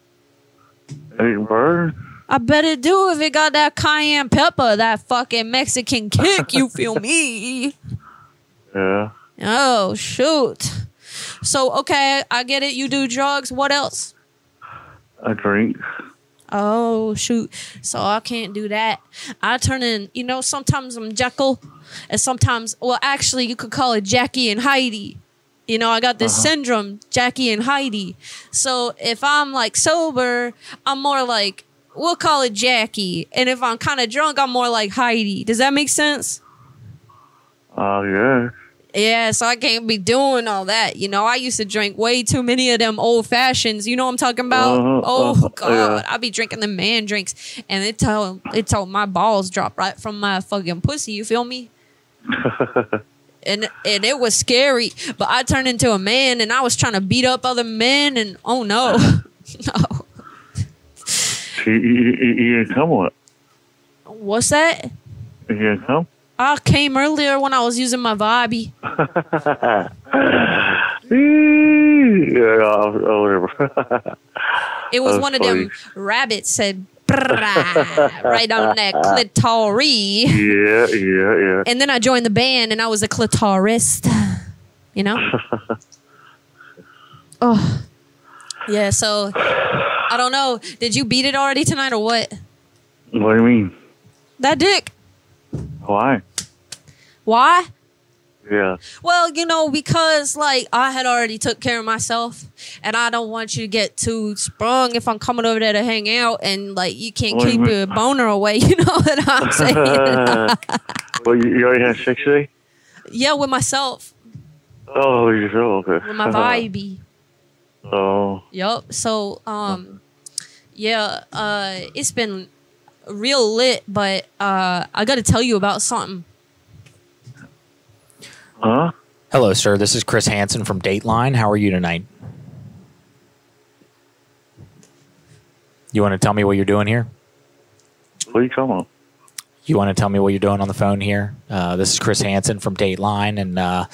Speaker 19: It burned.
Speaker 4: I better do if it got that cayenne pepper, that fucking Mexican kick. You feel me?
Speaker 19: Yeah.
Speaker 4: Oh shoot! So okay, I get it. You do drugs. What else?
Speaker 19: I drink.
Speaker 4: Oh shoot! So I can't do that. I turn in. You know, sometimes I'm Jekyll, and sometimes, well, actually, you could call it Jackie and Heidi. You know, I got this
Speaker 20: Uh-huh.
Speaker 4: syndrome, Jackie and Heidi. So if I'm like sober, I'm more like we'll call it Jackie, and if I'm kind of drunk, I'm more like Heidi. Does that make sense?
Speaker 19: Oh yeah.
Speaker 4: Yeah, so I can't be doing all that. You know, I used to drink way too many of them old fashions. You know what I'm talking about?
Speaker 19: Uh-huh,
Speaker 4: oh
Speaker 19: uh-huh,
Speaker 4: god,
Speaker 19: yeah.
Speaker 4: I be drinking the man drinks, and it told it told my balls drop right from my fucking pussy. You feel me? and and it was scary. But I turned into a man, and I was trying to beat up other men, and oh no, no,
Speaker 19: You, you, you, you didn't come with.
Speaker 4: what's that?
Speaker 19: You didn't come.
Speaker 4: I came earlier when I was using my vibey.
Speaker 19: yeah, I'll- I'll whatever.
Speaker 4: It was
Speaker 19: That's
Speaker 4: one of
Speaker 19: funny.
Speaker 4: them rabbits said "Brrrah," right on that clitoris.
Speaker 19: Yeah, yeah, yeah.
Speaker 4: And then I joined the band and I was a clitorist. You know? Oh. Yeah, so I don't know. Did you beat it already tonight or what?
Speaker 19: what do you mean?
Speaker 4: That dick.
Speaker 19: Why?
Speaker 4: Why?
Speaker 19: Yeah.
Speaker 4: Well, you know, because like I had already took care of myself and I don't want you to get too sprung if I'm coming over there to hang out and like you can't
Speaker 19: Wait a
Speaker 4: keep
Speaker 19: minute.
Speaker 4: your boner away, you know what I'm saying?
Speaker 19: well, you, you already had sex today?
Speaker 4: yeah, with myself,
Speaker 19: Oh, you feel okay.
Speaker 4: with my vibe.
Speaker 19: oh,
Speaker 4: Yup. So um Yeah, uh, it's been real lit, but uh, I got to tell you about something.
Speaker 3: Huh? Hello, sir. This is Chris Hansen from Dateline. How are you tonight? You want to tell me what you're doing here?
Speaker 19: What are you talking about?
Speaker 3: You want to tell me what you're doing on the phone here? Uh, this is Chris Hansen from Dateline, and uh,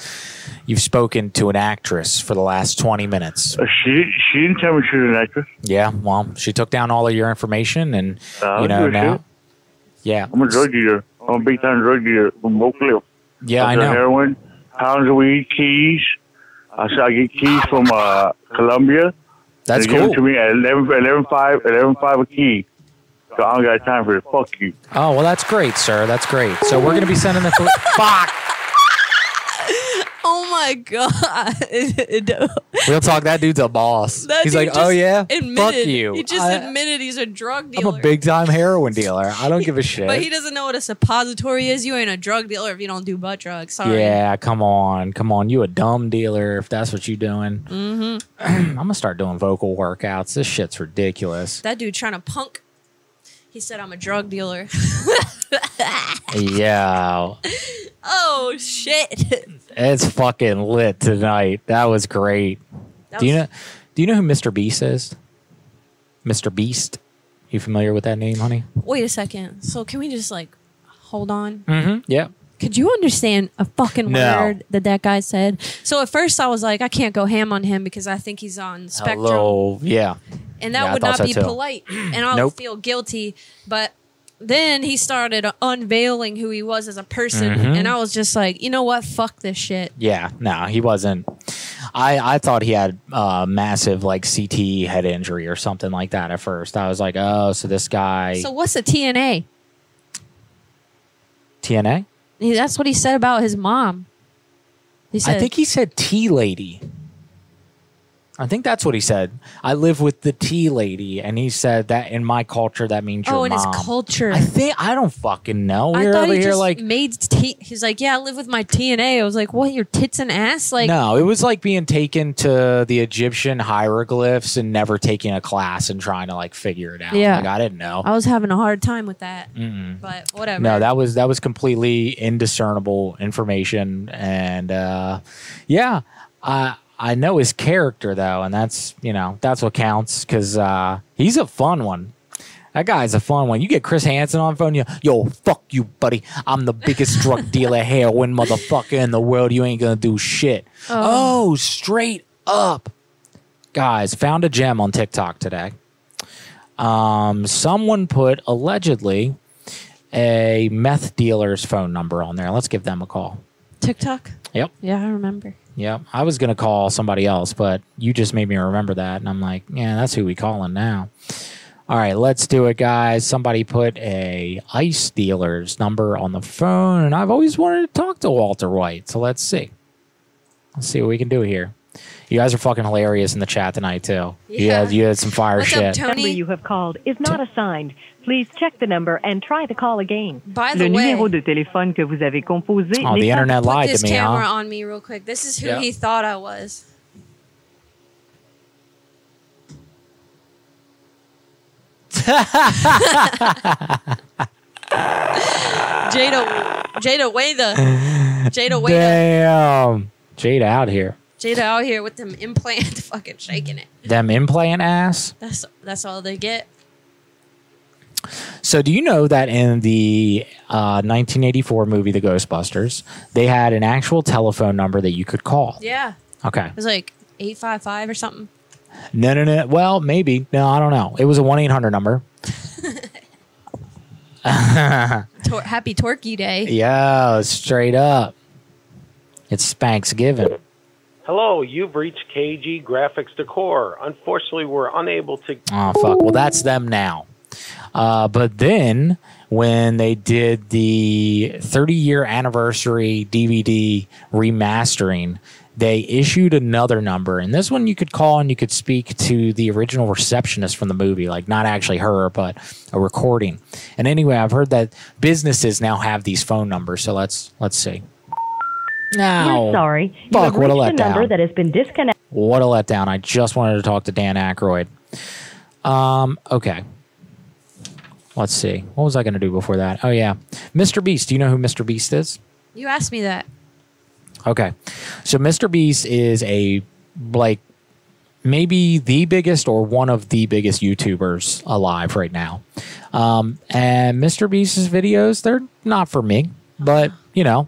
Speaker 3: you've spoken to an actress for the last 20 minutes.
Speaker 19: Uh, She she didn't tell me she was an actress.
Speaker 3: Yeah, well, she took down all of your information, and
Speaker 19: I
Speaker 3: you
Speaker 19: don't
Speaker 3: know
Speaker 19: give a
Speaker 3: now.
Speaker 19: shit.
Speaker 3: Yeah,
Speaker 19: I'm a drug dealer. I'm a big time drug dealer from Oakville.
Speaker 3: Yeah, I
Speaker 19: sell
Speaker 3: know.
Speaker 19: Heroin, pounds of weed, keys. I said I get keys from uh, Colombia.
Speaker 3: That's
Speaker 19: they Give
Speaker 3: cool.
Speaker 19: them to me at 11, 11, 5, 11, 5 a key. So I don't got time for it. Fuck you.
Speaker 3: Oh well, that's great, sir. That's great. So we're gonna be sending the th- fuck.
Speaker 4: Oh my god! It- it-
Speaker 3: We'll talk. That dude's a boss.
Speaker 4: that
Speaker 3: He's
Speaker 4: dude
Speaker 3: like,
Speaker 4: just
Speaker 3: oh yeah,
Speaker 4: admitted,
Speaker 3: fuck you.
Speaker 4: He just
Speaker 3: I,
Speaker 4: admitted he's a drug
Speaker 3: am
Speaker 4: dealer.
Speaker 3: a big time heroin dealer. I don't give a shit.
Speaker 4: But he doesn't know what a suppository is. You ain't a drug dealer if you don't do butt drugs. Sorry.
Speaker 3: yeah, come on, come on. You a dumb dealer if that's what you doing.
Speaker 4: hmm
Speaker 3: I'm gonna start doing vocal workouts. This shit's ridiculous.
Speaker 4: That dude trying to punk. He said, "I'm a drug dealer."
Speaker 3: yeah,
Speaker 4: oh shit!
Speaker 3: it's fucking lit tonight. That was great.
Speaker 4: That
Speaker 3: do you
Speaker 4: was-
Speaker 3: know? Do you know who Mr. Beast is? Mr. Beast. You familiar with that name, honey?
Speaker 4: Wait a second. So can we just like hold on?
Speaker 3: Mm-hmm. Yeah.
Speaker 4: Could you understand a fucking
Speaker 3: No.
Speaker 4: word that that guy said? So at first I was like, I can't go ham on him because I think he's on spectrum,
Speaker 3: Hello. Yeah.
Speaker 4: and that
Speaker 3: Yeah, I
Speaker 4: would
Speaker 3: thought
Speaker 4: not
Speaker 3: so
Speaker 4: be
Speaker 3: too.
Speaker 4: polite, and I
Speaker 3: Nope.
Speaker 4: would feel guilty. But then he started unveiling who he was as a person,
Speaker 3: Mhm.
Speaker 4: and I was just like, you know what? Fuck this shit.
Speaker 3: Yeah, no, he wasn't. I I thought he had uh, massive like CTE head injury or something like that at first. I was like, oh, so this guy
Speaker 4: So what's a TNA?
Speaker 3: TNA.
Speaker 4: He- That's what he said about his mom. He said,
Speaker 3: I think he said tea lady. I think that's what he said. I live with the tea lady, and he said that in my culture that means your
Speaker 4: "Oh, in his
Speaker 3: mom.
Speaker 4: culture."
Speaker 3: I think I don't fucking know.
Speaker 4: I
Speaker 3: We're
Speaker 4: thought
Speaker 3: over
Speaker 4: he
Speaker 3: here
Speaker 4: just
Speaker 3: like
Speaker 4: made tea. He's like, yeah, I live with my TNA. I was like, what? Your tits and ass? Like,
Speaker 3: no, it was like being taken to the Egyptian hieroglyphs and never taking a class and trying to like figure it out.
Speaker 4: Yeah.
Speaker 3: like, I didn't know.
Speaker 4: I was having a hard time with that,
Speaker 3: Mm-mm.
Speaker 4: but whatever.
Speaker 3: No, that was that was completely indiscernible information, and uh, yeah, I I know his character though, and that's you know that's what counts because uh, he's a fun one. That guy's a fun one. You get Chris Hansen on the phone, you yo fuck you, buddy. I'm the biggest drug dealer, heroin motherfucker in the world. You ain't gonna do shit.
Speaker 21: Oh.
Speaker 3: oh straight up, guys. Found a gem on TikTok today. Um, someone put allegedly a meth dealer's phone number on there. Let's give them a call.
Speaker 4: TikTok.
Speaker 3: Yep.
Speaker 4: Yeah, I remember.
Speaker 3: Yep. I was going to call somebody else, but you just made me remember that. And I'm like, yeah, that's who we calling now. All right, let's do it, guys. Somebody put a ice dealer's number on the phone, and I've always wanted to talk to Walter White. So let's see. Let's see what we can do here. You guys are fucking hilarious in the chat tonight too. You
Speaker 18: Yeah.
Speaker 3: had you had some fire shit.
Speaker 18: The number you have called is not assigned. Please check the number and try the call again.
Speaker 4: By
Speaker 18: Le
Speaker 4: the way-
Speaker 18: numéro de téléphone que vous avez composé
Speaker 3: Oh,
Speaker 18: n'est
Speaker 3: the
Speaker 18: pas-
Speaker 3: internet
Speaker 4: Put
Speaker 3: lied
Speaker 4: this
Speaker 3: to me,
Speaker 4: camera
Speaker 3: huh?
Speaker 4: on me real quick. This is who
Speaker 3: Yeah.
Speaker 4: he thought I was. Jada, Jada Wada, Jada Wada,
Speaker 3: Damn, Jada out here.
Speaker 4: Jada out here with them implant, fucking shaking it.
Speaker 3: Them implant ass.
Speaker 4: That's that's all they get.
Speaker 3: So, do you know that in the uh, 1984 movie The Ghostbusters, they had an actual telephone number that you could call?
Speaker 4: Yeah,
Speaker 3: Okay.
Speaker 4: it was like eight five five or something.
Speaker 3: No, no, no. Well, maybe. No, I don't know. It was a 1 800 number.
Speaker 4: Tor- Happy Turkey Day.
Speaker 3: yeah, straight up. It's Spanksgiving.
Speaker 13: Hello, you've reached KG Graphics Decor. Unfortunately, we're unable to.
Speaker 3: Oh, fuck. Well, that's them now. Uh, but then when they did the 30 year anniversary DVD remastering, they issued another number. And this one you could call and you could speak to the original receptionist from the movie, like not actually her, but a recording. And anyway, I've heard that businesses now have these phone numbers. So let's let's see.
Speaker 15: We're sorry. You
Speaker 3: Fuck,
Speaker 15: have
Speaker 3: what a
Speaker 15: reached a number
Speaker 3: letdown.
Speaker 15: that has been disconnected.
Speaker 3: What a letdown. I just wanted to talk to Dan Aykroyd. Um, okay. Let's see. What was I going to do before that? Oh, yeah. Mr. Beast. Do you know who Mr. Beast is?
Speaker 4: You asked me that.
Speaker 3: Okay. So Mr. Beast is a like maybe the biggest or one of the biggest YouTubers alive right now. Um, and Mr. Beast's videos, they're not for me, but you know,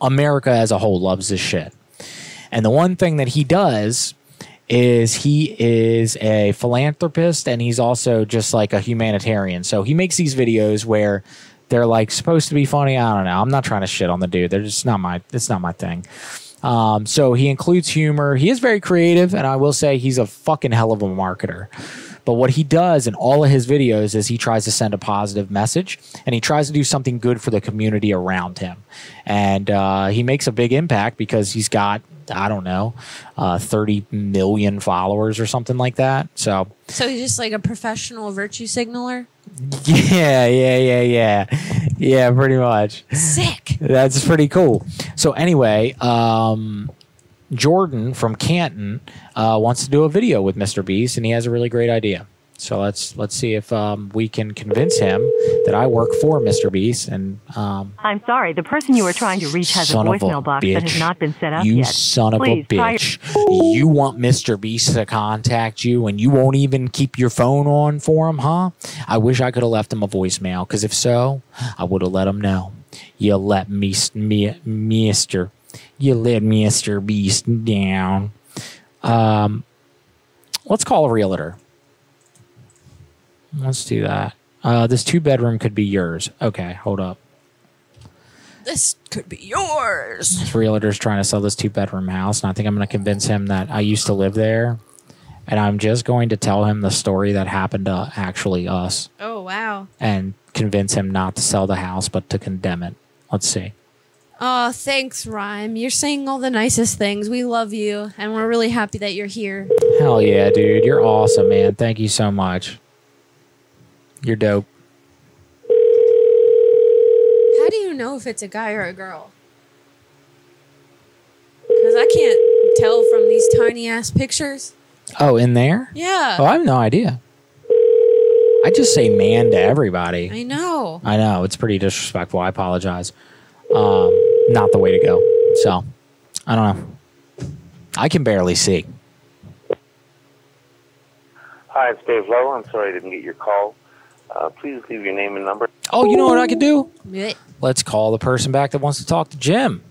Speaker 3: America as a whole loves this shit. And the one thing that he does is he is a philanthropist and he's also just like a humanitarian. So he makes these videos where they're like supposed to be funny. I don't know. I'm not trying to shit on the dude. They're just not my it's not my thing. Um, so he includes humor. He is very creative, and I will say he's a fucking hell of a marketer. But what he does in all of his videos is he tries to send a positive message and he tries to do something good for the community around him. And uh, he makes a big impact because he's got, I don't know, uh, 30 million followers or something like that. So
Speaker 4: So he's just like a professional virtue signaler.
Speaker 3: yeah, yeah, yeah, yeah. Yeah, pretty much.
Speaker 4: Sick.
Speaker 3: That's pretty cool. So anyway, um Jordan from Canton uh, wants to do a video with Mr. Beast and he has a really great idea. So let's let's see if um, we can convince him that I work for Mr. Beast and um,
Speaker 18: I'm sorry, the person you are trying to reach has
Speaker 3: Son
Speaker 18: a
Speaker 3: of a
Speaker 18: voicemail box that
Speaker 3: bitch.
Speaker 18: has not been set up
Speaker 3: you
Speaker 18: yet.
Speaker 3: son of
Speaker 18: Please
Speaker 3: a
Speaker 18: try-
Speaker 3: bitch. You want Mr. Beast to contact you and you won't even keep your phone on for him, huh? I wish I could have left him a voicemail because if so, I would have let him know. You let me, me Mr. You let Mr. Beast down. Um, let's call a realtor. Let's do that. Uh, this two bedroom could be yours. Okay, hold up.
Speaker 4: This could be yours.
Speaker 3: this realtor's trying to sell this two bedroom house, and I think I'm going to convince him that I used to live there, and I'm just going to tell him the story that happened to actually us,
Speaker 4: Oh wow.
Speaker 3: and convince him not to sell the house but to condemn it. Let's see.
Speaker 4: Oh, thanks, Rhyme. You're saying all the nicest things. We love you, and we're really happy that you're here.
Speaker 3: Hell yeah, dude, you're awesome, man. Thank you so much. You're dope.
Speaker 4: How do you know if it's a guy or a girl? Because I can't tell from these tiny ass pictures.
Speaker 3: Oh, in there?
Speaker 4: Yeah.
Speaker 3: Oh, I have no idea. I just say man to everybody.
Speaker 4: I know.
Speaker 3: I know it's pretty disrespectful. I apologize. Um, not the way to go. So I don't know. I can barely see.
Speaker 20: Hi, it's Dave Lowe. I'm sorry I didn't get your call. Uh, please leave your name and number.
Speaker 3: Oh, you know what I could do? Let's call the person back that wants to talk to Jim.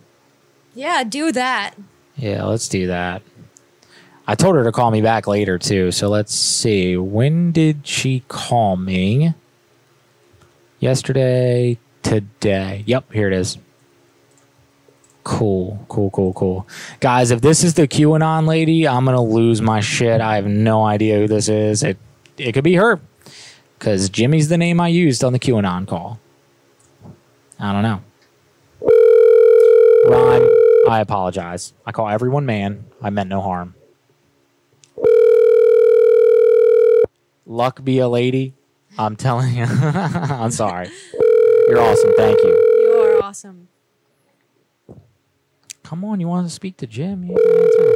Speaker 4: Yeah, do that.
Speaker 3: Yeah, let's do that. I told her to call me back later too. So let's see. When did she call me? Yesterday, today. Yep, here it is. Cool, cool, cool, cool. Guys, if this is the QAnon lady, I'm gonna lose my shit. I have no idea who this is. It it could be her. Cause Jimmy's the name I used on the QAnon call. I don't know. Rhyme, I apologize. I call everyone man. I meant no harm. Luck be a lady. I'm telling you. I'm sorry. You're awesome. Thank you.
Speaker 4: You are awesome.
Speaker 3: Come on, you want to speak to Jim? You can answer.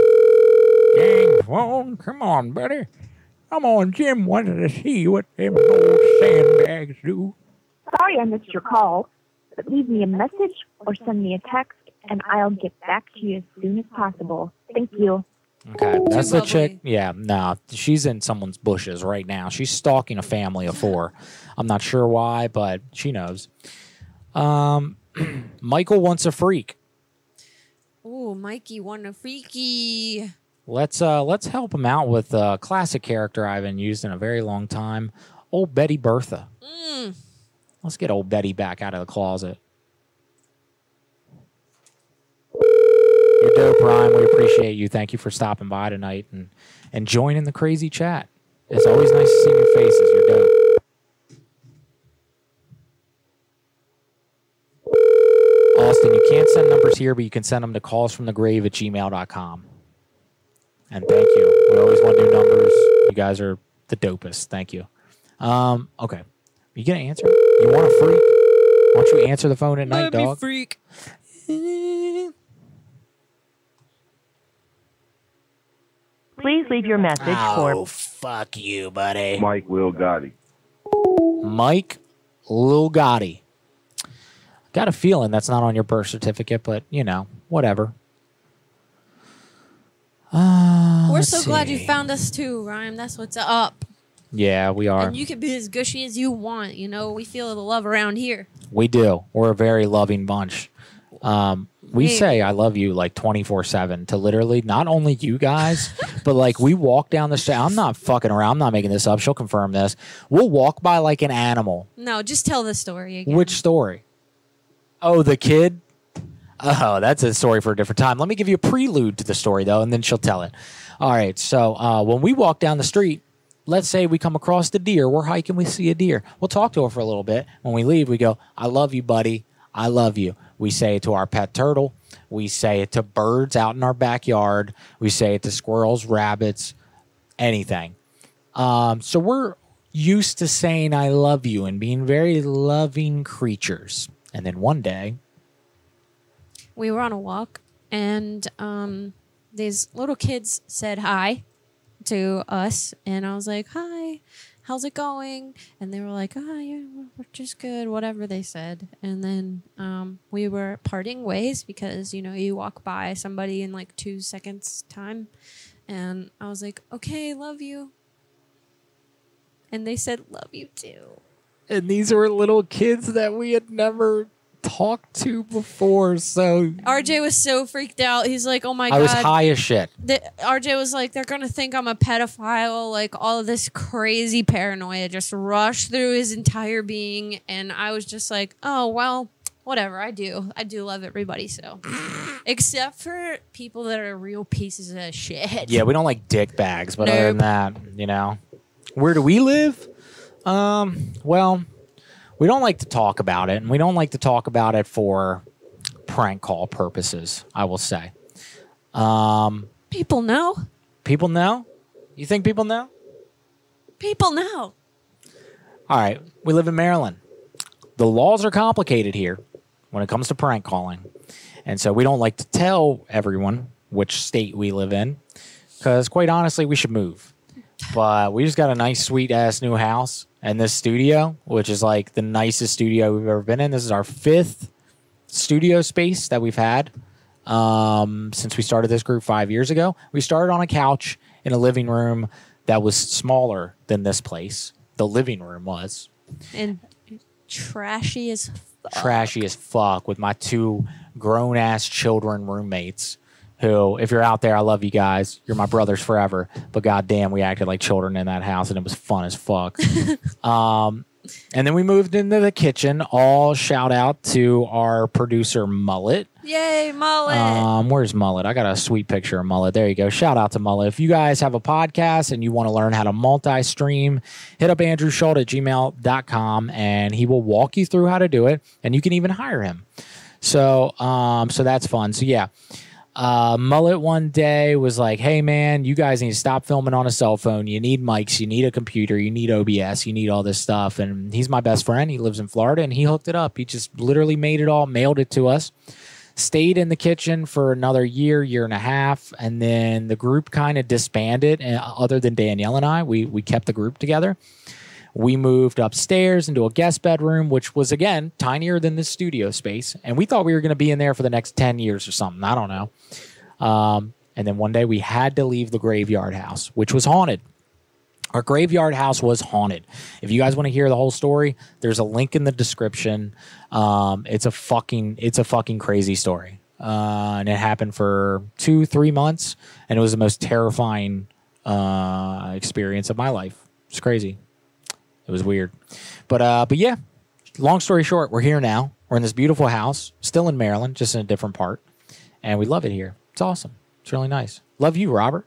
Speaker 3: Dang phone, come on, buddy. Come on, Jim wanted to see what them old sandbags do.
Speaker 22: Sorry I missed your call, but leave me a message or send me a text, and I'll get back to you as soon as possible. Thank you.
Speaker 3: Okay, that's the chick. Yeah, nah, she's in someone's bushes right now. She's stalking a family of four. I'm not sure why, but she knows. Um, Michael wants a freak.
Speaker 4: Ooh, Mikey, wanna freaky.
Speaker 3: Let's uh let's help him out with a classic character I haven't used in a very long time. Old Betty Bertha.
Speaker 4: Mm.
Speaker 3: Let's get old Betty back out of the closet. You're dope, Ryan. We appreciate you. Thank you for stopping by tonight and and joining the crazy chat. It's always nice to see your faces. You're dope. Austin, you can't send numbers here, but you can send them to calls from the grave at gmail.com. And thank you. We always want new numbers. You guys are the dopest. Thank you. Um, okay. you gonna answer? You want a freak? Why don't you answer the phone at night, dog?
Speaker 4: freak.
Speaker 18: Please leave your message
Speaker 3: Oh,
Speaker 18: for
Speaker 3: Fuck you, buddy.
Speaker 23: Mike Will Gotti.
Speaker 3: Mike Lil Gotti. Got a feeling that's not on your birth certificate, but you know, whatever. Uh,
Speaker 4: We're
Speaker 3: let's
Speaker 4: so glad
Speaker 3: see.
Speaker 4: you found us too, Ryan. That's what's up.
Speaker 3: Yeah, we are.
Speaker 4: And you can be as gushy as you want. You know, we feel the love around here.
Speaker 3: we do. We're a very loving bunch. Um, we
Speaker 4: Hey.
Speaker 3: say I love you like 24 7 to literally not only you guys, but like we walk down the street. I'm not fucking around. I'm not making this up. She'll confirm this. We'll walk by like an animal
Speaker 4: No, just tell the story again.
Speaker 3: Which story? Oh, the kid? Oh, that's a story for a different time. Let me give you a prelude to the story, though, and then she'll tell it. All right. So uh, when we walk down the street, let's say we come across the deer. We're hiking. We see a deer. We'll talk to her for a little bit. When we leave, we go, I love you, buddy. I love you. We say it to our pet turtle. We say it to birds out in our backyard. We say it to squirrels, rabbits, anything. Um, so we're used to saying I love you and being very loving creatures. And then one day,
Speaker 4: we were on a walk and um, these little kids said hi to us and i was like hi how's it going and they were like oh yeah we're- we're just good whatever they said and then um, we were parting ways because you know you walk by somebody in like two seconds time and i was like okay love you and they said love you too
Speaker 3: and these were little kids that we had never talked to before, so
Speaker 4: rj was so freaked out he's like oh my
Speaker 3: I
Speaker 4: god
Speaker 3: was high as shit.
Speaker 4: the, RJ was like, they're gonna think I'm a pedophile. Like all of this crazy paranoia just rushed through his entire being, and I was just like, oh well, whatever. I do, I do love everybody. So, except for people that are real pieces of shit.
Speaker 3: Yeah, we don't like dick bags, but other than that, you know, where do we live? Um, well, we don't like to talk about it, and we don't like to talk about it for prank call purposes. I will say, um,
Speaker 4: people know.
Speaker 3: People know. You think people know?
Speaker 4: People know.
Speaker 3: All right, we live in Maryland. The laws are complicated here when it comes to prank calling. And so we don't like to tell everyone which state we live in because, quite honestly, we should move. But we just got a nice, sweet ass new house and this studio, which is like the nicest studio we've ever been in. This is our fifth studio space that we've had um, since we started this group five years ago. We started on a couch in a living room that was smaller than this place. The living room was
Speaker 4: And trashy as
Speaker 3: trashy as fuck with my two grown ass children roommates. Who, if you're out there, I love you guys. You're my brothers forever. But goddamn, we acted like children in that house, and it was fun as fuck. um, and then we moved into the kitchen. All shout out to our producer Mullet.
Speaker 4: yay mullet.
Speaker 3: Um, where's Mullet? I got a sweet picture of Mullet. There you go. Shout out to Mullet. If you guys have a podcast and you want to learn how to multi stream, hit up Andrew Schultz at gmail.com and he will walk you through how to do it. And you can even hire him. So, um, so that's fun. So, yeah. Uh, Mullet one day was like, Hey man, you guys need to stop filming on a cell phone. You need mics, you need a computer, you need OBS, you need all this stuff. And he's my best friend. He lives in Florida and he hooked it up. He just literally made it all, mailed it to us stayed in the kitchen for another year, year and a half, and then the group kind of disbanded. And uh, other than Danielle and I, we we kept the group together. We moved upstairs into a guest bedroom, which was again tinier than the studio space, and we thought we were going to be in there for the next ten years or something. I don't know. Um, and then one day we had to leave the graveyard house, which was haunted. Our graveyard house was haunted. If you guys want to hear the whole story, there's a link in the description. Um, it's a fucking it's a fucking crazy story, uh, and it happened for two three months, and it was the most terrifying uh, experience of my life. It's crazy. It was weird, but uh, but yeah. Long story short, we're here now. We're in this beautiful house, still in Maryland, just in a different part, and we love it here. It's awesome. It's really nice. Love you, Robert.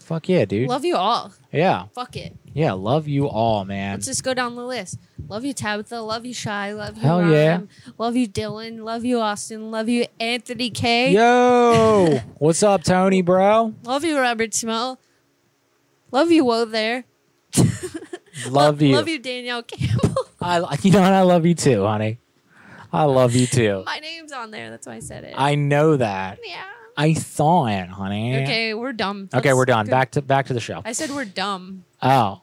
Speaker 3: Fuck yeah, dude.
Speaker 4: Love you all.
Speaker 3: Yeah.
Speaker 4: Fuck it.
Speaker 3: Yeah, love you all, man.
Speaker 4: Let's just go down the list. Love you, Tabitha. Love you, Shy. Love you,
Speaker 3: Hell
Speaker 4: Ryan.
Speaker 3: yeah.
Speaker 4: Love you, Dylan. Love you, Austin. Love you, Anthony K.
Speaker 3: Yo, what's up, Tony, bro?
Speaker 4: Love you, Robert Smell. Love you, Whoa there.
Speaker 3: Love you.
Speaker 4: Love you, Danielle Campbell.
Speaker 3: I, you know what? I love you too, honey. I love you too.
Speaker 4: My name's on there. That's why I said it.
Speaker 3: I know that.
Speaker 4: Yeah.
Speaker 3: I thought, honey.
Speaker 4: Okay, we're dumb.
Speaker 3: Okay,
Speaker 4: Let's
Speaker 3: we're done.
Speaker 4: go-
Speaker 3: Back to back to the show.
Speaker 4: I said we're dumb.
Speaker 3: Oh,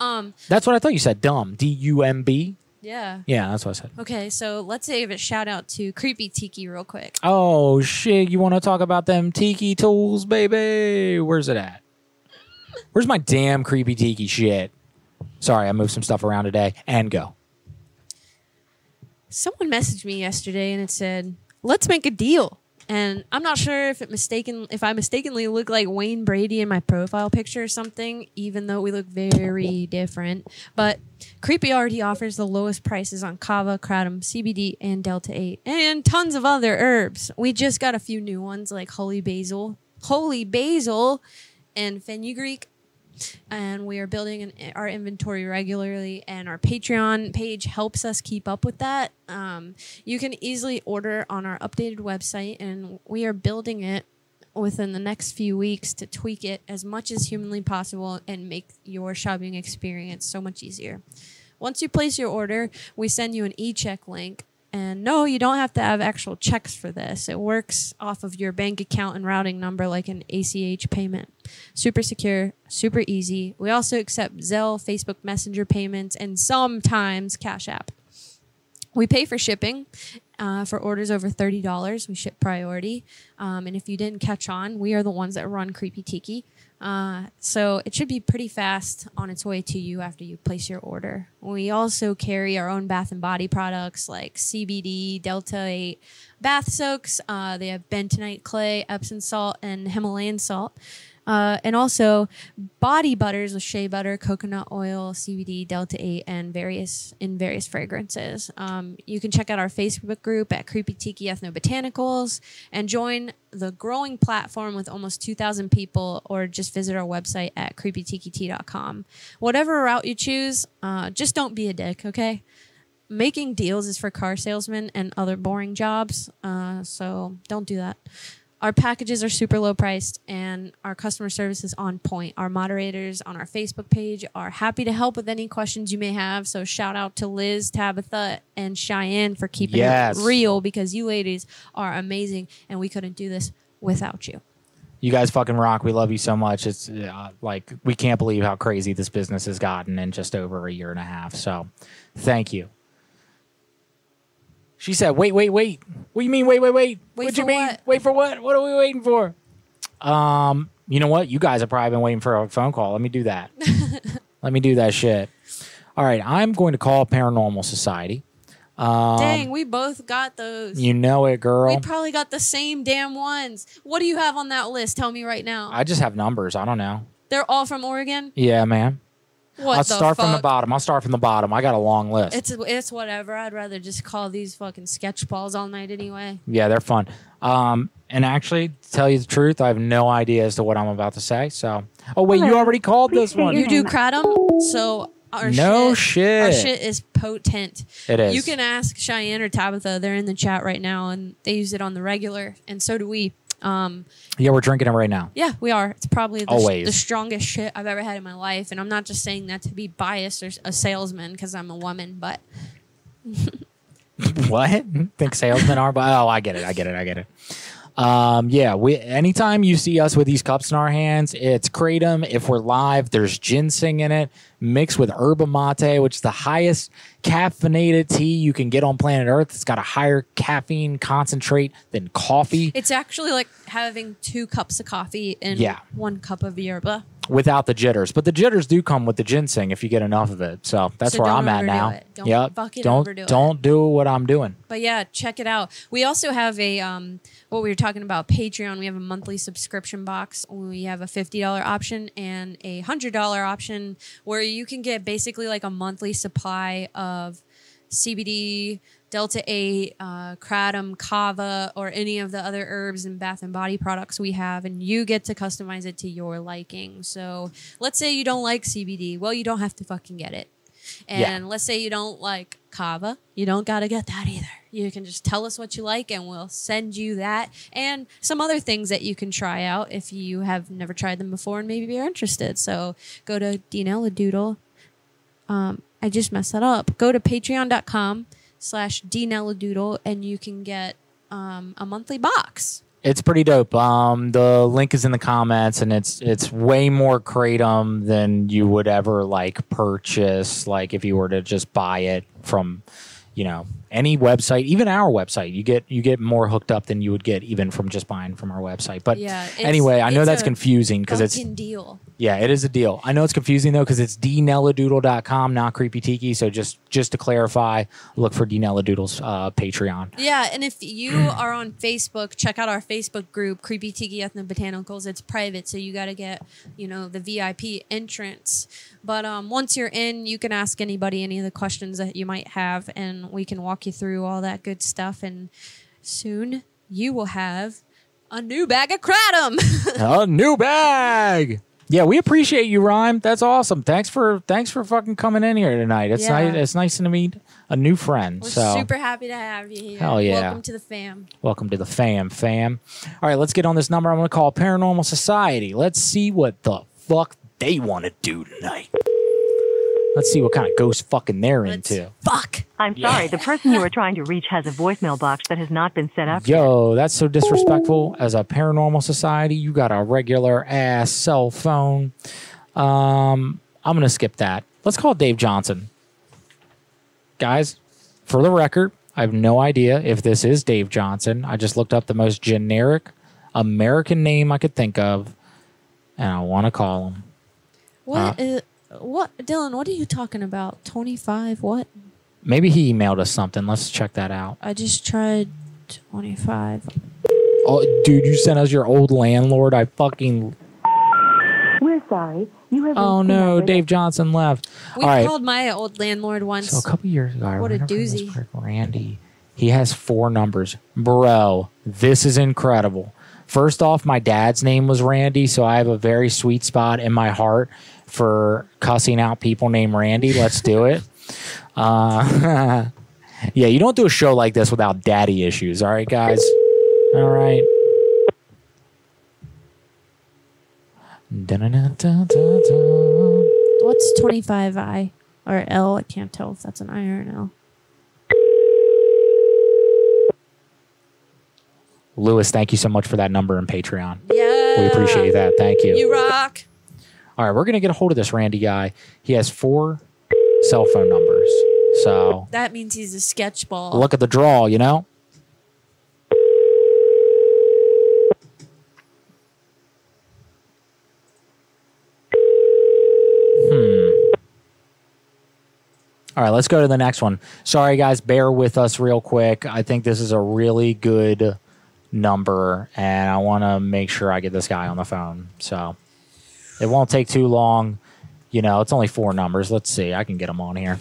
Speaker 4: Um.
Speaker 3: that's what I thought you said. Dumb. D U M B.
Speaker 4: Yeah.
Speaker 3: Yeah, that's what I said.
Speaker 4: Okay, so let's give a shout out to Creepy Tiki real quick.
Speaker 3: Oh shit! You want to talk about them tiki tools, baby? Where's it at? Where's my damn creepy tiki shit? Sorry, I moved some stuff around today. And go.
Speaker 4: Someone messaged me yesterday and it said, "Let's make a deal." And I'm not sure if it mistaken if I mistakenly look like Wayne Brady in my profile picture or something, even though we look very different. But Creepy already offers the lowest prices on kava, kratom, CBD, and delta eight, and tons of other herbs. We just got a few new ones like holy basil, holy basil, and fenugreek and we are building an, our inventory regularly and our patreon page helps us keep up with that um, you can easily order on our updated website and we are building it within the next few weeks to tweak it as much as humanly possible and make your shopping experience so much easier once you place your order we send you an e-check link and no, you don't have to have actual checks for this. It works off of your bank account and routing number like an ACH payment. Super secure, super easy. We also accept Zelle, Facebook Messenger payments, and sometimes Cash App. We pay for shipping uh, for orders over $30. We ship priority. Um, and if you didn't catch on, we are the ones that run Creepy Tiki. Uh, so it should be pretty fast on its way to you after you place your order. We also carry our own bath and body products like CBD, Delta 8 bath soaks. Uh, they have bentonite clay, Epsom salt, and Himalayan salt. Uh, and also body butters with shea butter, coconut oil, CBD, Delta 8, and various in various fragrances. Um, you can check out our Facebook group at Creepy Tiki Ethnobotanicals and join the growing platform with almost 2,000 people, or just visit our website at creepytikit.com. Whatever route you choose, uh, just don't be a dick, okay? making deals is for car salesmen and other boring jobs. Uh, so don't do that. Our packages are super low priced and our customer service is on point. Our moderators on our Facebook page are happy to help with any questions you may have. So shout out to Liz, Tabitha, and Cheyenne for keeping
Speaker 3: Yes.
Speaker 4: it real because you ladies are amazing and we couldn't do this without you.
Speaker 3: You guys fucking rock. We love you so much. It's uh, like we can't believe how crazy this business has gotten in just over a year and a half. So, thank you. She said, "Wait, wait, wait. What do you mean? Wait, wait, wait.
Speaker 4: Wait
Speaker 3: what
Speaker 4: for
Speaker 3: you mean? Wait for what? What are we waiting for?" Um, you know what? You guys have probably been waiting for a phone call. Let me do that. Let me do that shit. All right, I'm going to call Paranormal Society. Um,
Speaker 4: Dang, we both got those.
Speaker 3: you know it, girl.
Speaker 4: we probably got the same damn ones. What do you have on that list? Tell me right now.
Speaker 3: I just have numbers. I don't know.
Speaker 4: They're all from Oregon.
Speaker 3: Yeah, man.
Speaker 4: What
Speaker 3: I'll
Speaker 4: the
Speaker 3: start from the
Speaker 4: fuck?
Speaker 3: bottom. I'll start from the bottom. I got a long list.
Speaker 4: It's it's whatever. I'd rather just call these fucking sketch balls all night anyway.
Speaker 3: yeah, they're fun. Um, and actually, to tell you the truth, I have no idea as to what I'm about to say. So, oh wait, you already called this one.
Speaker 4: You do kratom, so our
Speaker 3: No
Speaker 4: shit, our
Speaker 3: shit.
Speaker 4: shit is potent.
Speaker 3: It is.
Speaker 4: You can ask Cheyenne or Tabitha. They're in the chat right now, and they use it on the regular, and so do we. Um,
Speaker 3: Yeah, we're drinking it right now.
Speaker 4: yeah, we are. It's probably the,
Speaker 3: Always.
Speaker 4: the strongest shit I've ever had in my life, and I'm not just saying that to be biased or s- a salesman because I'm a woman, but
Speaker 3: what? Think salesmen are? But oh, I get it. I get it. I get it. Um, yeah. We anytime you see us with these cups in our hands, it's kratom. If we're live, there's ginseng in it, mixed with herba mate, which is the highest caffeinated tea you can get on planet Earth. It's got a higher caffeine concentrate than coffee.
Speaker 4: it's actually like having two cups of coffee and
Speaker 3: Yeah.
Speaker 4: one cup of yerba.
Speaker 3: without the jitters. But the jitters do come with the ginseng if you get enough of it. So that's
Speaker 4: So
Speaker 3: where I'm
Speaker 4: don't
Speaker 3: at
Speaker 4: overdo
Speaker 3: now.
Speaker 4: it. Don't
Speaker 3: yep.
Speaker 4: fucking
Speaker 3: don't
Speaker 4: overdo it.
Speaker 3: don't do what I'm doing.
Speaker 4: But yeah, check it out. We also have a um, what we were talking about Patreon. We have a monthly subscription box. We have a fifty dollar option and a hundred dollar option where you can get basically like a monthly supply of CBD, Delta Eight, uh, kratom, kava, or any of the other herbs and bath and body products we have, and you get to customize it to your liking. So let's say you don't like CBD, well, you don't have to fucking get it.
Speaker 15: Yeah.
Speaker 4: And let's say you don't like kava, you don't gotta get that either. You can just tell us what you like, and we'll send you that and some other things that you can try out if you have never tried them before and maybe you're interested. So go to Dina Doodle um, I just messed that up. Go to patreon.com slash dnelladoodle and you can get um, a monthly box.
Speaker 3: It's pretty dope. Um, the link is in the comments, and it's it's way more kratom than you would ever like purchase. Like if you were to just buy it from, you know, any website, even our website, you get you get more hooked up than you would get even from just buying from our website. But
Speaker 24: Yeah, it's-
Speaker 3: anyway, I know
Speaker 24: it's
Speaker 3: that's
Speaker 24: a
Speaker 3: confusing because it's
Speaker 24: fucking deal.
Speaker 3: yeah, it is a deal. I know it's confusing though because it's dnelladoodle.com, not creepy tiki. So just just to clarify, look for dnelladoodle's uh, Patreon.
Speaker 4: Yeah, and if you are on Facebook, check out our Facebook group, Creepy Tiki Ethno Botanicals. It's private, so you got to get, you know, the VIP entrance. But um, once you're in, you can ask anybody any of the questions that you might have, and we can walk you through all that good stuff. And soon you will have a new bag of kratom.
Speaker 3: a new bag. Yeah, we appreciate you, Rhyme. That's awesome. Thanks for thanks for fucking coming in here tonight. It's
Speaker 4: Yeah.
Speaker 3: nice. It's nice to meet a new friend.
Speaker 4: We're
Speaker 3: so
Speaker 4: super happy to have you here.
Speaker 3: Hell yeah.
Speaker 4: Welcome to the fam.
Speaker 3: welcome to the fam, fam. All right, let's get on this number. I'm gonna call Paranormal Society. Let's see what the fuck they want to do tonight. Let's see what kind of ghost fucking they're into.
Speaker 4: Fuck.
Speaker 18: I'm sorry. The person you are trying to reach has a voicemail box that has not been set up.
Speaker 3: Yo, that's so disrespectful. As a paranormal society, you got a regular ass cell phone. Um, I'm gonna skip that. Let's call Dave Johnson. Guys, for the record, I have no idea if this is Dave Johnson. I just looked up the most generic American name I could think of, and I want to call him.
Speaker 4: What? Uh, what, Dylan? What are you talking about? Twenty five? What?
Speaker 3: Maybe he emailed us something. Let's check that out.
Speaker 4: I just tried twenty five.
Speaker 3: Oh, dude, you sent us your old landlord. I fucking.
Speaker 4: We're sorry. You have.
Speaker 3: Oh no, Dave Johnson left.
Speaker 4: We
Speaker 3: All right.
Speaker 4: called my old landlord once.
Speaker 3: So a couple years ago, I
Speaker 4: What a
Speaker 3: ran over this
Speaker 4: doozy.
Speaker 3: prick, Randy, he has four numbers, bro. This is incredible. First off, my dad's name was Randy, so I have a very sweet spot in my heart for cussing out people named Randy. Let's do it. Uh, yeah, you don't do a show like this without daddy issues. All right, guys. All right. Dun-dun-dun-dun-dun-dun.
Speaker 4: What's twenty five I or L? I can't tell if that's an I or an L.
Speaker 3: Lewis, thank you so much for that number in Patreon. Yeah. We appreciate that. Thank you.
Speaker 4: You rock.
Speaker 3: All right, we're going to get a hold of this Randy guy. He has four cell phone numbers. So
Speaker 4: That means he's a sketchball.
Speaker 3: look at the draw, you know? Hmm. All right, let's go to the next one. Sorry, guys, bear with us real quick. I think this is a really good number, and I want to make sure I get this guy on the phone. So it won't take too long. You know, it's only four numbers. Let's see. I can get them on here.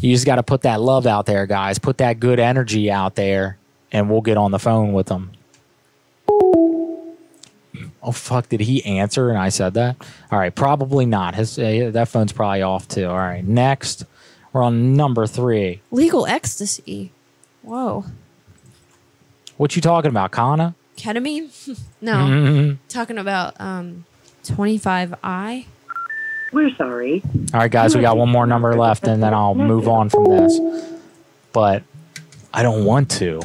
Speaker 3: You just got to put that love out there, guys. Put that good energy out there, and we'll get on the phone with them. Oh fuck! Did he answer? And I said that. All right, probably not. His uh, that phone's probably off too. All right, next we're on number three.
Speaker 4: Legal ecstasy. Whoa.
Speaker 3: What you talking about, Kana?
Speaker 4: Ketamine? no.
Speaker 3: Mhm.
Speaker 4: Talking about um, 25i.
Speaker 1: We're sorry.
Speaker 3: All right, guys, we got one more number left, and then I'll move on from this. But I don't want to.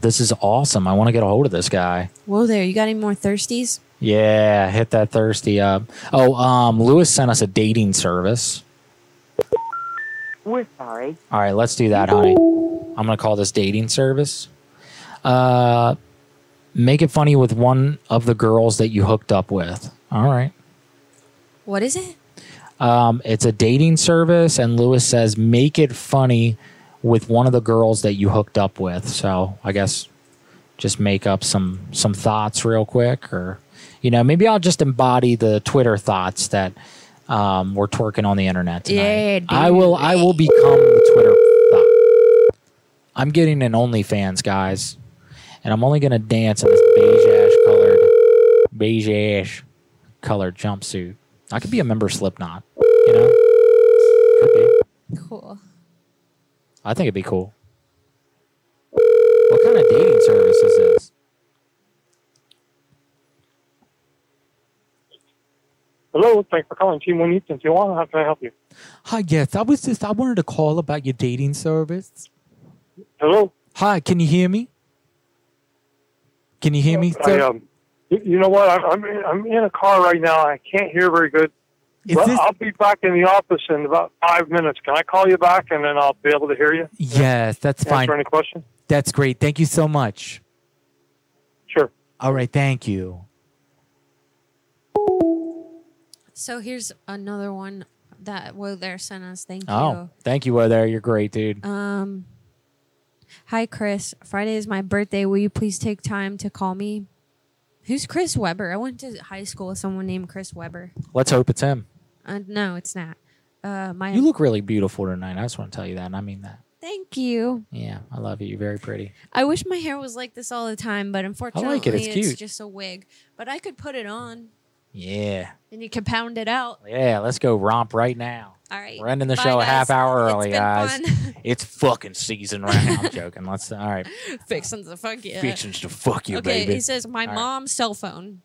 Speaker 3: This is awesome. I want to get a hold of this guy.
Speaker 4: Whoa there. You got any more thirsties?
Speaker 3: Yeah, hit that thirsty up. Oh, um, Lewis sent us a dating service.
Speaker 1: We're sorry.
Speaker 3: All right, let's do that, honey. I'm gonna call this dating service. Uh, make it funny with one of the girls that you hooked up with. All right.
Speaker 4: What is it?
Speaker 3: Um, it's a dating service, and Lewis says make it funny with one of the girls that you hooked up with. So I guess just make up some some thoughts real quick, or you know, maybe I'll just embody the Twitter thoughts that um, we're twerking on the internet tonight.
Speaker 4: Yeah, dude.
Speaker 3: I will. I will become the Twitter. thought. I'm getting an OnlyFans, guys, and I'm only gonna dance in this beige ash colored, beige ash colored jumpsuit. I could be a member of Slipknot. You know, could be.
Speaker 4: Cool.
Speaker 3: I think it'd be cool. What kind of dating service is this?
Speaker 11: Hello, thanks for calling Team One Eastern Tijuana. How can I help you?
Speaker 3: Hi, yes, I was just I wanted to call about your dating service.
Speaker 11: Hello.
Speaker 3: Hi, can you hear me? Can you hear me?
Speaker 10: I, um, you, you know what? I'm, I'm in- I'm in a car right now. I can't hear very good.
Speaker 3: Is
Speaker 10: Well,
Speaker 3: this-
Speaker 10: I'll be back in the office in about five minutes. Can I call you back and then I'll be able to hear you?
Speaker 3: yes, that's fine.
Speaker 10: Answer any question?
Speaker 3: That's great. Thank you so much.
Speaker 10: Sure.
Speaker 3: All right. Thank you.
Speaker 4: So here's another one that Woe there sent us. Thank
Speaker 3: Oh, thank you, were there. You're great, dude.
Speaker 4: you. Um, hi Chris. Friday is my birthday. Will you please take time to call me? Who's Chris Weber? I went to high school with someone named Chris Weber.
Speaker 3: Let's hope it's him.
Speaker 4: Uh, no, it's not. Uh, my
Speaker 3: You look really beautiful tonight. I just want to tell you that. And I mean that.
Speaker 4: Thank you.
Speaker 3: Yeah, I love you. You're very pretty.
Speaker 4: I wish my hair was like this all the time, but unfortunately,
Speaker 3: It's cute.
Speaker 4: just a wig. But I could put it on
Speaker 3: Yeah.
Speaker 4: and you could pound it out.
Speaker 3: Yeah, let's go romp right now.
Speaker 4: All right.
Speaker 3: We're ending the
Speaker 4: Bye,
Speaker 3: show a
Speaker 4: guys.
Speaker 3: half hour early,
Speaker 4: been
Speaker 3: guys.
Speaker 4: fun.
Speaker 3: It's fucking season right now. I'm joking. Let's all right.
Speaker 4: Fixins the fuck yeah.
Speaker 3: Fixins to fuck you,
Speaker 4: okay,
Speaker 3: baby.
Speaker 4: he says my
Speaker 3: All right.
Speaker 4: mom's cell phone.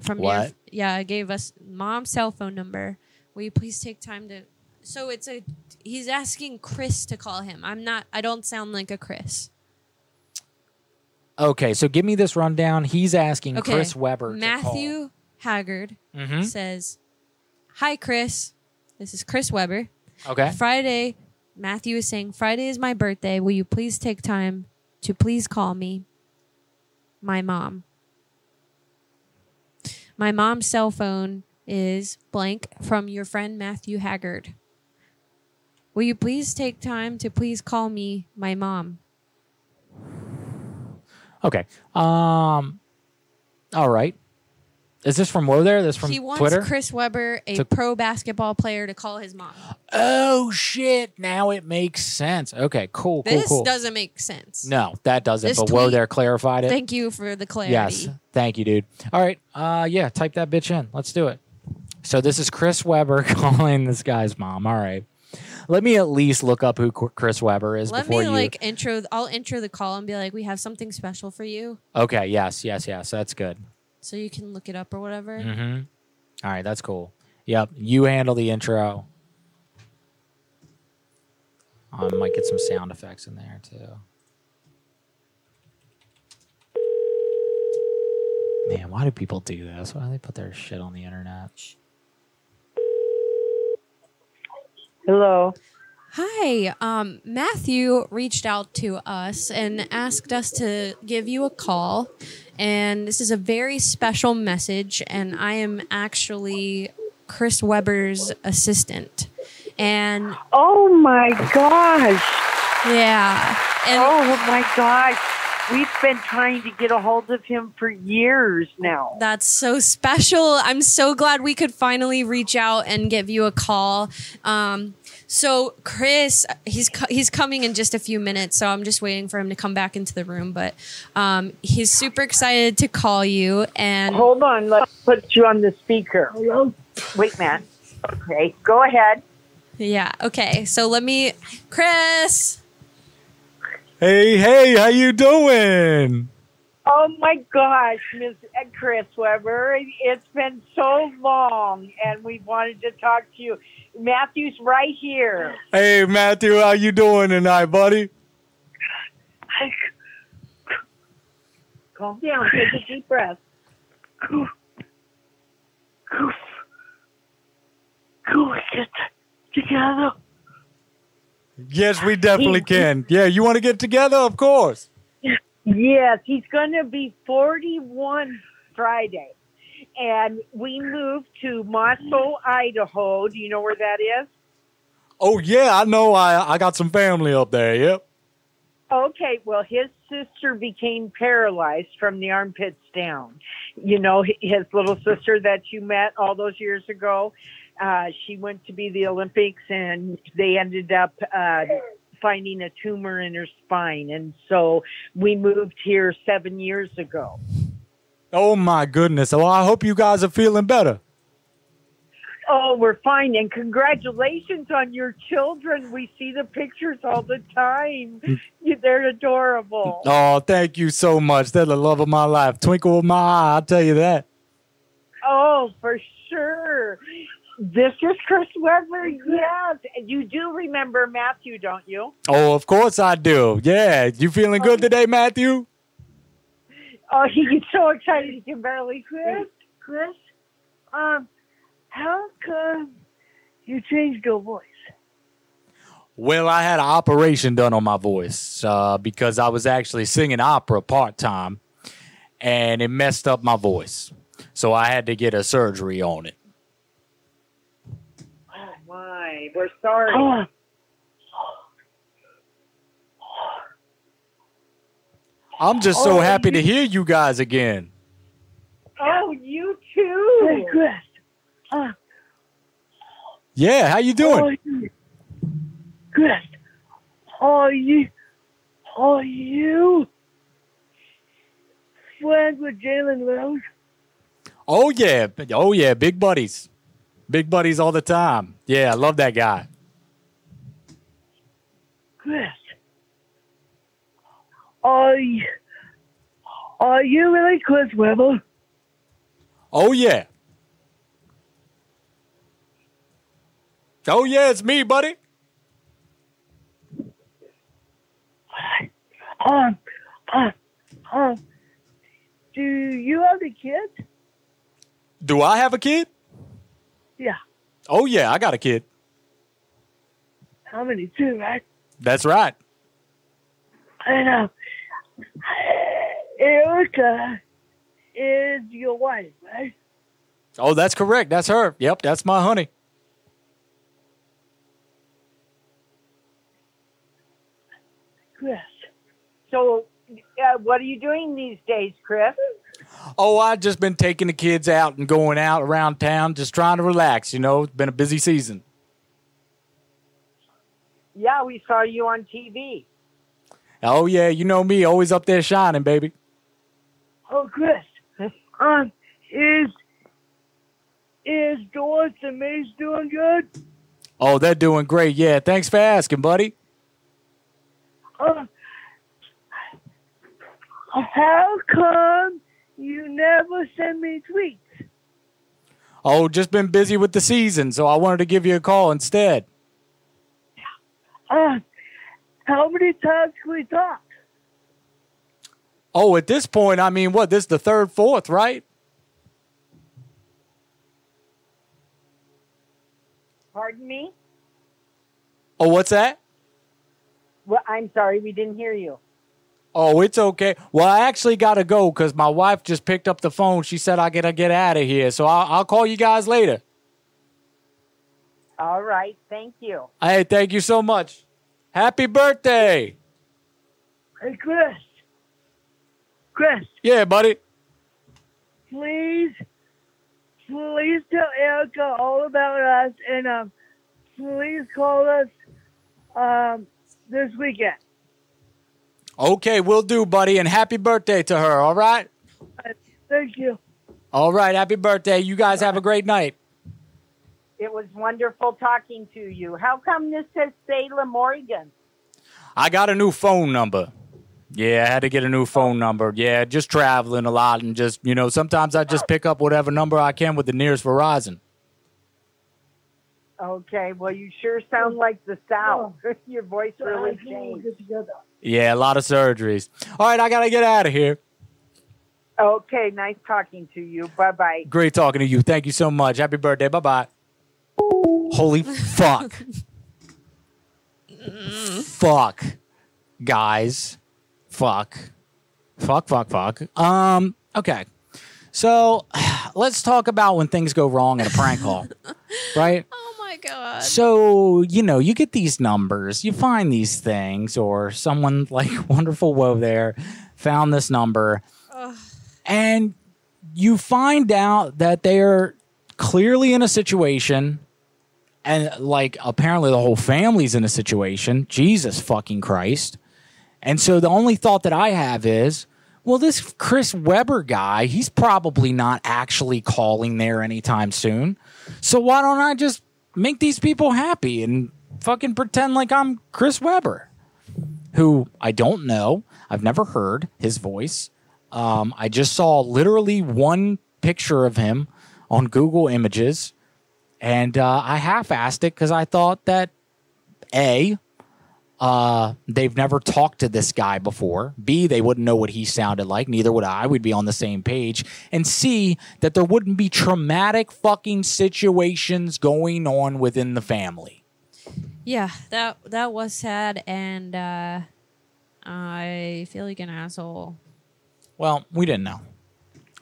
Speaker 4: From
Speaker 3: What?
Speaker 4: Your, yeah, it gave us mom's cell phone number. Will you please take time to? So it's a. He's asking Chris to call him. I'm not. I don't sound like a Chris.
Speaker 3: Okay, so give me this rundown. He's asking
Speaker 4: Okay.
Speaker 3: Chris Weber.
Speaker 4: Matthew Haggard
Speaker 3: Mhm.
Speaker 4: says, "Hi, Chris. This is Chris Weber.
Speaker 3: Okay.
Speaker 4: Friday. Matthew is saying Friday is my birthday. Will you please take time to please call me? My mom. My mom's cell phone is blank from your friend Matthew Haggard. Will you please take time to please call me my mom?
Speaker 3: Okay. Um. All right. Is this from where there? This from
Speaker 4: he wants
Speaker 3: Twitter?
Speaker 4: Chris Weber, a
Speaker 3: To-
Speaker 4: pro basketball player, to call his mom.
Speaker 3: oh shit! Now it makes sense. Okay. Cool. Cool.
Speaker 4: This
Speaker 3: cool.
Speaker 4: doesn't make sense.
Speaker 3: No, that doesn't.
Speaker 4: This
Speaker 3: but whoa,
Speaker 4: tweet-
Speaker 3: there clarified it.
Speaker 4: Thank you for the clarity.
Speaker 3: Yes. Thank you, dude. All right. Uh, yeah, type that bitch in. Let's do it. So this is Chris Weber calling this guy's mom. All right. Let me at least look up who Qu- Chris Weber is
Speaker 4: Let
Speaker 3: before
Speaker 4: me
Speaker 3: you.
Speaker 4: like intro. I'll intro the call and be like, "We have something special for you,
Speaker 3: okay. Yes. Yes. Yes. That's good.
Speaker 4: so you can look it up or whatever."
Speaker 3: Mm-hmm. All right. That's cool. Yep. You handle the intro. I Um, might get some sound effects in there too. Man, why do people do this? Why do they put their shit on the internet?
Speaker 1: Hello.
Speaker 4: Hi, um, Matthew reached out to us and asked us to give you a call, and this is a very special message. And I am actually Chris Weber's assistant, and
Speaker 1: Oh my gosh.
Speaker 4: Yeah.
Speaker 1: oh my gosh. We've been trying to get a hold of him for years now.
Speaker 4: That's so special. I'm so glad we could finally reach out and give you a call. Um, so Chris, he's co- he's coming in just a few minutes, so I'm just waiting for him to come back into the room. But um, he's super excited to call you. And
Speaker 1: Hold on, let's put you on the speaker. Hello. Wait, Matt. Okay, go ahead.
Speaker 4: yeah, okay. So let me, Chris.
Speaker 3: Hey, hey, how you doing?
Speaker 1: Oh my gosh, Miss Chris Weber, it's been so long, and we wanted to talk to you. Matthew's right here.
Speaker 3: Hey, Matthew, how you doing tonight, buddy?
Speaker 1: Calm down. Take a deep breath. Cool. Get together.
Speaker 25: Yes, we definitely can. Yeah, you want to get together? Of course.
Speaker 1: Yes, he's going to be 41 Friday. And we moved to Moscow, Idaho. Do you know where that is?
Speaker 25: Oh yeah, I know. I I got some family up there. Yep.
Speaker 1: Okay, well, his sister became paralyzed from the armpits down. You know, hi- his little sister that you met all those years ago, uh, she went to be the Olympics and they ended up uh, finding a tumor in her spine. And so we moved here seven years ago.
Speaker 25: Oh my goodness. Well, I hope you guys are feeling better.
Speaker 1: Oh, we're fine. And congratulations on your children. We see the pictures all the time. You- They're adorable.
Speaker 25: Oh, thank you so much. They're the love of my life, twinkle of my eye. I'll tell you that.
Speaker 1: Oh, for sure. This is Chris Weber. Yes. You do remember Matthew, don't you?
Speaker 25: Oh, of course I do. Yeah, you feeling good today, Matthew?
Speaker 16: Oh, he gets so excited he can barely Chris, Chris, um, how come you changed your voice?
Speaker 25: Well, I had an operation done on my voice uh, because I was actually singing opera part time and it messed up my voice. So I had to get a surgery on it.
Speaker 16: Oh my, we're sorry.
Speaker 25: I'm just so
Speaker 16: Oh,
Speaker 25: happy to
Speaker 16: you-
Speaker 25: hear you guys again.
Speaker 16: Oh, you too. Hey, Chris. Uh, oh,
Speaker 25: Yeah, how you doing?
Speaker 16: you- Chris. Are you? Are you? Friends with Jalen Rose?
Speaker 25: Oh yeah, oh yeah, big buddies, big buddies all the time. Yeah, I love that guy.
Speaker 16: Chris. Are you? Are you really Chris Webber?
Speaker 25: Oh yeah. Oh yeah, it's me, buddy.
Speaker 16: Um, uh, um, do you have the kids?
Speaker 25: Do I have a kid?
Speaker 16: Yeah,
Speaker 25: Oh yeah, I got a kid.
Speaker 16: how many? Two, right?
Speaker 25: That's right.
Speaker 16: And uh, Erica is your wife, right?
Speaker 25: Oh, that's correct. That's her. Yep, that's my honey.
Speaker 16: Chris. So, uh, what are you doing these days, Chris?
Speaker 25: Oh, I've just been taking the kids out and going out around town, just trying to relax. You know, it's been a busy season.
Speaker 16: Yeah, we saw you on TV.
Speaker 25: Oh yeah, you know me, always up there shining, baby.
Speaker 16: Oh, Chris. Um, is is Doris and Mace doing good?
Speaker 25: Oh, they're doing great. Yeah, thanks for asking, buddy.
Speaker 16: Uh, how come you never send me tweets?
Speaker 25: Oh, just been busy with the season, so I wanted to give you a call instead.
Speaker 16: Uh, how many times can we talk?
Speaker 25: Oh, at this point, I mean, what? This is the third, fourth, right?
Speaker 16: Pardon me?
Speaker 25: Oh, what's that?
Speaker 16: Well, I'm sorry, we didn't hear you.
Speaker 25: Oh, it's okay. Well, I actually got to go because my wife just picked up the phone. She said I got to get out of here. So I'll, I'll call you guys later.
Speaker 16: All right, thank you.
Speaker 25: Hey, thank you so much. Happy birthday.
Speaker 16: Hey, Chris. Chris.
Speaker 25: Yeah, buddy.
Speaker 16: please, please tell Erica all about us and um, please call us um, this weekend.
Speaker 25: Okay, we'll do, buddy. And happy birthday to her, all right?
Speaker 16: Thank you.
Speaker 25: All right, happy birthday. You guys have a great night.
Speaker 16: It was wonderful talking to you. How come this says Salem, Oregon?
Speaker 25: I got a new phone number. Yeah, I had to get a new phone number. Yeah, just traveling a lot and just, you know, sometimes I just pick up whatever number I can with the nearest Verizon.
Speaker 16: Okay, well, you sure sound like the South. Your voice really changed.
Speaker 25: Yeah, a lot of surgeries. All right, I got to get out of here.
Speaker 16: Okay, nice talking to you. Bye bye.
Speaker 25: Great talking to you. Thank you so much. Happy birthday. Bye bye. Holy fuck. fuck. Guys. Fuck. Fuck, fuck, fuck. Um, okay. So let's talk about when things go wrong in a prank call. right?
Speaker 3: Oh my god.
Speaker 25: So, you know, you get these numbers, you find these things, or someone like Wonderful Woe there found this number,
Speaker 3: Ugh.
Speaker 25: and you find out that they're clearly in a situation, and like apparently the whole family's in a situation. Jesus fucking Christ. And so the only thought that I have is, well, this Chris Weber guy, he's probably not actually calling there anytime soon. So why don't I just make these people happy and fucking pretend like I'm Chris Weber, who I don't know. I've never heard his voice. Um, I just saw literally one picture of him on Google Images, and uh, I half-assed it because I thought that a
Speaker 3: Uh, they've never talked to this guy before. B, they wouldn't know what he sounded like. Neither would I. We'd be on the same page. And C, that there wouldn't be traumatic fucking situations going on within the family.
Speaker 4: Yeah, that that was sad, and uh, I feel like an asshole.
Speaker 3: Well, we didn't know.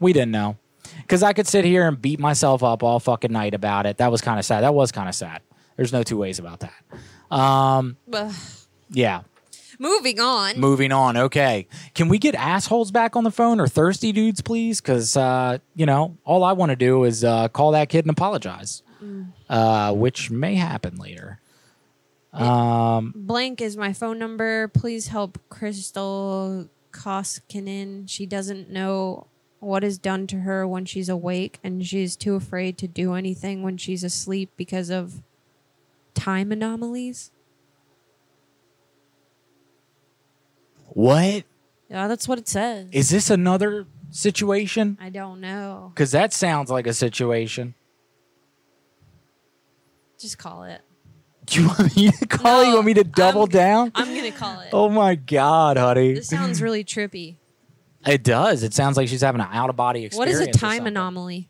Speaker 3: We didn't know. Because I could sit here and beat myself up all fucking night about it. That was kind of sad. That was kind of sad. There's no two ways about that. Um,
Speaker 4: Ugh.
Speaker 3: yeah.
Speaker 4: Moving on.
Speaker 3: Moving on. Okay. Can we get assholes back on the phone or thirsty dudes, please? Because, uh, you know, all I want to do is uh, call that kid and apologize, uh, which may happen later. Um,
Speaker 4: Blank is my phone number. Please help Crystal Koskinen. She doesn't know what is done to her when she's awake, and she's too afraid to do anything when she's asleep because of time anomalies.
Speaker 3: what?
Speaker 4: Yeah, that's what it says.
Speaker 3: Is this another situation?
Speaker 4: I don't know.
Speaker 3: Because that sounds like a situation.
Speaker 4: Just call it.
Speaker 3: You want me to call? you want me to double down?
Speaker 4: I'm gonna call it.
Speaker 3: oh my god, honey!
Speaker 4: This sounds really trippy.
Speaker 3: it does. It sounds like she's having an out of body
Speaker 4: What
Speaker 3: experience.
Speaker 4: is a
Speaker 3: or
Speaker 4: time
Speaker 3: something.
Speaker 4: anomaly?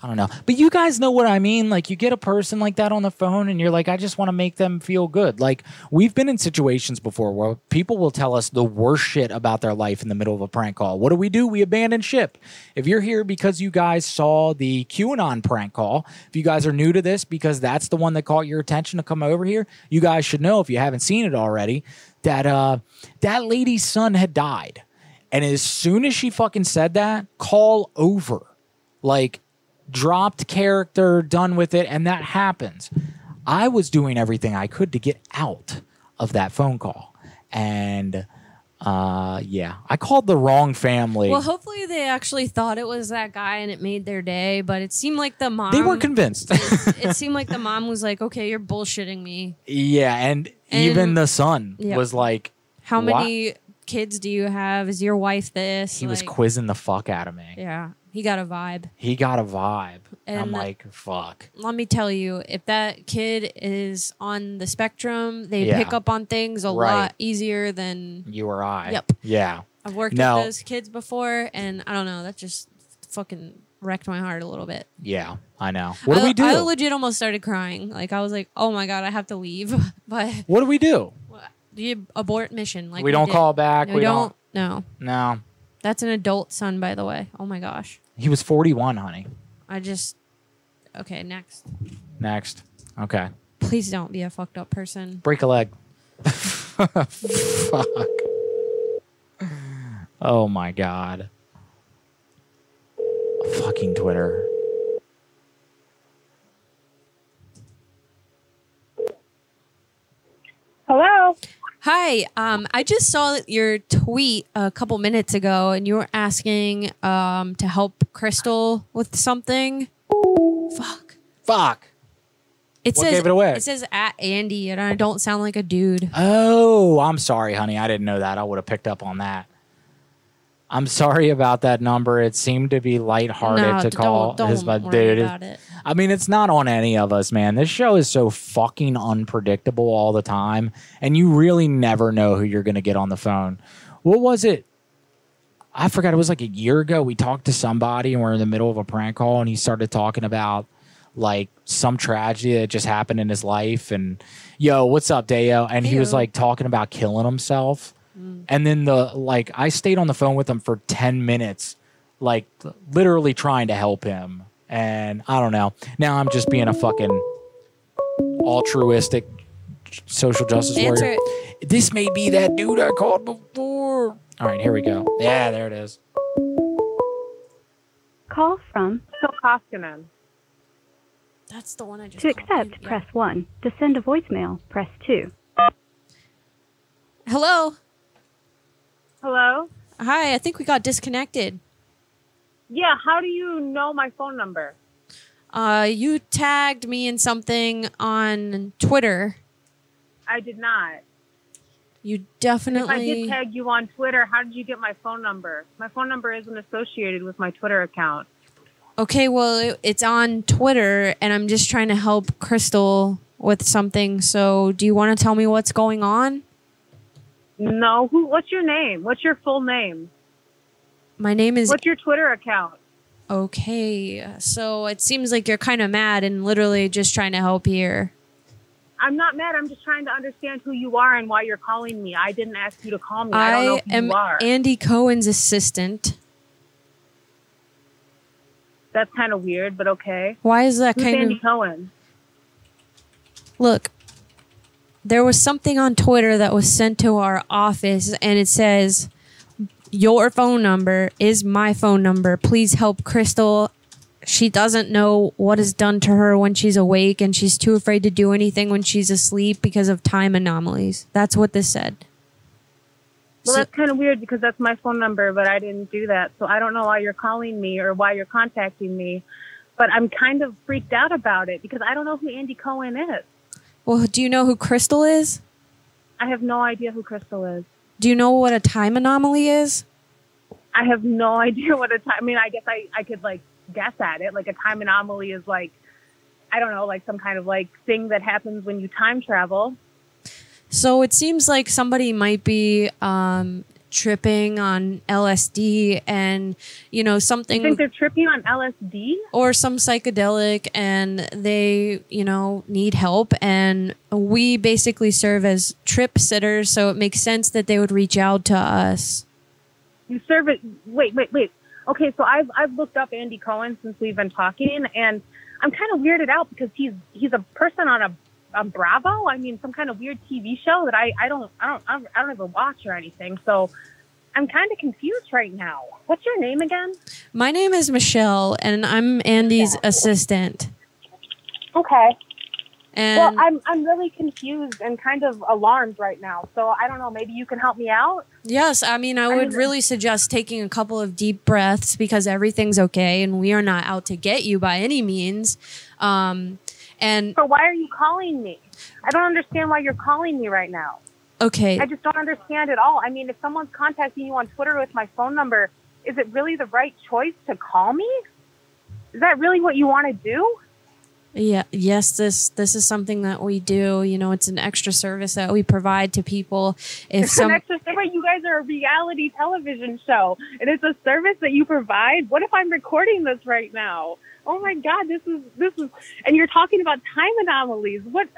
Speaker 3: I don't know, but you guys know what I mean. Like you get a person like that on the phone, and you're like, I just want to make them feel good. Like we've been in situations before where people will tell us the worst shit about their life in the middle of a prank call. What do we do? We abandon ship. If you're here because you guys saw the QAnon prank call, if you guys are new to this because that's the one that caught your attention to come over here, you guys should know if you haven't seen it already that uh that lady's son had died. And as soon as she fucking said that, call over. Like dropped character, done with it, and that happens. I was doing everything I could to get out of that phone call. And uh yeah, I called the wrong family.
Speaker 4: Well, hopefully they actually thought it was that guy and it made their day, but it seemed like the mom
Speaker 3: they were convinced.
Speaker 4: it seemed like the mom was like, "Okay, you're bullshitting me.
Speaker 3: yeah, and, even
Speaker 4: And-
Speaker 3: the son
Speaker 4: yeah.
Speaker 3: was like
Speaker 4: How
Speaker 3: "Why?"
Speaker 4: many kids do you have? Is your wife this?"
Speaker 3: He was
Speaker 4: Like,
Speaker 3: quizzing the fuck out of me.
Speaker 4: Yeah, he got a vibe.
Speaker 3: He got a vibe. And I'm
Speaker 4: And-
Speaker 3: like, fuck.
Speaker 4: Let me tell you, if that kid is on the spectrum, they
Speaker 3: Yeah.
Speaker 4: pick up on things a
Speaker 3: Right.
Speaker 4: lot easier than
Speaker 3: You or I.
Speaker 4: Yep.
Speaker 3: Yeah.
Speaker 4: I've worked
Speaker 3: No.
Speaker 4: with those kids before, and I don't know, that just fucking wrecked my heart a little bit.
Speaker 3: Yeah, I know. What do
Speaker 4: I,
Speaker 3: we do?
Speaker 4: I legit almost started crying. Like I was like, "Oh my god, I have to leave." But
Speaker 3: what do we do?
Speaker 4: you abort mission. Like
Speaker 3: we don't
Speaker 4: did.
Speaker 3: call back.
Speaker 4: No,
Speaker 3: we don't.
Speaker 4: No,
Speaker 3: No.
Speaker 4: that's an adult son, by the way. Oh my gosh,
Speaker 3: He was 41, honey.
Speaker 4: I just. Okay, next.
Speaker 3: Next. Okay.
Speaker 4: Please don't be a fucked up person.
Speaker 3: Break a leg. Fuck. Oh my god. Fucking Twitter.
Speaker 4: Hello. Hi. Um, I just saw your tweet a couple minutes ago, and you were asking um to help Crystal with something. Fuck.
Speaker 3: Fuck.
Speaker 4: It
Speaker 3: What
Speaker 4: says
Speaker 3: gave it away?
Speaker 4: It says at Andy, and I don't sound like a dude.
Speaker 3: Oh, I'm sorry, honey. I didn't know that. I would have picked up on that. I'm sorry about that number. It seemed to be lighthearted
Speaker 4: No,
Speaker 3: to
Speaker 4: d-
Speaker 3: call
Speaker 4: don't-
Speaker 3: his
Speaker 4: don't
Speaker 3: my
Speaker 4: worry
Speaker 3: dude.
Speaker 4: about it.
Speaker 3: I mean, it's not on any of us, man. This show is so fucking unpredictable all the time, and you really never know who you're going to get on the phone. What was it? I forgot. It was like a year ago. We talked to somebody, and we're in the middle of a prank call, and he started talking about like some tragedy that just happened in his life. And yo, what's up, Dayo? And he was
Speaker 26: Heyo.
Speaker 3: like talking about killing himself. And then the like, I stayed on the phone with him for ten minutes, like literally trying to help him. And I don't know. Now I'm just being a fucking altruistic social justice
Speaker 2: Answer
Speaker 3: warrior. This may be that dude I called before. All right, here we go. Yeah, there it is.
Speaker 12: Call from
Speaker 6: Crystal Koskinen.
Speaker 4: That's the one I just
Speaker 12: to accept, press 1. To send a voicemail, press 2.
Speaker 4: Hello.
Speaker 6: Hello?
Speaker 4: Hi, I think we got disconnected.
Speaker 6: Yeah, how do you know my phone number?
Speaker 4: Uh, you tagged me in something on Twitter.
Speaker 6: I did not.
Speaker 4: You
Speaker 6: If I did
Speaker 4: definitely.
Speaker 6: tag you on Twitter, how did you get my phone number? My phone number isn't associated with my Twitter account.
Speaker 4: Okay, well, it, it's on Twitter, and I'm just trying to help Crystal with something. So, do you want to tell me what's going on?
Speaker 6: No. Who? What's your name? What's your full name?
Speaker 4: My name is
Speaker 6: What's your Twitter account?
Speaker 4: Okay. So, it seems like you're kind of mad and literally just trying to help here.
Speaker 6: I'm not mad. I'm just trying to understand who you are and why you're calling me. I didn't ask you to call me. I, don't know who
Speaker 4: am
Speaker 6: you are.
Speaker 4: Andy Cohen's assistant.
Speaker 6: That's kind of weird, but okay.
Speaker 4: Why is that
Speaker 6: Who's
Speaker 4: kind
Speaker 6: Andy
Speaker 4: of
Speaker 6: Cohen?
Speaker 4: Look, there was something on Twitter that was sent to our office, and it says, Your phone number is my phone number. Please help Crystal. She doesn't know what is done to her when she's awake, and she's too afraid to do anything when she's asleep because of time anomalies. That's what this said.
Speaker 6: Well, that's kind of weird because that's my phone number, but I didn't do that. So I don't know why you're calling me or why you're contacting me. But I'm kind of freaked out about it because I don't know who Andy Cohen is.
Speaker 4: Well, do you know who Crystal is?
Speaker 6: I have no idea who Crystal is.
Speaker 4: Do you know what a time anomaly is?
Speaker 6: I have no idea what a time. I mean, I guess I, I could like guess at it. Like a time anomaly is like, I don't know, like some kind of like thing that happens when you time travel.
Speaker 4: So it seems like somebody might be um, tripping on LSD and, you know, something.
Speaker 6: You think they're tripping on LSD?
Speaker 4: or some psychedelic and they, you know, need help. And we basically serve as trip sitters. So it makes sense that they would reach out to us.
Speaker 6: You serve it. Wait, wait, wait. Okay, so I've I've looked up Andy Cohen since we've been talking, and I'm kind of weirded out because he's he's a person on a on Bravo. I mean, some kind of weird TV show that I I don't I don't I don't- I don't even watch or anything. So I'm kind of confused right now. What's your name again?
Speaker 4: My name is Michelle and I'm Andy's assistant.
Speaker 6: Okay.
Speaker 4: And
Speaker 6: well, I'm I'm really confused and kind of alarmed right now. So I don't know. Maybe you can help me out.
Speaker 4: Yes, I mean, I would really suggest taking a couple of deep breaths because everything's okay, and we are not out to get you by any means. Um, and
Speaker 6: But why are you calling me? I don't understand why you're calling me right now.
Speaker 4: okay,
Speaker 6: I just don't understand at all. I mean, if someone's contacting you on Twitter with my phone number, is it really the right choice to call me? Is that really what you want to do?
Speaker 4: yeah, yes, this this is something that we do. You know, it's an extra service that we provide to people. If
Speaker 6: it's
Speaker 4: some,
Speaker 6: an extra service. You guys are a reality television show, and it's a service that you provide. What if I'm recording this right now? Oh my God, this is this is, and you're talking about time anomalies. What?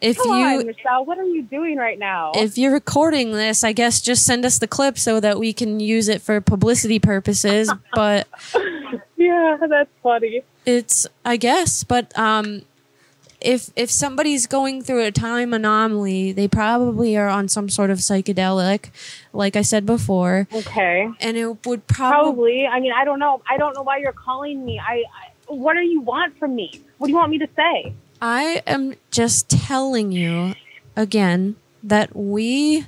Speaker 4: If
Speaker 6: Come
Speaker 4: you-
Speaker 6: on, Michelle, what are you doing right now?
Speaker 4: if you're recording this, I guess just send us the clip so that we can use it for publicity purposes. But
Speaker 6: yeah, that's funny.
Speaker 4: It's I guess, but um if if somebody's going through a time anomaly, they probably are on some sort of psychedelic, like I said before.
Speaker 6: Okay.
Speaker 4: And it would
Speaker 6: probably. I mean, I don't know. I don't know why you're calling me. I, I what do you want from me? What do you want me to say?
Speaker 4: I am just telling you again that we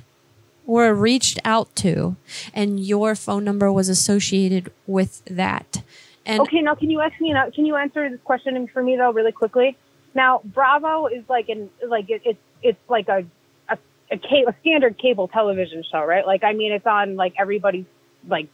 Speaker 4: were reached out to and your phone number was associated with that. And
Speaker 6: okay, now can you ask me? Now, can you answer this question for me though, really quickly? Now, Bravo is like an like it, it's it's like a a a, ca- a standard cable television show, right? Like, I mean, it's on like everybody's like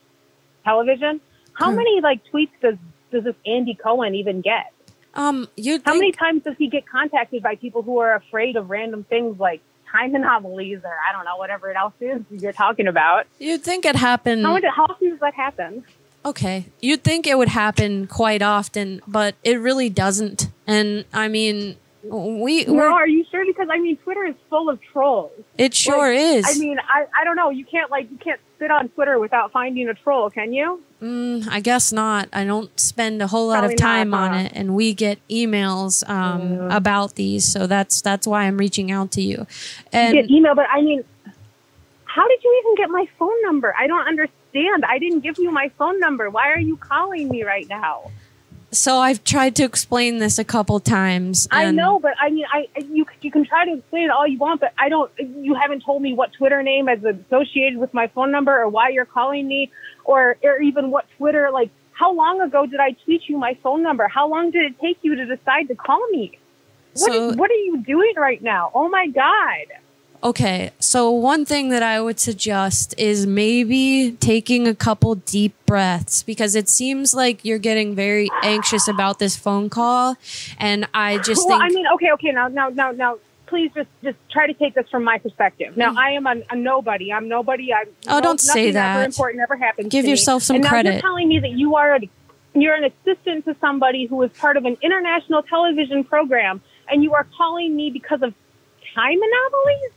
Speaker 6: television. How
Speaker 4: Hmm.
Speaker 6: many like tweets does does this Andy Cohen even get?
Speaker 4: Um, you
Speaker 6: how many times does he get contacted by people who are afraid of random things like time anomalies or I don't know whatever it else is you're talking about?
Speaker 4: You'd think it happened
Speaker 6: How, much, how often does that happen?
Speaker 4: Okay. You'd think it would happen quite often, but it really doesn't. And I mean, we
Speaker 6: No,
Speaker 4: we're-
Speaker 6: are you sure? Because I mean, Twitter is full of trolls.
Speaker 4: It sure
Speaker 6: Like,
Speaker 4: is.
Speaker 6: I mean, I, I don't know. You can't like you can't sit on Twitter without finding a troll, can you?
Speaker 4: Mm, I guess not. I don't spend a whole lot
Speaker 6: Probably
Speaker 4: of time
Speaker 6: not, huh? Mm.
Speaker 4: on it, and we get emails um, about these, so that's that's why I'm reaching out to you. And
Speaker 6: you get email, but I mean, how did you even get my phone number? I don't understand. I didn't give you my phone number. Why are you calling me right now?
Speaker 4: so I've tried to explain this a couple times.
Speaker 6: I
Speaker 4: and-
Speaker 6: know, but I mean, I you you can try to explain it all you want, but I don't. You haven't told me what Twitter name is associated with my phone number, or why you're calling me, or or even what Twitter like. How long ago did I tweet you my phone number? How long did it take you to decide to call me? What,
Speaker 4: So-
Speaker 6: what are you doing right now? Oh my god!
Speaker 4: Okay, so one thing that I would suggest is maybe taking a couple deep breaths because it seems like you're getting very anxious about this phone call, and I just
Speaker 6: well,
Speaker 4: think
Speaker 6: I mean, okay, okay, now, now, now, now, please just just try to take this from my perspective. Now, I am a, a nobody. I'm nobody. I'm
Speaker 4: Mm. Oh, don't say
Speaker 6: nothing ever
Speaker 4: that.
Speaker 6: important ever happens.
Speaker 4: Give
Speaker 6: to me.
Speaker 4: yourself some
Speaker 6: and Now
Speaker 4: credit.
Speaker 6: you're telling me that you are a, you're an assistant to somebody who is part of an international television program, and you are calling me because of time anomalies.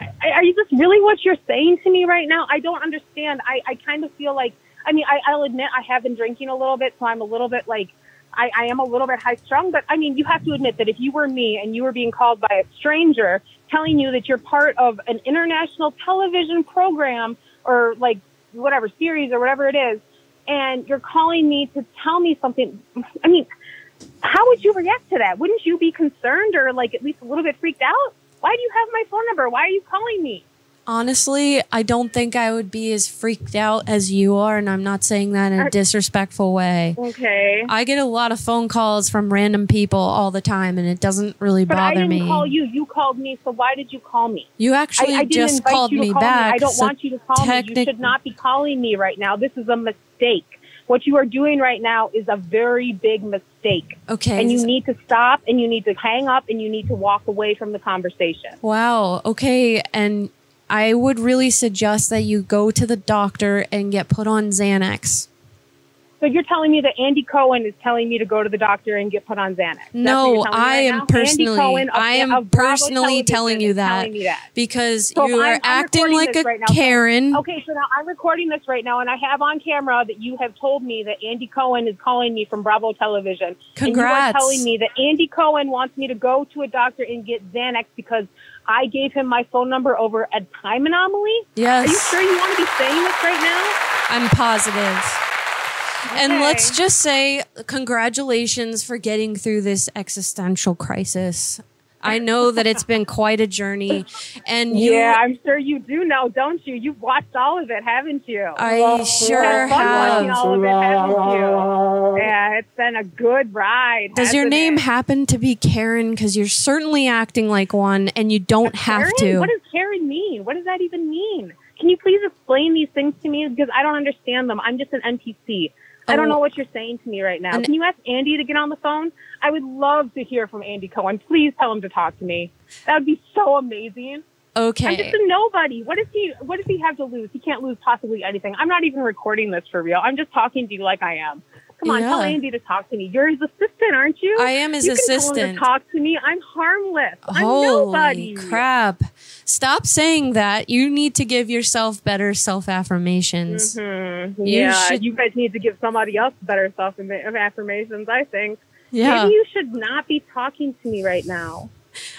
Speaker 6: I, are you just really what you're saying to me right now? I don't understand. I, I kind of feel like, I mean, I, I'll admit I have been drinking a little bit, so I'm a little bit like, I, I am a little bit high strung, but I mean, you have to admit that if you were me and you were being called by a stranger telling you that you're part of an international television program or like whatever series or whatever it is, and you're calling me to tell me something, I mean, how would you react to that? Wouldn't you be concerned or like at least a little bit freaked out? Why do you have my phone number? Why are you calling me?
Speaker 4: honestly, I don't think I would be as freaked out as you are, and I'm not saying that in a disrespectful way.
Speaker 6: Okay.
Speaker 4: I get a lot of phone calls from random people all the time, and it doesn't really
Speaker 6: But I
Speaker 4: bother
Speaker 6: didn't
Speaker 4: me.
Speaker 6: call you. You called me. So why did you call me?
Speaker 4: You actually
Speaker 6: I, I didn't
Speaker 4: just
Speaker 6: invite
Speaker 4: called
Speaker 6: you to
Speaker 4: me
Speaker 6: call
Speaker 4: back,
Speaker 6: I don't
Speaker 4: so
Speaker 6: want you to call me. You
Speaker 4: technic-
Speaker 6: should not be calling me right now. This is a mistake. What you are doing right now is a very big mistake.
Speaker 4: Okay.
Speaker 6: And you need to stop and you need to hang up and you need to walk away from the conversation.
Speaker 4: Wow. Okay. And I would really suggest that you go to the doctor and get put on Xanax.
Speaker 6: So you're telling me that Andy Cohen is telling me to go to the doctor and get put on Xanax? That's what
Speaker 4: No,
Speaker 6: you're telling me
Speaker 4: I
Speaker 6: right now?
Speaker 4: am
Speaker 6: Andy
Speaker 4: personally,
Speaker 6: Cohen of-
Speaker 4: I am
Speaker 6: of Bravo
Speaker 4: personally
Speaker 6: Television
Speaker 4: telling you
Speaker 6: is
Speaker 4: that,
Speaker 6: telling me that.
Speaker 4: because
Speaker 6: So
Speaker 4: you
Speaker 6: I'm-
Speaker 4: are
Speaker 6: I'm
Speaker 4: acting
Speaker 6: recording
Speaker 4: like
Speaker 6: this
Speaker 4: a
Speaker 6: right now. So- Oh.
Speaker 4: Karen.
Speaker 6: okay, so now I'm recording this right now, and I have on camera that you have told me that Andy Cohen is calling me from Bravo Television. And you are
Speaker 4: Congrats.
Speaker 6: telling me that Andy Cohen wants me to go to a doctor and get Xanax because I gave him my phone number over a time anomaly?
Speaker 4: Yes.
Speaker 6: Are you sure you want to be saying this right now?
Speaker 4: I'm positive. And let's just say congratulations for getting through this existential crisis. I know that it's been quite a journey, and you,
Speaker 6: yeah, I'm sure you do know, don't you? You've watched all of it, haven't you?
Speaker 4: I sure
Speaker 6: Had fun watching
Speaker 4: have.
Speaker 6: all of it, haven't you? Yeah, it's been a good ride.
Speaker 4: Does your
Speaker 6: hasn't
Speaker 4: name
Speaker 6: it?
Speaker 4: happen to be Karen? Because you're certainly acting like one, and you don't have
Speaker 6: Karen?
Speaker 4: to.
Speaker 6: What does Karen mean? What does that even mean? Can you please explain these things to me? Because I don't understand them. I'm just an NPC. I don't
Speaker 4: Oh.
Speaker 6: know what you're saying to me right now.
Speaker 4: An-
Speaker 6: Can you ask Andy to get on the phone? I would love to hear from Andy Cohen. Please tell him to talk to me. That would be so amazing.
Speaker 4: Okay.
Speaker 6: I'm just a nobody. What does he what does he have to lose? He can't lose possibly anything. I'm not even recording this for real. I'm just talking to you like I am. Come on, tell
Speaker 4: Yeah.
Speaker 6: Andy to talk to me. You're his assistant, aren't you?
Speaker 4: I am his
Speaker 6: You can tell him to
Speaker 4: assistant.
Speaker 6: talk to me. I'm harmless. I'm
Speaker 4: Holy
Speaker 6: nobody.
Speaker 4: crap! Stop saying that. You need to give yourself better self affirmations.
Speaker 6: Mhm.
Speaker 4: You
Speaker 6: yeah,
Speaker 4: should-
Speaker 6: you guys need to give somebody else better self affirmations. I think.
Speaker 4: Yeah.
Speaker 6: Maybe you should not be talking to me right now.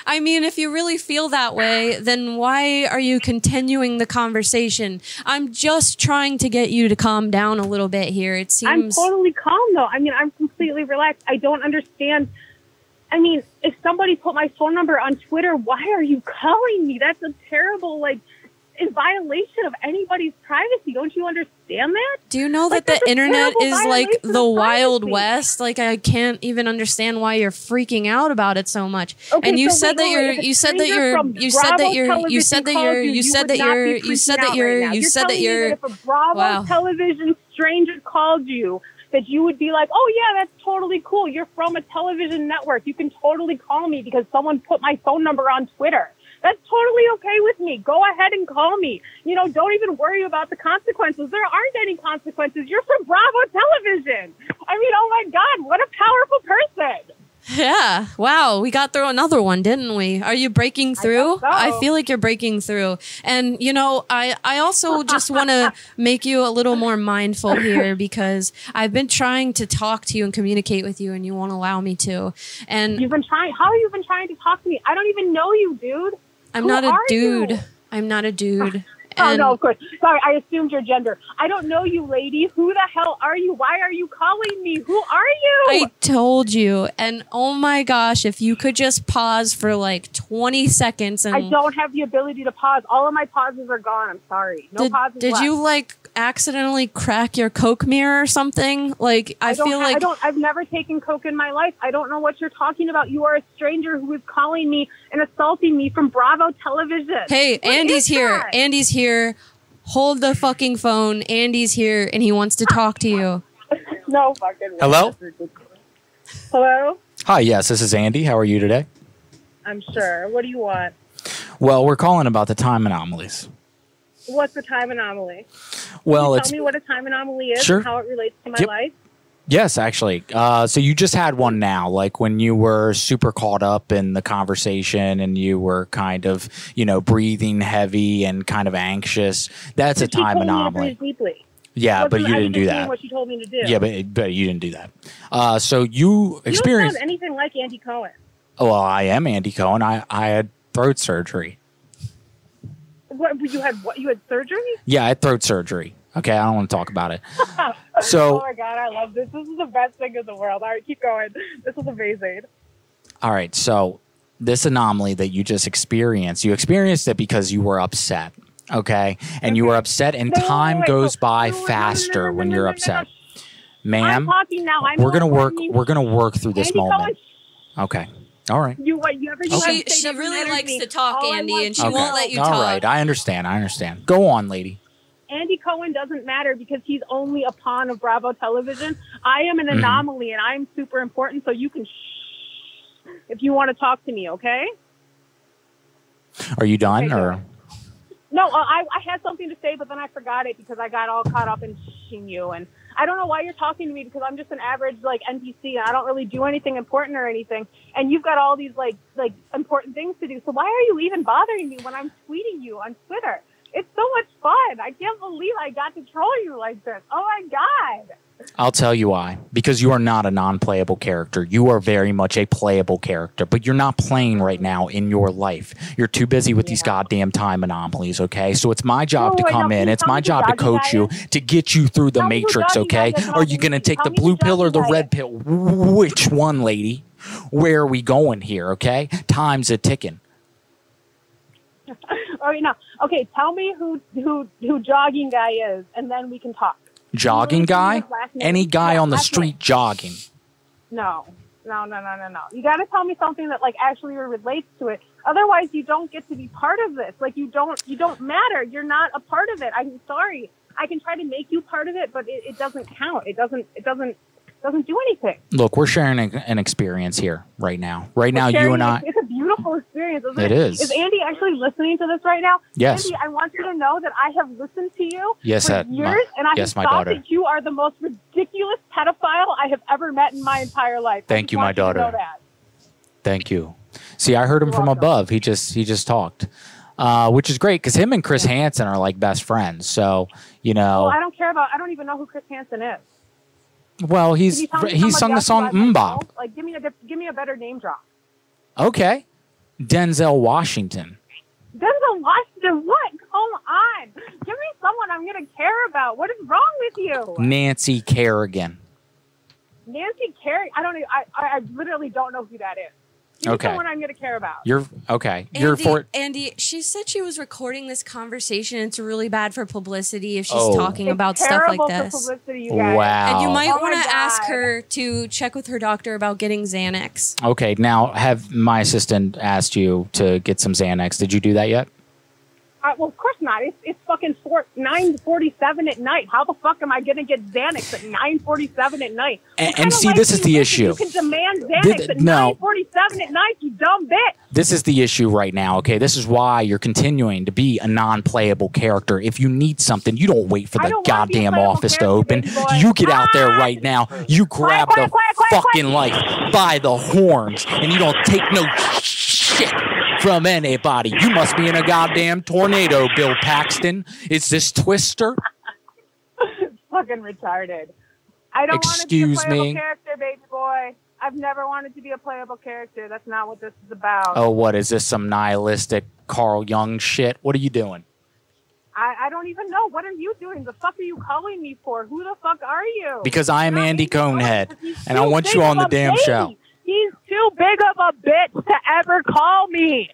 Speaker 4: I mean, if you really feel that way, then why are you continuing the conversation? I'm just trying to get you to calm down a little bit here. It
Speaker 6: I'm
Speaker 4: seems
Speaker 6: totally calm though. I mean, I'm completely relaxed. I don't understand. I mean, if somebody put my phone number on Twitter, why are you calling me? That's a terrible like in violation of anybody's privacy. Don't you understand that?
Speaker 4: Do you know
Speaker 6: Like,
Speaker 4: that
Speaker 6: that's
Speaker 4: the
Speaker 6: a
Speaker 4: internet
Speaker 6: terrible
Speaker 4: is like
Speaker 6: violation
Speaker 4: the
Speaker 6: of
Speaker 4: wild
Speaker 6: privacy.
Speaker 4: west? Like I can't even understand why you're freaking out about it so much.
Speaker 6: Okay,
Speaker 4: and you
Speaker 6: so
Speaker 4: said
Speaker 6: wait,
Speaker 4: that
Speaker 6: wait,
Speaker 4: you're
Speaker 6: if a
Speaker 4: you said that
Speaker 6: stranger
Speaker 4: you're
Speaker 6: from
Speaker 4: you said that
Speaker 6: Bravo
Speaker 4: you're you
Speaker 6: Television
Speaker 4: said that
Speaker 6: called
Speaker 4: you're
Speaker 6: you,
Speaker 4: you
Speaker 6: you
Speaker 4: said
Speaker 6: would not be freaking out
Speaker 4: that you're you said that
Speaker 6: right
Speaker 4: you're
Speaker 6: now.
Speaker 4: you
Speaker 6: You're
Speaker 4: said that
Speaker 6: telling me
Speaker 4: you're
Speaker 6: if a Bravo
Speaker 4: Wow.
Speaker 6: television stranger called you that you would be like, "Oh yeah, that's totally cool. You're from a television network. You can totally call me because someone put my phone number on Twitter." That's totally okay with me. Go ahead and call me. You know, don't even worry about the consequences. There aren't any consequences. You're from Bravo Television. I mean, oh my God, what a powerful person.
Speaker 4: Yeah. Wow. We got through another one, didn't we? Are you breaking through? I, feel like you're breaking through. And you know, I I also just want to make you a little more mindful here because I've been trying to talk to you and communicate with you and you won't allow me to. And
Speaker 6: You've been trying. How have you been trying to talk to me? I don't even know you, dude.
Speaker 4: I'm
Speaker 6: Who
Speaker 4: not a
Speaker 6: are you?
Speaker 4: dude. I'm not a dude.
Speaker 6: oh no, of course. Sorry, I assumed your gender. I don't know you, lady. Who the hell are you? Why are you calling me? Who are you?
Speaker 23: I told you. And oh my gosh, if you could just pause for like 20 seconds and
Speaker 6: I don't have the ability to pause. All of my pauses are gone. I'm sorry. No
Speaker 23: did,
Speaker 6: pauses.
Speaker 23: did you
Speaker 6: left.
Speaker 23: like accidentally crack your coke mirror or something? Like I,
Speaker 6: I don't
Speaker 23: feel
Speaker 6: ha-
Speaker 23: like
Speaker 6: I don't. I've never taken coke in my life. I don't know what you're talking about. You are a stranger who is calling me and assaulting me from Bravo Television.
Speaker 23: Hey,
Speaker 6: What
Speaker 23: Andy's
Speaker 6: is
Speaker 23: here.
Speaker 6: that?
Speaker 23: Andy's here. Hold the fucking phone. Andy's here and he wants to talk to you.
Speaker 6: No fucking. way.
Speaker 3: Hello?
Speaker 6: Hello.
Speaker 3: Hi, yes, this is Andy. How are you today?
Speaker 6: I'm sure. What do you want?
Speaker 3: Well, we're calling about the time anomalies.
Speaker 6: What's a time anomaly?
Speaker 3: Well,
Speaker 6: Can you
Speaker 3: it's
Speaker 6: tell me what a time anomaly is
Speaker 3: Sure.
Speaker 6: and how it relates to my
Speaker 3: Yep.
Speaker 6: life.
Speaker 3: yes, actually. Uh, so you just had one now, like when you were super caught up in the conversation and you were kind of, you know, breathing heavy and kind of anxious. That's a
Speaker 6: She told
Speaker 3: time
Speaker 6: me to
Speaker 3: anomaly.
Speaker 6: breathe deeply.
Speaker 3: Yeah, but
Speaker 6: Wasn't-
Speaker 3: you
Speaker 6: I
Speaker 3: didn't do
Speaker 6: doing
Speaker 3: that.
Speaker 6: What she told me to do.
Speaker 3: Yeah, but but you didn't do that. Uh, so
Speaker 6: you
Speaker 3: you experienced.
Speaker 6: don't sound anything like Andy Cohen.
Speaker 3: Oh, well, I am Andy Cohen. I, I had throat surgery.
Speaker 6: What you had? What you had surgery?
Speaker 3: Yeah, I had throat surgery. Okay, I don't want to talk about it. So-
Speaker 6: oh my god, I love this. This is the best thing in the world. All right, keep going. This is amazing.
Speaker 3: All right, so this anomaly that you just experienced, you experienced it because you were upset. Okay, and you were upset, and
Speaker 6: No, wait,
Speaker 3: time
Speaker 6: wait,
Speaker 3: goes
Speaker 6: no,
Speaker 3: by faster when you're
Speaker 6: I'm
Speaker 3: upset, ma'am.
Speaker 6: talking now. I'm
Speaker 3: We're gonna
Speaker 6: not
Speaker 3: work.
Speaker 6: talking.
Speaker 3: We're gonna work through this
Speaker 6: Andy Cohen,
Speaker 3: moment. Okay. All right.
Speaker 6: You what? You ever? You
Speaker 3: Okay.
Speaker 6: have to say
Speaker 23: She- she
Speaker 6: doesn't
Speaker 23: really
Speaker 6: matter
Speaker 23: likes
Speaker 6: me.
Speaker 23: to talk,
Speaker 6: All I
Speaker 23: Andy,
Speaker 6: want
Speaker 23: and
Speaker 6: is
Speaker 23: she
Speaker 3: okay.
Speaker 23: won't let you
Speaker 3: All
Speaker 23: talk.
Speaker 3: right. I understand. I understand. Go on, lady.
Speaker 6: Andy Cohen doesn't matter because he's only a pawn of Bravo Television. I am an
Speaker 3: Mhm.
Speaker 6: anomaly and I'm super important, so you can shh if you want to talk to me, okay?
Speaker 3: Are you done or?
Speaker 6: No, uh, I, I had something to say, but then I forgot it because I got all caught up in shing you. And I don't know why you're talking to me because I'm just an average like NPC and I don't really do anything important or anything. And you've got all these like like important things to do. So why are you even bothering me when I'm tweeting you on Twitter? It's so much fun. I can't believe I got to troll you like this. Oh my god.
Speaker 3: I'll tell you why. Because you are not a non playable character. You are very much a playable character, but you're not playing right now in your life. You're too busy with these goddamn time anomalies, okay? So it's my job
Speaker 10: No,
Speaker 3: to
Speaker 10: wait,
Speaker 3: come
Speaker 10: no,
Speaker 3: in.
Speaker 10: please
Speaker 3: It's
Speaker 10: tell
Speaker 3: my
Speaker 10: me who
Speaker 3: job to
Speaker 10: Doggy Guy
Speaker 3: coach you to get you through the matrix,
Speaker 10: Doggy Guy
Speaker 3: okay?
Speaker 10: is, and
Speaker 3: Are
Speaker 10: I'll
Speaker 3: you
Speaker 10: be
Speaker 3: going to
Speaker 10: mean.
Speaker 3: take the
Speaker 10: Tell me who
Speaker 3: blue
Speaker 10: Doggy
Speaker 3: pill or the
Speaker 10: Guy
Speaker 3: red pill? Which one, lady? Where are we going here, okay? Time's a ticking.
Speaker 6: All right, now, okay, tell me who who who jogging guy is, and then we can talk.
Speaker 3: Jogging guy?
Speaker 6: last name?
Speaker 3: Any guy
Speaker 6: Yeah,
Speaker 3: on the
Speaker 6: last name.
Speaker 3: street jogging.
Speaker 6: No, no, no, no, no, no. You got to tell me something that like actually relates to it. Otherwise, you don't get to be part of this. Like you don't, you don't matter. You're not a part of it. I'm sorry. I can try to make you part of it, but it, it doesn't count. It doesn't. It doesn't. Doesn't do anything.
Speaker 3: Look, we're sharing an- an experience here right now. Right now, you
Speaker 6: Sharing
Speaker 3: and
Speaker 6: is-
Speaker 3: I.
Speaker 6: It's a beautiful experience, isn't
Speaker 3: It
Speaker 6: it?
Speaker 3: is.
Speaker 6: Is Andy actually listening to this right now?
Speaker 3: Yes.
Speaker 6: Andy, I want you to know that I have listened to you
Speaker 3: Yes,
Speaker 6: for
Speaker 3: that- my-
Speaker 6: years, and I
Speaker 3: yes, my
Speaker 6: have thought
Speaker 3: daughter.
Speaker 6: that you are the most ridiculous pedophile I have ever met in my entire life. I
Speaker 3: Thank
Speaker 6: just
Speaker 3: you, my
Speaker 6: want to know
Speaker 3: daughter.
Speaker 6: that.
Speaker 3: Thank you. See, I heard him from above. He just he just talked, uh, which is great because him and Chris Hansen are like best friends. So you
Speaker 6: Well, I
Speaker 3: know,
Speaker 6: don't care about. I don't even know who Chris Hansen is.
Speaker 3: well,
Speaker 6: Can
Speaker 3: he's
Speaker 6: you tell me
Speaker 3: he
Speaker 6: somebody
Speaker 3: sung the
Speaker 6: else who
Speaker 3: song
Speaker 6: I might
Speaker 3: "Mbop."
Speaker 6: know? Like, give me a diff- give me a better name drop.
Speaker 3: Okay, Denzel Washington.
Speaker 6: Denzel Washington. What? Come on. Give me someone I'm gonna care about. What is wrong with you,
Speaker 3: Mm. Nancy Kerrigan.
Speaker 6: Nancy Kerry? I don't. e- I I I literally don't know who that is. Give
Speaker 3: Okay.
Speaker 6: me someone I'm gonna care about.
Speaker 3: You're okay.
Speaker 23: Andy,
Speaker 3: You're for
Speaker 23: Andy, she said she was recording this conversation. It's really bad for publicity if she's
Speaker 3: Oh.
Speaker 23: talking
Speaker 3: It's
Speaker 23: about stuff like
Speaker 6: terrible for
Speaker 23: this.
Speaker 6: publicity, you
Speaker 3: guys. Wow.
Speaker 23: And you might
Speaker 6: Oh my
Speaker 23: want to ask
Speaker 6: God.
Speaker 23: her to check with her doctor about getting Xanax.
Speaker 3: okay. Now, have my assistant asked you to get some Xanax? Did you do that yet?
Speaker 6: Uh, well, of course not. It's it's fucking four, nine forty seven at night. How the fuck am I gonna get Xanax at nine forty seven at night?
Speaker 3: A-
Speaker 6: What
Speaker 3: and
Speaker 6: kind of
Speaker 3: see,
Speaker 6: life
Speaker 3: this
Speaker 6: do
Speaker 3: is
Speaker 6: you
Speaker 3: the
Speaker 6: live in?
Speaker 3: issue.
Speaker 6: You can demand Xanax
Speaker 3: Did-
Speaker 6: at
Speaker 3: no.
Speaker 6: nine forty seven at night. You dumb bitch.
Speaker 3: This is the issue right now, okay? This is why you're continuing to be a non playable character. If you need something, you don't wait for
Speaker 6: I
Speaker 3: the
Speaker 6: don't wanna be a
Speaker 3: goddamn
Speaker 6: playable
Speaker 3: office to
Speaker 6: character, Ah!
Speaker 3: open.
Speaker 6: baby boy.
Speaker 3: You get out there right now, you grab the fucking life by the horns, and you don't take no shit from anybody. You must be in a goddamn tornado, Bill Paxton. It's this twister.
Speaker 6: fucking retarded. I don't want
Speaker 3: Excuse
Speaker 6: to be a playable
Speaker 3: me?
Speaker 6: character, baby boy. I've never wanted to be a playable character. That's not what this is about.
Speaker 3: Oh, what is this? Some nihilistic Carl Jung shit? What are you doing?
Speaker 6: I, I don't even know. What are you doing? The fuck are you calling me for? Who the fuck are Oh, you?
Speaker 3: Because I am Andy Conehead, and I want you on the damn show.
Speaker 6: He's too big of a bitch to ever call me.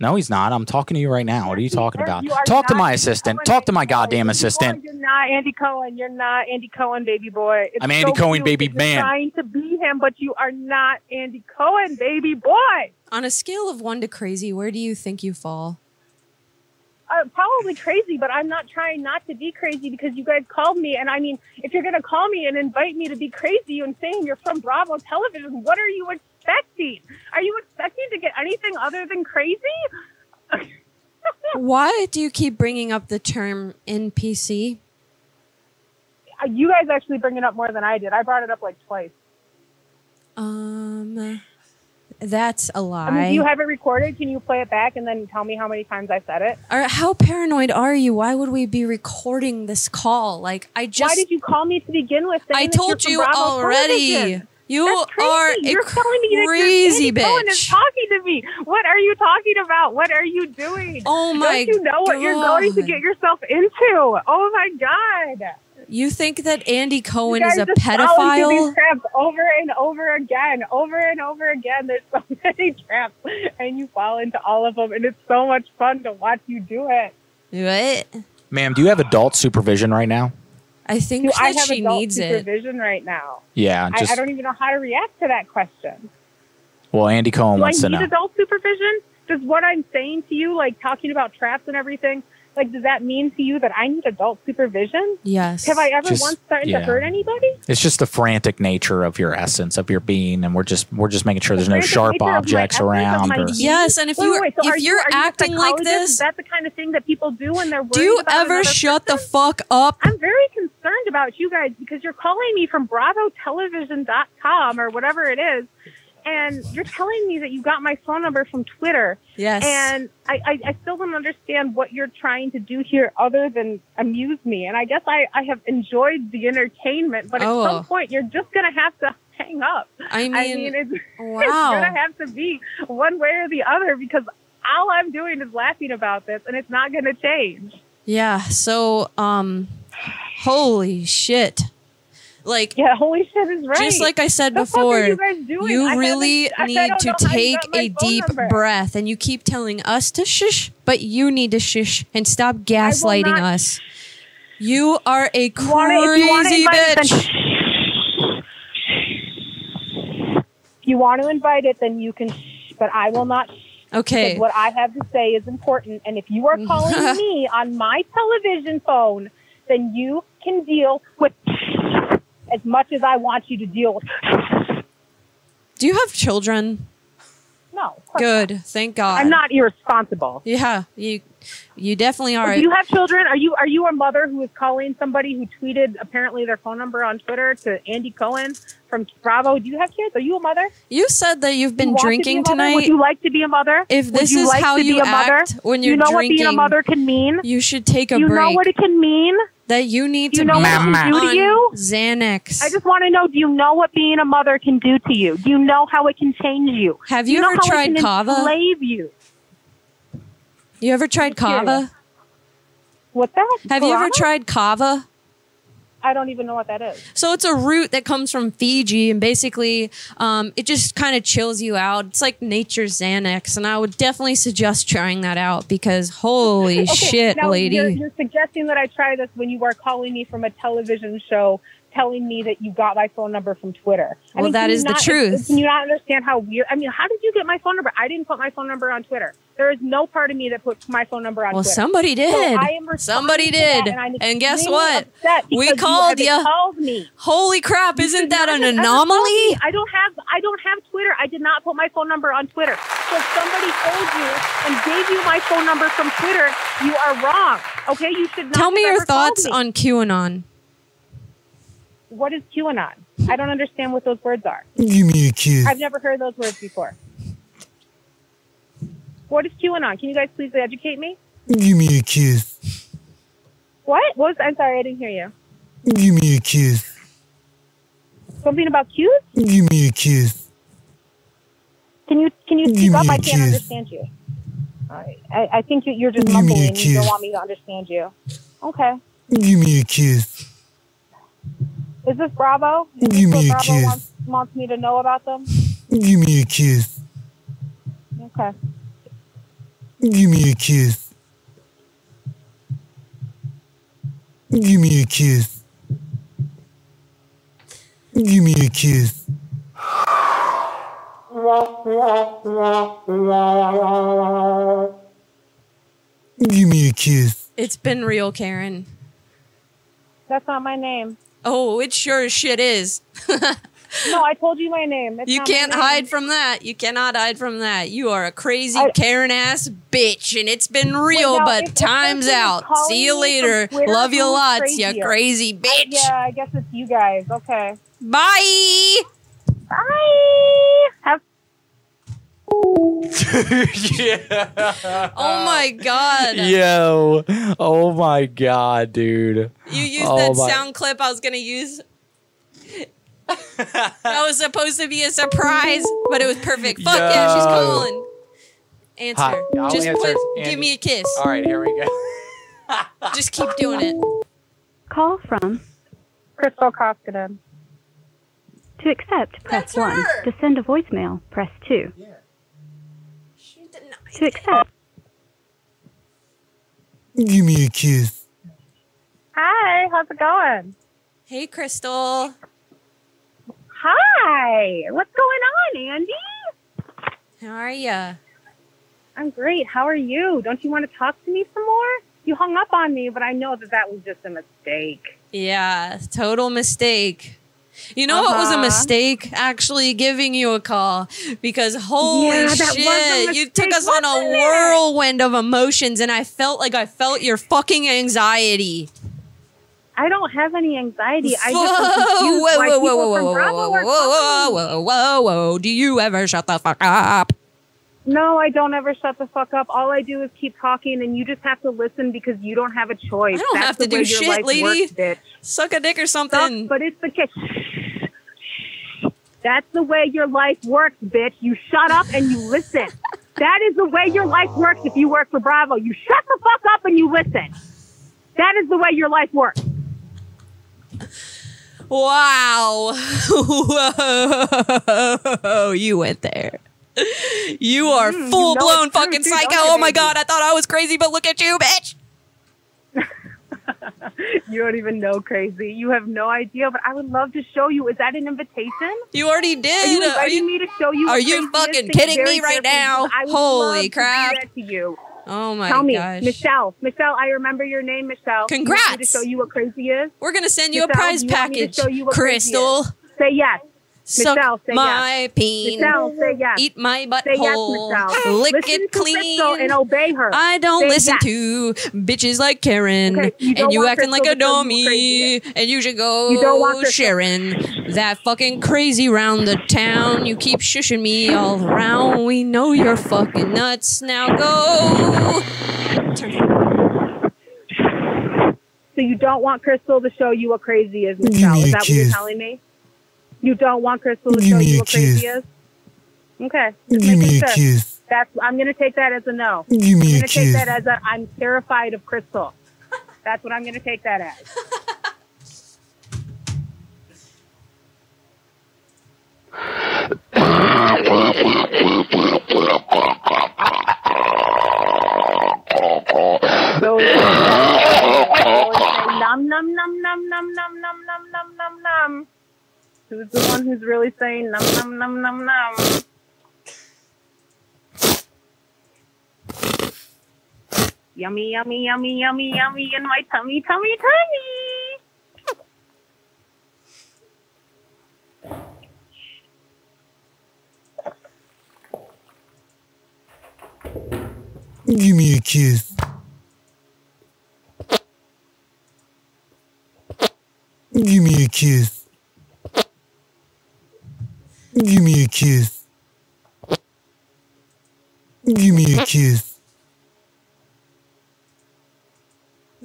Speaker 3: No, he's not. I'm talking to you right now. What are you talking
Speaker 6: are-
Speaker 3: about?
Speaker 6: you are
Speaker 3: Talk to
Speaker 6: not-
Speaker 3: my assistant. Talk to my goddamn assistant.
Speaker 6: You're not Andy Cohen. You're not Andy Cohen, baby boy. It's
Speaker 3: I'm Andy
Speaker 6: so
Speaker 3: Cohen,
Speaker 6: cute
Speaker 3: baby
Speaker 6: that you're
Speaker 3: man.
Speaker 6: Trying to be him, but you are not Andy Cohen, baby boy.
Speaker 4: On a scale of one to crazy, where do you think you fall?
Speaker 6: Uh, probably crazy, but I'm not trying not to be crazy because you guys called me. And I mean, if you're gonna call me and invite me to be crazy and saying you're from Bravo Television, what are you expecting? Are you expecting to get anything other than crazy?
Speaker 4: Why do you keep bringing up the term NPC?
Speaker 6: Uh, You guys actually bring it up more than I did. I brought it up like twice.
Speaker 4: Um, that's a lie.
Speaker 6: I mean, do you have it recorded? Can you play it back and then tell me how many times I said it?
Speaker 4: Or how paranoid are you? Why would we be recording this call? Like I just
Speaker 6: Why did you call me to begin with? saying
Speaker 4: I
Speaker 6: that
Speaker 4: told
Speaker 6: you're
Speaker 4: you
Speaker 6: from Bravo
Speaker 4: already.
Speaker 6: Television?
Speaker 4: You
Speaker 6: That's crazy.
Speaker 4: are a
Speaker 6: You're telling me that
Speaker 4: crazy
Speaker 6: you're Andy Cohen is
Speaker 4: bitch.
Speaker 6: talking to me. What are you talking about? What are you doing?
Speaker 4: Oh my
Speaker 6: Don't you know what you're going to
Speaker 4: God.
Speaker 6: get yourself into? Oh my god!
Speaker 4: You think that Andy
Speaker 6: You
Speaker 4: Cohen
Speaker 6: guys
Speaker 4: is a
Speaker 6: just fall into
Speaker 4: pedophile?
Speaker 6: These traps over and over again, over and over again. There's so many traps, and you fall into all of them, and it's so much fun to watch you do it.
Speaker 4: What?
Speaker 3: Ma'am, do you have adult supervision right now?
Speaker 4: I think
Speaker 6: Do
Speaker 4: that
Speaker 6: I have
Speaker 4: she
Speaker 6: adult
Speaker 4: needs it.
Speaker 6: supervision right now?
Speaker 3: Yeah,
Speaker 6: I, I
Speaker 3: just
Speaker 6: don't even know how to react to that question.
Speaker 3: well, Andy Cohen
Speaker 6: Do I
Speaker 3: wants to
Speaker 6: need
Speaker 3: know.
Speaker 6: adult supervision? Does what I'm saying to you, like talking about traps and everything, like does that mean to you that I need adult supervision?
Speaker 4: Yes.
Speaker 6: Have I ever
Speaker 3: Just-
Speaker 6: once started
Speaker 3: yeah.
Speaker 6: to hurt anybody?
Speaker 3: It's just the frantic nature of your essence, of your being, and we're just we're just making sure there's no
Speaker 6: Frantic
Speaker 3: sharp
Speaker 6: nature of my
Speaker 3: objects
Speaker 6: essence, of
Speaker 3: around.
Speaker 6: my
Speaker 3: Or,
Speaker 6: being?
Speaker 4: Yes, and if
Speaker 6: Wait,
Speaker 4: you're-
Speaker 6: wait, so
Speaker 4: if
Speaker 6: are you-
Speaker 4: you're
Speaker 6: are you a
Speaker 4: acting like
Speaker 6: psychologist?
Speaker 4: this-
Speaker 6: is that the kind of thing that people do when they're worried
Speaker 4: Do you
Speaker 6: about
Speaker 4: ever
Speaker 6: another
Speaker 4: shut the fuck up?
Speaker 6: I'm very concerned about you guys because you're calling me from BravoTelevision.com or whatever it is, and you're telling me that you got my phone number from Twitter.
Speaker 4: Yes.
Speaker 6: And I, I, I still don't understand what you're trying to do here other than amuse me. And I guess I, I have enjoyed the entertainment, but
Speaker 4: Oh.
Speaker 6: at some point you're just going to have to hang up.
Speaker 4: I mean,
Speaker 6: it's, it's
Speaker 4: wow.
Speaker 6: going to have to be one way or the other because all I'm doing is laughing about this and it's not going to change.
Speaker 4: Yeah. So, um, holy shit. Like,
Speaker 6: yeah, holy shit is right.
Speaker 4: Just like I said
Speaker 6: The fuck
Speaker 4: before,
Speaker 6: are you guys doing? I haven't-
Speaker 4: really
Speaker 6: I- I
Speaker 4: need
Speaker 6: don't
Speaker 4: to
Speaker 6: know how you
Speaker 4: take
Speaker 6: got my
Speaker 4: a
Speaker 6: phone
Speaker 4: deep
Speaker 6: number.
Speaker 4: breath. And you keep telling us to shush, but you need to shush and stop gaslighting
Speaker 6: not-
Speaker 4: us. You are a
Speaker 6: wanna- if you wanna
Speaker 4: crazy
Speaker 6: invite
Speaker 4: bitch.
Speaker 6: If you want to invite it, then you can, shh, but I will not. Shh,
Speaker 4: Okay. Mm-hmm.
Speaker 6: because What I have to say is important, and if you are calling me on my television phone, then you can deal with as much as I want you to deal with.
Speaker 4: Do you have children?
Speaker 6: No.
Speaker 4: Good. Thank God.
Speaker 6: I'm not irresponsible.
Speaker 4: Yeah. You, you definitely are.
Speaker 6: Do you have children? Are you are you a mother who is calling somebody who tweeted apparently their phone number on Twitter to Andy Cohen from Bravo? Do you have kids? Are you a mother?
Speaker 4: You said that you've been
Speaker 6: want to be a
Speaker 4: drinking
Speaker 6: mother?
Speaker 4: tonight.
Speaker 6: Would you like to be a mother?
Speaker 4: If
Speaker 6: Would
Speaker 4: this
Speaker 6: you
Speaker 4: is
Speaker 6: like
Speaker 4: how
Speaker 6: to
Speaker 4: you
Speaker 6: be a mother?
Speaker 4: act when
Speaker 6: You
Speaker 4: you're
Speaker 6: know what
Speaker 4: drinking,
Speaker 6: being a mother can mean.
Speaker 4: You should take a
Speaker 6: you
Speaker 4: break.
Speaker 6: know what it can mean.
Speaker 4: that you need
Speaker 6: You
Speaker 4: to
Speaker 6: know
Speaker 4: be
Speaker 6: what it can
Speaker 4: on
Speaker 6: do to you?
Speaker 4: Xanax.
Speaker 6: I just want to know: Do you know what being a mother can do to you? Do you know how it can change you?
Speaker 4: Have
Speaker 6: Do
Speaker 4: you
Speaker 6: know
Speaker 4: ever
Speaker 6: how
Speaker 4: tried
Speaker 6: it can
Speaker 4: kava?
Speaker 6: Enslave you.
Speaker 4: you ever tried kava?
Speaker 6: What's that?
Speaker 4: Have you ever
Speaker 6: Guarana?
Speaker 4: tried kava?
Speaker 6: I don't even know what that is.
Speaker 4: So it's a root that comes from Fiji, and basically, um, it just kind of chills you out. It's like nature's Xanax, and I would definitely suggest trying that out because holy
Speaker 6: Okay,
Speaker 4: shit,
Speaker 6: now
Speaker 4: lady!
Speaker 6: You're, you're suggesting that I try this when you are calling me from a television show telling me that you got my phone number from Twitter. I
Speaker 4: Well,
Speaker 6: mean,
Speaker 4: that
Speaker 6: can you
Speaker 4: is the
Speaker 6: not-
Speaker 4: truth.
Speaker 6: Can you not understand how weird? I mean, how did you get my phone number? I didn't put my phone number on Twitter. There is no part of me that put my phone number on
Speaker 4: Well,
Speaker 6: Twitter.
Speaker 4: somebody
Speaker 6: So
Speaker 4: did.
Speaker 6: I am responding
Speaker 4: Somebody
Speaker 6: to that,
Speaker 4: did.
Speaker 6: and, I'm
Speaker 4: And guess
Speaker 6: extremely
Speaker 4: what?
Speaker 6: upset
Speaker 4: We
Speaker 6: because you
Speaker 4: called
Speaker 6: haven't
Speaker 4: ya.
Speaker 6: Called me.
Speaker 4: holy crap! Isn't that an
Speaker 6: As a
Speaker 4: anomaly?
Speaker 6: selfie, I don't have I don't have Twitter. I did not put my phone number on Twitter. So if somebody told you and gave you my phone number from Twitter, you are wrong. Okay, you should not
Speaker 4: Tell me
Speaker 6: have
Speaker 4: your
Speaker 6: ever called
Speaker 4: thoughts
Speaker 6: me.
Speaker 4: on QAnon.
Speaker 6: what is QAnon? I don't understand what those words are.
Speaker 17: Give me a kiss.
Speaker 6: I've never heard those words before. What is QAnon? Can you guys please educate me?
Speaker 17: Give me a kiss.
Speaker 6: What? what was I'm sorry, I didn't hear you.
Speaker 17: Give me a kiss.
Speaker 6: Something about Qs?
Speaker 17: Give me a kiss.
Speaker 6: Can you can you
Speaker 17: Give
Speaker 6: speak
Speaker 17: me
Speaker 6: up?
Speaker 17: a
Speaker 6: I can't
Speaker 17: kiss.
Speaker 6: understand you. I, I think you, you're just
Speaker 17: Give me
Speaker 6: mumbling
Speaker 17: a
Speaker 6: and you don't
Speaker 17: kiss.
Speaker 6: want me to understand you. Okay.
Speaker 17: Give me a kiss.
Speaker 6: Is this Bravo? Is this
Speaker 17: Give
Speaker 6: what
Speaker 17: me a
Speaker 6: Bravo
Speaker 17: kiss.
Speaker 6: Wants, wants me to know about them?
Speaker 17: Give me a kiss.
Speaker 6: Okay.
Speaker 17: Give me a kiss. Give me a kiss. Give me a kiss. Give me a kiss.
Speaker 4: It's been real, Karen.
Speaker 6: That's not my name.
Speaker 4: Oh, it sure as shit is.
Speaker 6: No, I told you my name. It's
Speaker 4: you
Speaker 6: not my
Speaker 4: can't
Speaker 6: name.
Speaker 4: hide from that. You cannot hide from that. You are a crazy Karen ass bitch, and it's been real,
Speaker 6: Wait, now,
Speaker 4: but
Speaker 6: if- if
Speaker 4: times
Speaker 6: person is
Speaker 4: out.
Speaker 6: calling
Speaker 4: See you
Speaker 6: me from
Speaker 4: later.
Speaker 6: Twitter,
Speaker 4: Love you
Speaker 6: who's
Speaker 4: lots, you
Speaker 6: crazier?
Speaker 4: crazy
Speaker 6: I-
Speaker 4: bitch.
Speaker 6: yeah, I guess it's you guys. Okay.
Speaker 4: Bye.
Speaker 6: Bye. Have
Speaker 27: yeah.
Speaker 4: Oh my god.
Speaker 25: Yo. Oh my god, dude.
Speaker 4: You used
Speaker 25: Oh
Speaker 4: that
Speaker 25: my-
Speaker 4: sound clip I was gonna use. that was supposed to be a surprise, but it was perfect. Fuck yeah, she's
Speaker 25: Yo.
Speaker 4: calling. Answer.
Speaker 25: Hi. I'll
Speaker 4: Just
Speaker 25: answer,
Speaker 4: put,
Speaker 25: Andy.
Speaker 4: give me a kiss.
Speaker 25: All right, here we go.
Speaker 4: Just keep doing it.
Speaker 12: Call from
Speaker 6: Crystal Koskinen.
Speaker 12: to accept, press 1. To send a voicemail, press 2. To accept,
Speaker 17: Give me a kiss.
Speaker 6: Hi, how's it going?
Speaker 4: Hey, Crystal.
Speaker 6: Hi. What's going on, Andy?
Speaker 4: How are you?
Speaker 6: I'm great. How are you? Don't you want to talk to me some more? You hung up on me, but I know that that was just a mistake.
Speaker 4: Yeah, total mistake. You know what was a
Speaker 6: Uh-huh.
Speaker 4: mistake? Actually giving you a call because holy
Speaker 6: Yeah, that was a
Speaker 4: shit, you took
Speaker 6: mistake,
Speaker 4: us on a
Speaker 6: wasn't it?
Speaker 4: whirlwind of emotions and I felt like I felt your fucking anxiety.
Speaker 6: I don't have any anxiety. I just
Speaker 4: whoa,
Speaker 6: was
Speaker 4: whoa,
Speaker 6: confused why
Speaker 4: whoa, whoa,
Speaker 6: people
Speaker 4: whoa,
Speaker 6: from
Speaker 4: whoa,
Speaker 6: Bravo
Speaker 4: whoa,
Speaker 6: were
Speaker 4: whoa,
Speaker 6: calling me.
Speaker 4: whoa, whoa, whoa. Do you ever shut the fuck up?
Speaker 6: No, I don't ever shut the fuck up. All I do is keep talking, and you just have to listen because you don't have a choice.
Speaker 4: I don't
Speaker 6: That's
Speaker 4: have
Speaker 6: the
Speaker 4: to do
Speaker 6: way your
Speaker 4: shit,
Speaker 6: life
Speaker 4: lady.
Speaker 6: works, bitch.
Speaker 4: Suck a dick or something.
Speaker 6: but it's the case. That's the way your life works, bitch. You shut up and you listen. that is the way your life works if you work for Bravo. You shut the fuck up and you listen. That is the way your life works.
Speaker 4: Wow. Whoa. You went there. You are
Speaker 6: Mm, you
Speaker 4: full
Speaker 6: know
Speaker 4: blown
Speaker 6: it's true,
Speaker 4: fucking
Speaker 6: too,
Speaker 4: psycho.
Speaker 6: don't you,
Speaker 4: Oh my
Speaker 6: baby?
Speaker 4: god, I thought I was crazy, but look at you, bitch.
Speaker 6: You don't even know crazy. You have no idea, but I would love to show you. Is that an invitation?
Speaker 4: You already
Speaker 6: Are you
Speaker 4: did. Are
Speaker 6: inviting
Speaker 4: you-
Speaker 6: me to show you?
Speaker 4: are
Speaker 6: the
Speaker 4: you
Speaker 6: craziest
Speaker 4: fucking
Speaker 6: things
Speaker 4: kidding
Speaker 6: very
Speaker 4: me right
Speaker 6: carefully?
Speaker 4: now?
Speaker 6: I would
Speaker 4: Holy
Speaker 6: love to do
Speaker 4: crap.
Speaker 6: that to you.
Speaker 4: oh my
Speaker 6: Tell me,
Speaker 4: gosh.
Speaker 6: Michelle. Michelle, I remember your name, Michelle. You want me
Speaker 4: Congrats.
Speaker 6: to show you what crazy is.
Speaker 4: We're gonna send you a
Speaker 6: Michelle,
Speaker 4: prize
Speaker 6: do you want me to
Speaker 4: package,
Speaker 6: show you what crazy
Speaker 4: Crystal.
Speaker 6: is? Say yes.
Speaker 4: Suck
Speaker 6: Michelle, say
Speaker 4: my
Speaker 6: yes.
Speaker 4: peen.
Speaker 6: Michelle, say yes.
Speaker 4: Eat my
Speaker 6: Say yes,
Speaker 4: butthole.
Speaker 6: Michelle.
Speaker 4: Lick
Speaker 6: Listen
Speaker 4: it
Speaker 6: to
Speaker 4: clean.
Speaker 6: Crystal and obey her.
Speaker 4: I don't
Speaker 6: Say
Speaker 4: listen
Speaker 6: yes.
Speaker 4: to bitches like Karen,
Speaker 6: Okay, you don't
Speaker 4: and you
Speaker 6: want
Speaker 4: acting like
Speaker 6: Crystal
Speaker 4: a
Speaker 6: to tell you
Speaker 4: dummy, and you should go
Speaker 6: You don't
Speaker 23: Oh,
Speaker 6: want Crystal.
Speaker 4: Sharon, that fucking crazy round the town. You keep shushing me all around. We know you're fucking nuts. Now go.
Speaker 6: So you don't want Crystal to show you what crazy is,
Speaker 4: Give
Speaker 6: Michelle.
Speaker 4: me
Speaker 6: Is
Speaker 4: a
Speaker 6: that what you're
Speaker 4: kiss.
Speaker 6: telling me? You don't want Crystal to
Speaker 17: Give
Speaker 6: show
Speaker 17: me
Speaker 6: you
Speaker 17: a
Speaker 6: what crazy
Speaker 17: kiss.
Speaker 6: is? Okay.
Speaker 17: Give
Speaker 6: Making
Speaker 17: me a
Speaker 6: sure.
Speaker 17: kiss.
Speaker 6: That's I'm gonna take that as a no.
Speaker 17: Give me a
Speaker 6: I'm gonna
Speaker 17: kiss.
Speaker 6: take that as a I'm terrified of Crystal. That's what I'm gonna take that as. So it's I always say, num num num num num num num num num num num. Who's the one who's really saying num num num num num? Yummy, yummy, yummy, yummy, yummy in my tummy, tummy, tummy.
Speaker 17: Give me a kiss. Give me a kiss. Give me a kiss. Give me a kiss.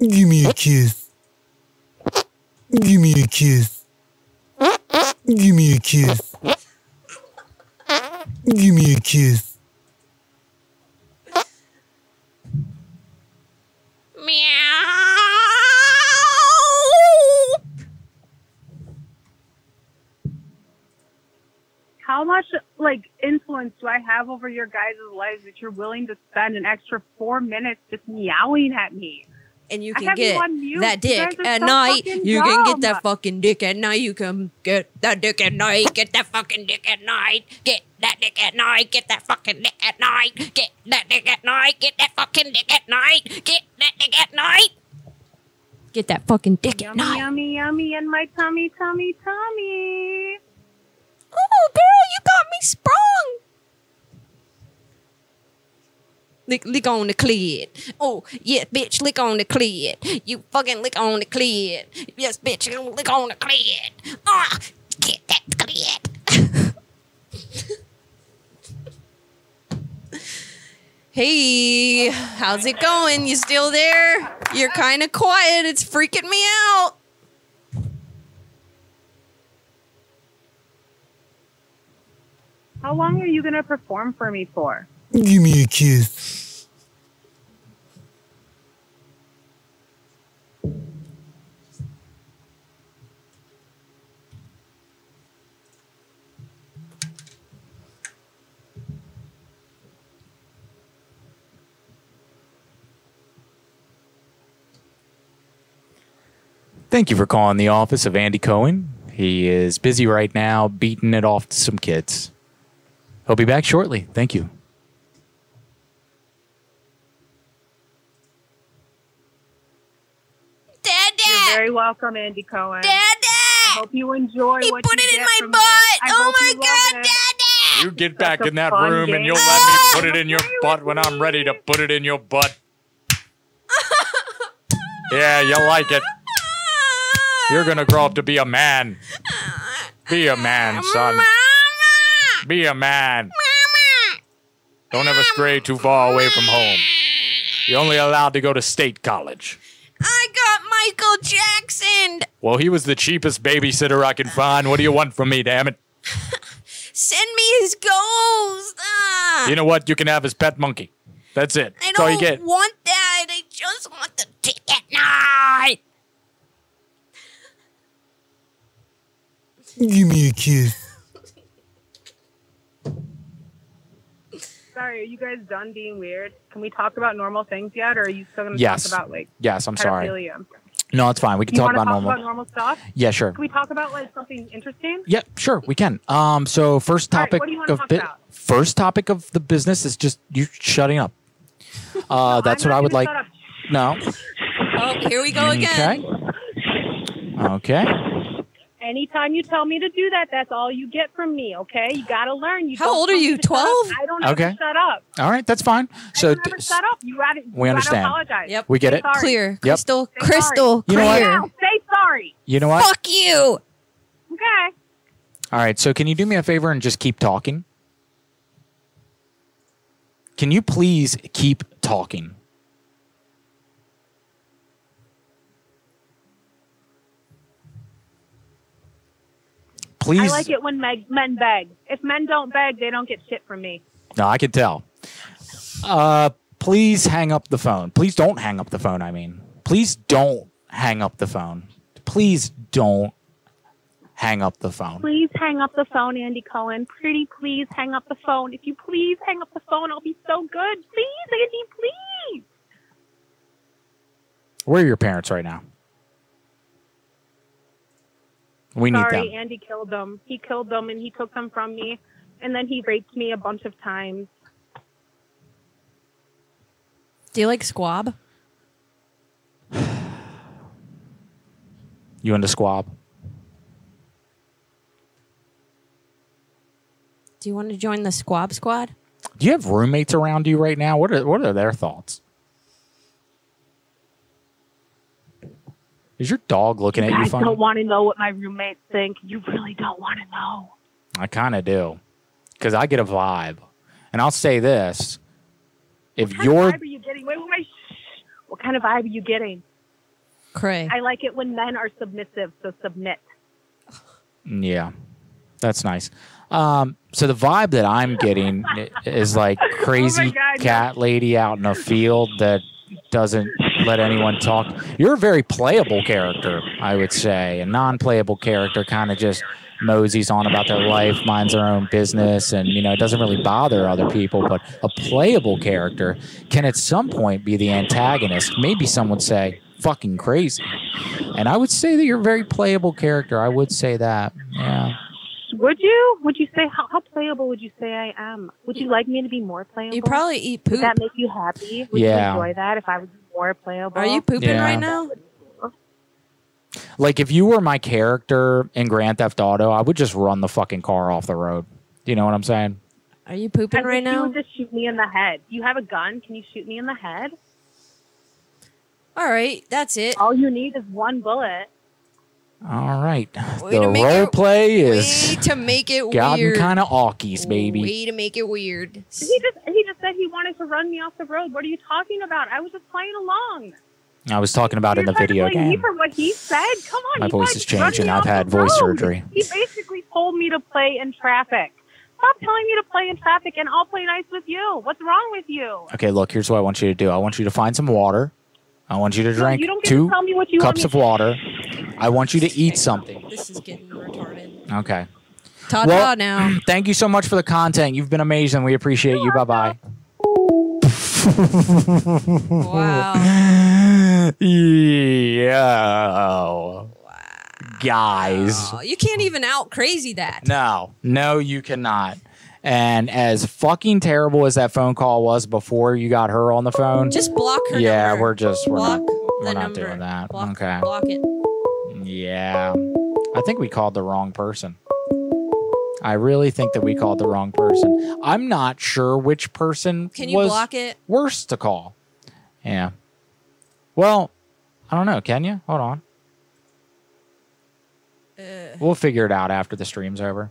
Speaker 17: Give me a kiss. Give me a kiss. Give me a kiss. Give me a kiss.
Speaker 6: much like influence do I have over your guys' lives that you're willing to spend an extra four minutes just meowing at me?
Speaker 23: And you
Speaker 6: I
Speaker 23: can
Speaker 6: have
Speaker 23: get
Speaker 6: on mute.
Speaker 23: that
Speaker 6: You guys
Speaker 23: dick
Speaker 6: are
Speaker 23: at
Speaker 6: so
Speaker 23: night.
Speaker 6: fucking
Speaker 23: You can get
Speaker 6: dumb.
Speaker 23: that fucking dick at night. You can get that dick at night. Get that fucking dick at night. Get that dick at night. Get that fucking dick at night. Get that dick at night. Get that fucking dick at night. Get that dick at night. Get that fucking dick at night.
Speaker 6: Yummy, yummy, yummy, and my tummy, tummy, tummy.
Speaker 23: Oh, girl, you got me sprung. Lick, lick on the clit. Oh, yeah, bitch, lick on the clit. You fucking lick on the clit. Yes, bitch, you lick on the clit. Ah, get that clit. hey, how's it going? You still there? You're kind of quiet. It's freaking me out.
Speaker 6: How long are you gonna perform for me for?
Speaker 17: Give me a kiss.
Speaker 3: Thank you for calling the office of Andy Cohen. He is busy right now beating it off to some kids. He'll be back shortly. Thank you.
Speaker 23: Dad,
Speaker 6: You're very welcome, Andy Cohen. Dad,
Speaker 23: I
Speaker 6: hope you enjoy
Speaker 23: He
Speaker 6: what
Speaker 23: put
Speaker 6: you
Speaker 23: it in
Speaker 6: get
Speaker 23: my
Speaker 6: from
Speaker 23: butt.
Speaker 6: this. I
Speaker 23: Oh
Speaker 6: hope
Speaker 23: my
Speaker 6: you love
Speaker 23: God,
Speaker 6: it.
Speaker 25: You get back
Speaker 6: a
Speaker 25: in that
Speaker 6: fun
Speaker 25: room and
Speaker 6: game.
Speaker 25: you'll let me put it in your butt when I'm ready to put it in your butt. yeah, you like it. You're gonna grow up to be a man. Be a man, son. Be a man. Don't ever stray too far away from home. You're only allowed to go to state college.
Speaker 23: I got Michael Jackson.
Speaker 25: Well, he was the cheapest babysitter I could find. What do you want from me, damn it?
Speaker 23: Send me his ghost. Ah,
Speaker 25: You know what? You can have his pet monkey. That's it.
Speaker 23: I
Speaker 25: That's all you get.
Speaker 23: don't want that. I just want the dick at night.
Speaker 17: Give me a kiss.
Speaker 6: Sorry, are you guys done being weird? Can we talk about normal things yet, or are you still gonna
Speaker 3: Yes.
Speaker 6: talk about like?
Speaker 3: Yes, I'm sorry.
Speaker 6: pedophilia?
Speaker 3: No, it's fine. We can
Speaker 6: you
Speaker 3: talk
Speaker 6: wanna
Speaker 3: about
Speaker 6: talk
Speaker 3: normal.
Speaker 6: about normal stuff.
Speaker 3: Yeah, sure.
Speaker 6: Can we talk about like something interesting?
Speaker 3: Yep, sure, we can. Um, so first
Speaker 6: All right,
Speaker 3: topic
Speaker 6: what do you wanna
Speaker 3: of
Speaker 6: talk
Speaker 3: bit.
Speaker 6: about?
Speaker 3: First topic of the business is just you shutting up. Uh, that's what I would like. No.
Speaker 23: Oh, here we go again.
Speaker 3: Okay. Okay.
Speaker 6: Anytime you tell me to do that, that's all you get from me. Okay, you gotta learn. You
Speaker 23: How
Speaker 6: don't
Speaker 23: old
Speaker 6: tell
Speaker 23: are
Speaker 6: me
Speaker 23: you,
Speaker 6: to shut up.
Speaker 23: 12?
Speaker 6: I don't. ever
Speaker 3: Okay.
Speaker 6: Shut up.
Speaker 3: All right. That's fine. So
Speaker 6: Don't ever shut up. You gotta. you
Speaker 3: we understand.
Speaker 6: Gotta apologize.
Speaker 3: Yep. We get it.
Speaker 6: Sorry.
Speaker 3: Clear. Yep.
Speaker 23: Crystal,
Speaker 6: Say
Speaker 23: crystal,
Speaker 3: You know what?
Speaker 23: clear.
Speaker 6: Now, say sorry.
Speaker 3: you know what?
Speaker 23: Fuck you.
Speaker 6: Okay.
Speaker 3: All right. So can you do me a favor and just keep talking? Can you please keep talking? Please.
Speaker 6: I like it when meg- men beg. If men don't beg, they don't get shit from me.
Speaker 3: No, I can tell. Uh, please hang up the phone. Please don't hang up the phone. I mean, please don't hang up the phone. Please don't hang up the phone.
Speaker 6: Please hang up the phone, Andy Cohen. Pretty please hang up the phone. If you please hang up the phone, I'll be so good. Please, Andy, please.
Speaker 3: Where are your parents right now? We need
Speaker 6: Sorry,
Speaker 3: them.
Speaker 6: Andy killed them. He killed them and he took them from me. And then he raped me a bunch of times.
Speaker 23: Do you like squab?
Speaker 3: You into squab?
Speaker 23: Do you want to join the squab squad?
Speaker 3: Do you have roommates around you right now? What are what are their thoughts? Is your dog looking at
Speaker 6: I
Speaker 3: you funny?
Speaker 6: don't want to know what my roommates think. You really don't want to know.
Speaker 3: I kind of do, because I get a vibe, and I'll say this: if
Speaker 6: What
Speaker 3: you're
Speaker 6: vibe are you getting? Wait, wait, wait. Shh. What kind of vibe are you getting?
Speaker 23: Cray.
Speaker 6: I like it when men are submissive, so submit.
Speaker 3: Yeah, that's nice. Um, so the vibe that I'm getting i- is like crazy
Speaker 6: God,
Speaker 3: cat lady out in a field that doesn't let anyone talk. You're a very playable character, I would say, a non-playable character, kind of just moseys on about their life, minds their own business, and you know it doesn't really bother other people. But a playable character can at some point be the antagonist. Maybe some would say fucking crazy, and I would say that you're a very playable character. I would say that. Yeah.
Speaker 6: Would you? Would you say how, how playable would you say I am? Would you like me to be more playable? You
Speaker 4: probably eat poop.
Speaker 6: Would that make you happy? Would
Speaker 3: Yeah.
Speaker 6: you enjoy that if I was more playable?
Speaker 4: Are you pooping
Speaker 3: Yeah.
Speaker 4: right now?
Speaker 3: Like if you were my character in Grand Theft Auto, I would just run the fucking car off the road. Do you know what I'm saying?
Speaker 4: Are you pooping
Speaker 6: And
Speaker 4: right
Speaker 6: if
Speaker 4: now?
Speaker 6: You would just shoot me in the head. You have a gun. Can you shoot me in the head?
Speaker 4: All right, that's it.
Speaker 6: All you need is one bullet.
Speaker 3: All right.
Speaker 4: Way
Speaker 3: the
Speaker 4: to make
Speaker 3: role
Speaker 4: it-
Speaker 3: play is
Speaker 4: Way to make it
Speaker 3: gotten
Speaker 4: weird.
Speaker 3: kind of awkies, baby.
Speaker 4: Way to make it weird.
Speaker 6: He just he just said he wanted to run me off the road. What are you talking about? I was just playing along.
Speaker 3: I was talking about in the video
Speaker 6: Like me
Speaker 3: game.
Speaker 6: for what he said. Come on.
Speaker 3: My
Speaker 6: he
Speaker 3: voice
Speaker 6: tried
Speaker 3: is
Speaker 6: to run
Speaker 3: changing.
Speaker 6: me
Speaker 3: I've
Speaker 6: off
Speaker 3: had
Speaker 6: the
Speaker 3: voice
Speaker 6: road.
Speaker 3: surgery.
Speaker 6: He basically told me to play in traffic. Stop telling me to play in traffic, and I'll play nice with you. What's wrong with you?
Speaker 3: Okay, look, here's what I want you to do. I want you to find some water. I want you to
Speaker 6: No,
Speaker 3: drink
Speaker 6: you don't get to
Speaker 3: two
Speaker 6: tell me what you want
Speaker 3: cups
Speaker 6: me
Speaker 3: of water. I want you to eat something.
Speaker 4: This is getting retarded.
Speaker 3: Okay.
Speaker 4: Ta-ta
Speaker 3: Well,
Speaker 4: now.
Speaker 3: Thank you so much for the content. You've been amazing. We appreciate you. Bye bye. wow. Yeah. Guys.
Speaker 4: Oh, you can't even out crazy that.
Speaker 3: No, no, you cannot. And as fucking terrible as that phone call was before you got her on the phone,
Speaker 4: Just block her
Speaker 3: Yeah, we're just we're not we're
Speaker 4: the
Speaker 3: not
Speaker 4: number.
Speaker 3: doing that.
Speaker 4: Block-
Speaker 3: okay.
Speaker 4: Block it.
Speaker 3: Yeah, I think we called the wrong person. I really think that we called the wrong person. I'm not sure which person
Speaker 4: Can you
Speaker 3: was
Speaker 4: block it?
Speaker 3: worse to call. Yeah. Well, I don't know. Can you? Hold on.
Speaker 4: Uh.
Speaker 3: We'll figure it out after the stream's over.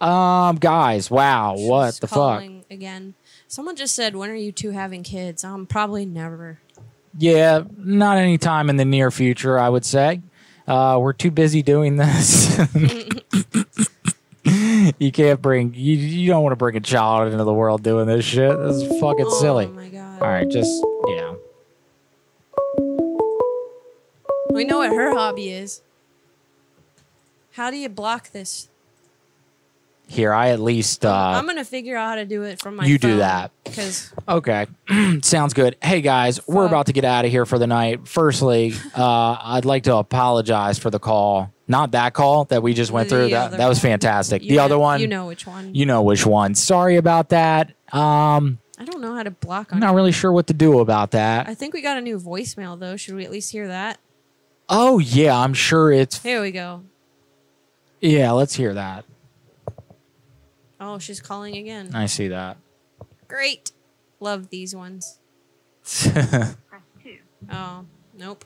Speaker 3: Um, guys, wow, what the fuck?
Speaker 4: Calling again. Someone just said, "When are you two having kids?" Um, probably never.
Speaker 3: Yeah, not anytime in the near future, I would say. Uh, we're too busy doing this. you can't bring you, you don't want to bring a child into the world doing this shit. This is fucking
Speaker 4: Oh
Speaker 3: silly. All right, just yeah.
Speaker 4: We know what her hobby is. How do you block this?
Speaker 3: Here, I at least
Speaker 4: I'm
Speaker 3: uh
Speaker 4: gonna figure out how to do it from my.
Speaker 3: you do that.
Speaker 4: because
Speaker 3: Okay. Sounds good. Hey guys, we're about to get out of here for the night. Firstly, uh, I'd like to apologize for the call. Not that call that we just went
Speaker 4: The
Speaker 3: through. That
Speaker 4: other
Speaker 3: that was
Speaker 4: one.
Speaker 3: fantastic. the other one,
Speaker 4: You know which one.
Speaker 3: you know which one. Sorry about that. Um,
Speaker 4: I don't know how to block
Speaker 3: I'm
Speaker 4: on.
Speaker 3: not really sure what to do about that.
Speaker 4: I think we got a new voicemail though. Should we at least hear that?
Speaker 3: Oh yeah, I'm sure it's
Speaker 4: Here we go.
Speaker 3: yeah. Let's hear that.
Speaker 4: Oh, she's calling again.
Speaker 3: I see that.
Speaker 4: Great. Love these ones. Oh, nope.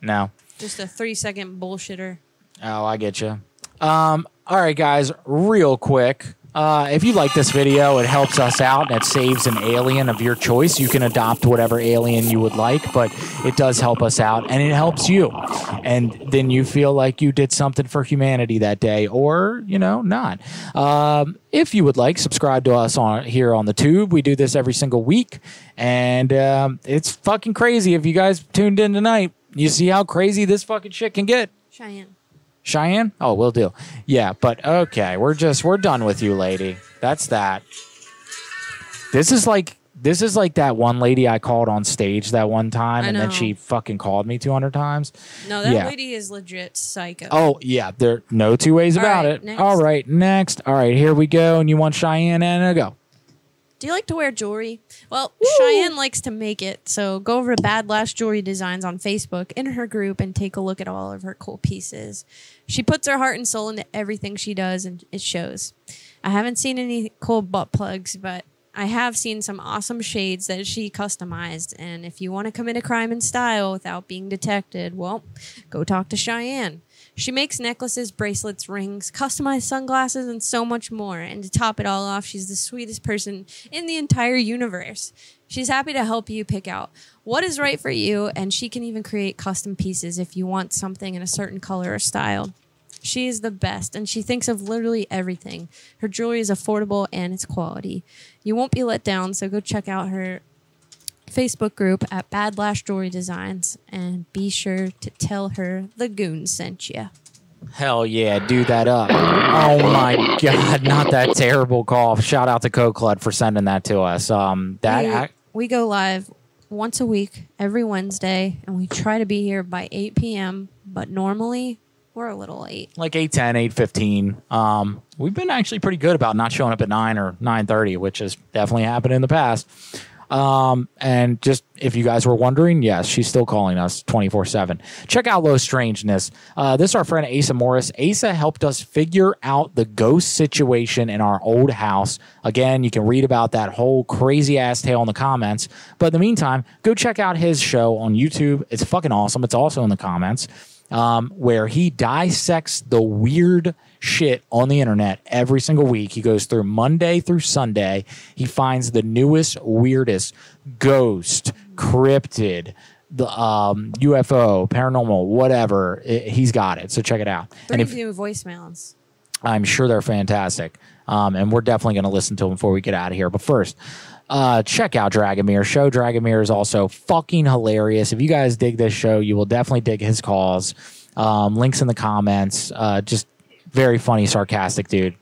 Speaker 3: no.
Speaker 4: Just a three second bullshitter.
Speaker 3: Oh, I get you. Um, all right, guys, real quick. Uh, if you like this video, it helps us out and it saves an alien of your choice. You can adopt whatever alien you would like, but it does help us out and it helps you. And then you feel like you did something for humanity that day or, you know, not. Um, if you would like, subscribe to us on here on the tube. We do this every single week. And um, it's fucking crazy. If you guys tuned in tonight, you see how crazy this fucking shit can get.
Speaker 4: Cheyenne.
Speaker 3: Cheyenne? Oh, we'll do. Yeah, but okay, we're just we're done with you, lady. That's that. This is like this is like that one lady I called on stage that one time,
Speaker 4: I
Speaker 3: and then
Speaker 4: know.
Speaker 3: she fucking called me two hundred times.
Speaker 4: No, that
Speaker 3: yeah.
Speaker 4: lady is legit psycho.
Speaker 3: Oh yeah, there no two ways
Speaker 4: All
Speaker 3: about
Speaker 4: right,
Speaker 3: it.
Speaker 4: next.
Speaker 3: All right, next. All right, here we go. And you want Cheyenne and a go?
Speaker 4: Do you like to wear jewelry? Well, Cheyenne likes to make it, so go over to Bad Lash Jewelry Designs on Facebook in her group and take a look at all of her cool pieces. She puts her heart and soul into everything she does, and it shows. I haven't seen any cool butt plugs, but I have seen some awesome shades that she customized. And if you want to commit a crime in style without being detected, well, go talk to Cheyenne. She makes necklaces, bracelets, rings, customized sunglasses, and so much more. And to top it all off, she's the sweetest person in the entire universe. She's happy to help you pick out what is right for you, and she can even create custom pieces if you want something in a certain color or style. She is the best, and she thinks of literally everything. Her jewelry is affordable and it's quality. You won't be let down, so go check out her Facebook group at Bad Lash Jewelry Designs and be sure to tell her the goon sent you.
Speaker 3: Hell yeah, do that up. Oh my god, not that terrible cough. Shout out to CoClut for sending that to us. Um that
Speaker 4: we,
Speaker 3: ac-
Speaker 4: we go live once a week, every Wednesday, and we try to be here by 8 p.m. But normally, we're a little late.
Speaker 3: like 810, 815. Um we've been actually pretty good about not showing up at 9 or 9:30, which has definitely happened in the past. Um and just if you guys were wondering, yes, she's still calling us 24/7. Check out Low Strangeness. Uh this is our friend Asa Morris. Asa helped us figure out the ghost situation in our old house. Again, you can read about that whole crazy ass tale in the comments. But in the meantime, go check out his show on YouTube. It's fucking awesome. It's also in the comments um, where he dissects the weird shit on the internet every single week. He goes through Monday through Sunday. He finds the newest, weirdest ghost, cryptid, the um, UFO, paranormal, whatever. I- he's got it. So check it out.
Speaker 4: Three
Speaker 3: and if
Speaker 4: new voicemails.
Speaker 3: I'm sure they're fantastic. Um, and we're definitely going to listen to them before we get out of here. But first, uh, check out Dragomir show. Dragomir is also fucking hilarious. If you guys dig this show, you will definitely dig his calls. Um, links in the comments. Uh, just very funny, sarcastic dude.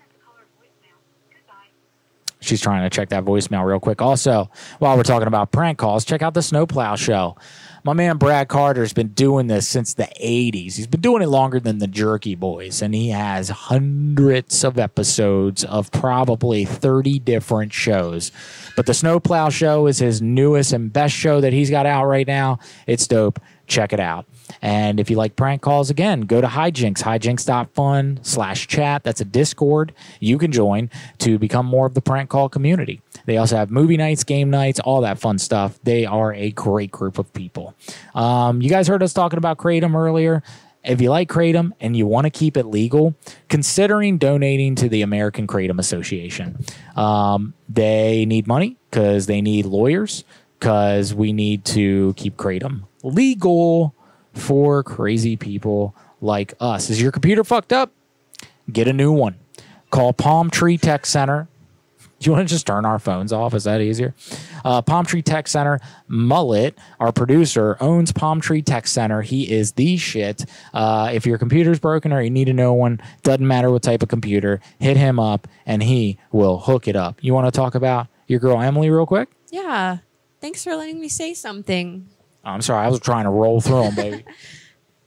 Speaker 3: She's trying to check that voicemail real quick. Also, while we're talking about prank calls, check out the Snowplow Show. My man Brad Carter's been doing this since the 80s. He's been doing it longer than the Jerky Boys, and he has hundreds of episodes of probably 30 different shows. But the Snowplow Show is his newest and best show that he's got out right now. It's dope. Check it out. And if you like prank calls, again, go to hijinks, hijinks.fun slash chat. That's a Discord you can join to become more of the prank call community. They also have movie nights, game nights, all that fun stuff. They are a great group of people. Um, you guys heard us talking about Kratom earlier. If you like Kratom and you want to keep it legal, considering donating to the American Kratom Association. Um, they need money because they need lawyers because we need to keep Kratom legal for crazy people like us. Is your computer fucked up? Get a new one. Call Palm Tree Tech Center. Do you want to just turn our phones off? Is that easier? Uh, Palm Tree Tech Center, Mullet, our producer, owns Palm Tree Tech Center. He is the shit. Uh, if your computer's broken or you need a new one, doesn't matter what type of computer, hit him up and he will hook it up. You want to talk about your girl Emily real quick?
Speaker 4: Yeah. Thanks for letting me say something.
Speaker 3: I'm sorry, I was trying to roll through them, baby.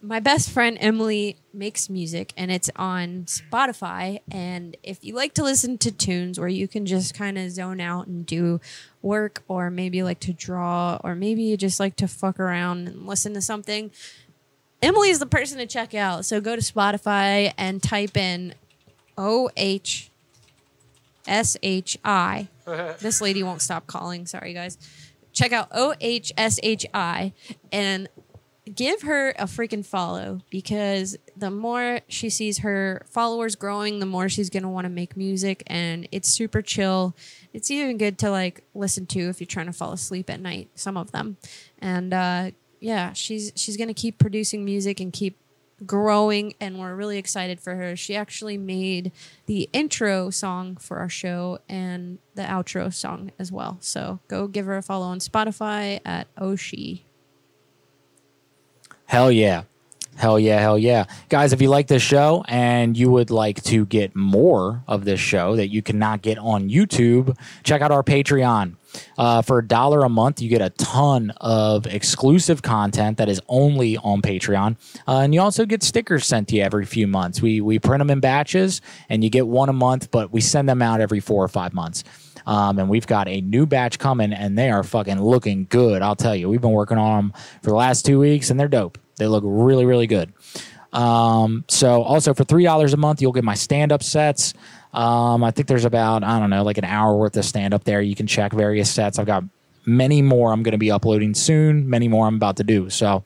Speaker 4: my best friend Emily makes music and it's on Spotify. And if you like to listen to tunes where you can just kind of zone out and do work, or maybe you like to draw, or maybe you just like to fuck around and listen to something, Emily is the person to check out. So go to Spotify and type in O H S H I. This lady won't stop calling. Sorry, guys. Check out O H S H I and give her a freaking follow because the more she sees her followers growing, the more she's going to want to make music. And it's super chill. It's even good to like listen to if you're trying to fall asleep at night, some of them. And uh, yeah, she's she's going to keep producing music and keep growing and we're really excited for her. She actually made the intro song for our show and the outro song as well. So go give her a follow on Spotify at Oshi.
Speaker 3: Hell yeah. Hell yeah, hell yeah. Guys, if you like this show and you would like to get more of this show that you cannot get on YouTube, check out our Patreon. Uh, for a dollar a month, you get a ton of exclusive content that is only on Patreon. Uh, and you also get stickers sent to you every few months. We, we print them in batches and you get one a month, but we send them out every four or five months. Um, and we've got a new batch coming, and they are fucking looking good. I'll tell you, we've been working on them for the last two weeks, and they're dope. They look really, really good. Um, so also for three dollars a month, you'll get my stand up sets. Um, I think there's about I don't know, like an hour worth of stand up there. You can check various sets. I've got many more I'm going to be uploading soon. Many more I'm about to do. So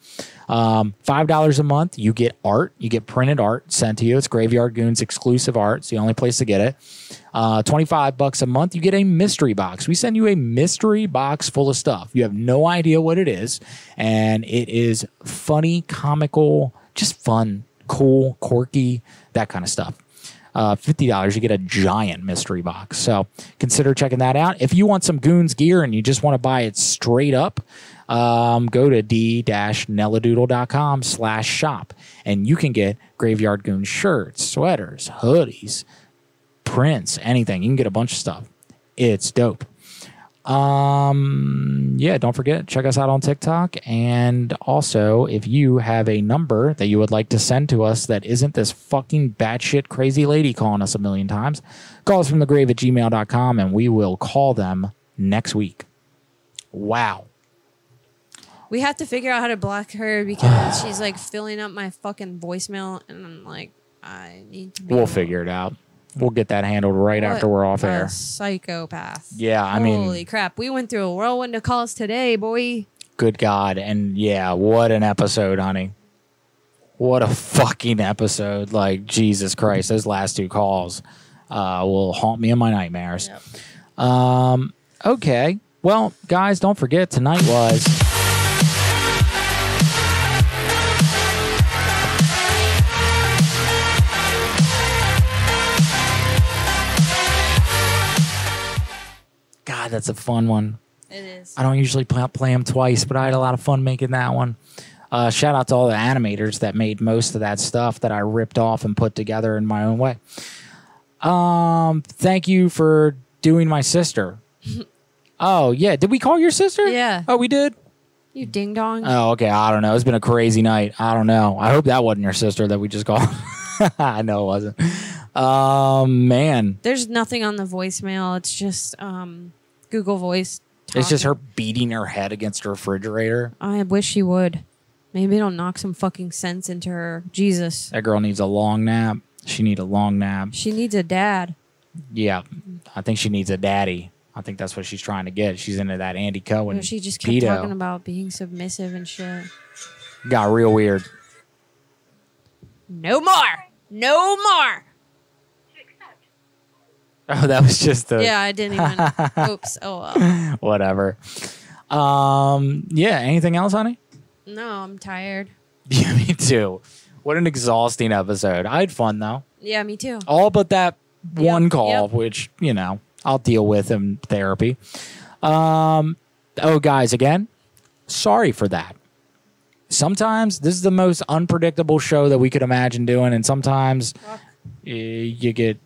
Speaker 3: um, five dollars a month, you get art. You get printed art sent to you. It's Graveyard Goons exclusive art. It's the only place to get it. Uh, Twenty-five bucks a month, you get a mystery box. We send you a mystery box full of stuff. You have no idea what it is, and it is funny, comical, just fun, cool, quirky, that kind of stuff uh, $50, you get a giant mystery box. So consider checking that out. If you want some Goons gear and you just want to buy it straight up, um, go to d-nelladoodle.com slash shop and you can get Graveyard Goon shirts, sweaters, hoodies, prints, anything. You can get a bunch of stuff. It's dope. Um, yeah, don't forget, check us out on TikTok. And also, if you have a number that you would like to send to us that isn't this fucking batshit crazy lady calling us a million times, call us from the grave at gmail.com and we will call them next week. Wow.
Speaker 4: We have to figure out how to block her because she's like filling up my fucking voicemail, and I'm like, I need to be
Speaker 3: We'll figure it out. We'll get that handled right after
Speaker 4: What
Speaker 3: we're off
Speaker 4: a
Speaker 3: air.
Speaker 4: Psychopath.
Speaker 3: Yeah, I mean,
Speaker 4: holy crap, we went through a whirlwind of calls today, boy.
Speaker 3: good God. And yeah, what an episode, honey. What a fucking episode. Like, Jesus Christ, those last two calls uh, will haunt me in my nightmares. Um, okay. Well, guys, don't forget tonight was. God, that's a fun one.
Speaker 4: It is.
Speaker 3: I don't usually play, play them twice, but I had a lot of fun making that one. Uh, shout out to all the animators that made most of that stuff that I ripped off and put together in my own way. Um, thank you for doing my sister. oh yeah, did we call your sister?
Speaker 4: Yeah.
Speaker 3: Oh, we did.
Speaker 4: You ding dong.
Speaker 3: Oh, okay. I don't know. It's been a crazy night. I don't know. I hope that wasn't your sister that we just called. I know it wasn't. Um, man,
Speaker 4: There's nothing on the voicemail. It's just um, Google Voice.
Speaker 3: it's just her beating her head against her refrigerator.
Speaker 4: I wish you would. Maybe it'll knock some fucking sense into her. Jesus.
Speaker 3: That girl needs a long nap. She need a long nap.
Speaker 4: She needs a dad.
Speaker 3: Yeah, I think she needs a daddy. I think that's what she's trying to get. She's into that Andy Cohen.
Speaker 4: When she just kept
Speaker 3: pedo.
Speaker 4: talking about being submissive and shit.
Speaker 3: Got real weird.
Speaker 4: No more. No more.
Speaker 3: Oh, that was just the
Speaker 4: Yeah, I didn't even. Oops. Oh, well.
Speaker 3: whatever. Um, yeah. Anything else, honey?
Speaker 4: No, I'm tired.
Speaker 3: Yeah, me too. What an exhausting episode. I had fun though.
Speaker 4: Yeah, me too.
Speaker 3: All but that one call, which you know I'll deal with in therapy. Um, oh, guys, again, sorry for that. Sometimes this is the most unpredictable show that we could imagine doing, and sometimes eh, you get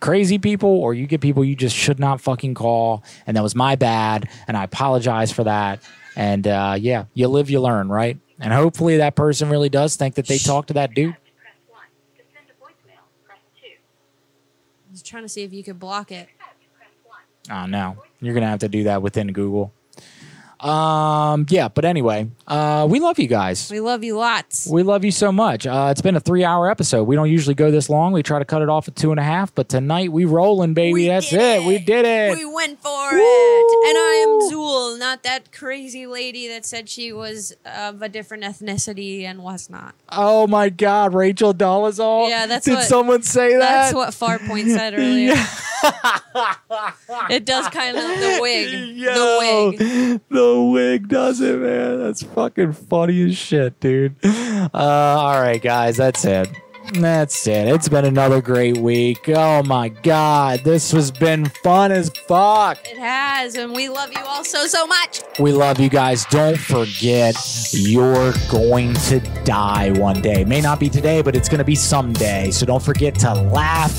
Speaker 3: crazy people or you get people you just should not fucking call, and that was my bad, and I apologize for that. And uh, yeah, you live, you learn, right? And hopefully that person really does think that they talked to that dude.
Speaker 4: I was trying to see if you could block it.
Speaker 3: Oh no, you're gonna have to do that within Google. Um, yeah, but anyway, uh, we love you guys.
Speaker 4: We love you lots.
Speaker 3: We love you so much. Uh, it's been a three-hour episode. We don't usually go this long. We try to cut it off at two and a half, but tonight we rolling, baby. That's it. We did it.
Speaker 4: We went for it. And I am Zool, not that crazy lady that said she was of a different ethnicity and was not.
Speaker 3: oh my God, Rachel Dolezal.
Speaker 4: Yeah, that's
Speaker 3: did
Speaker 4: what-
Speaker 3: someone say that?
Speaker 4: That's what Farpoint said earlier. it does kind of the wig. The wig.
Speaker 3: The wig does it, man. That's fucking funny as shit, dude. Uh, all right, guys, that's it. That's it. It's been another great week. Oh my god, this has been fun as fuck.
Speaker 4: It has, and we love you all so so much.
Speaker 3: We love you guys. Don't forget, you're going to die one day. May not be today, but it's going to be someday. So don't forget to laugh.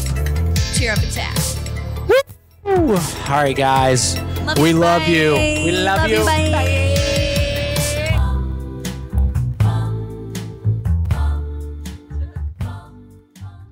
Speaker 4: Cheer up, attack.
Speaker 3: Woo! All right, guys. we love you. We love, you.
Speaker 4: Bye.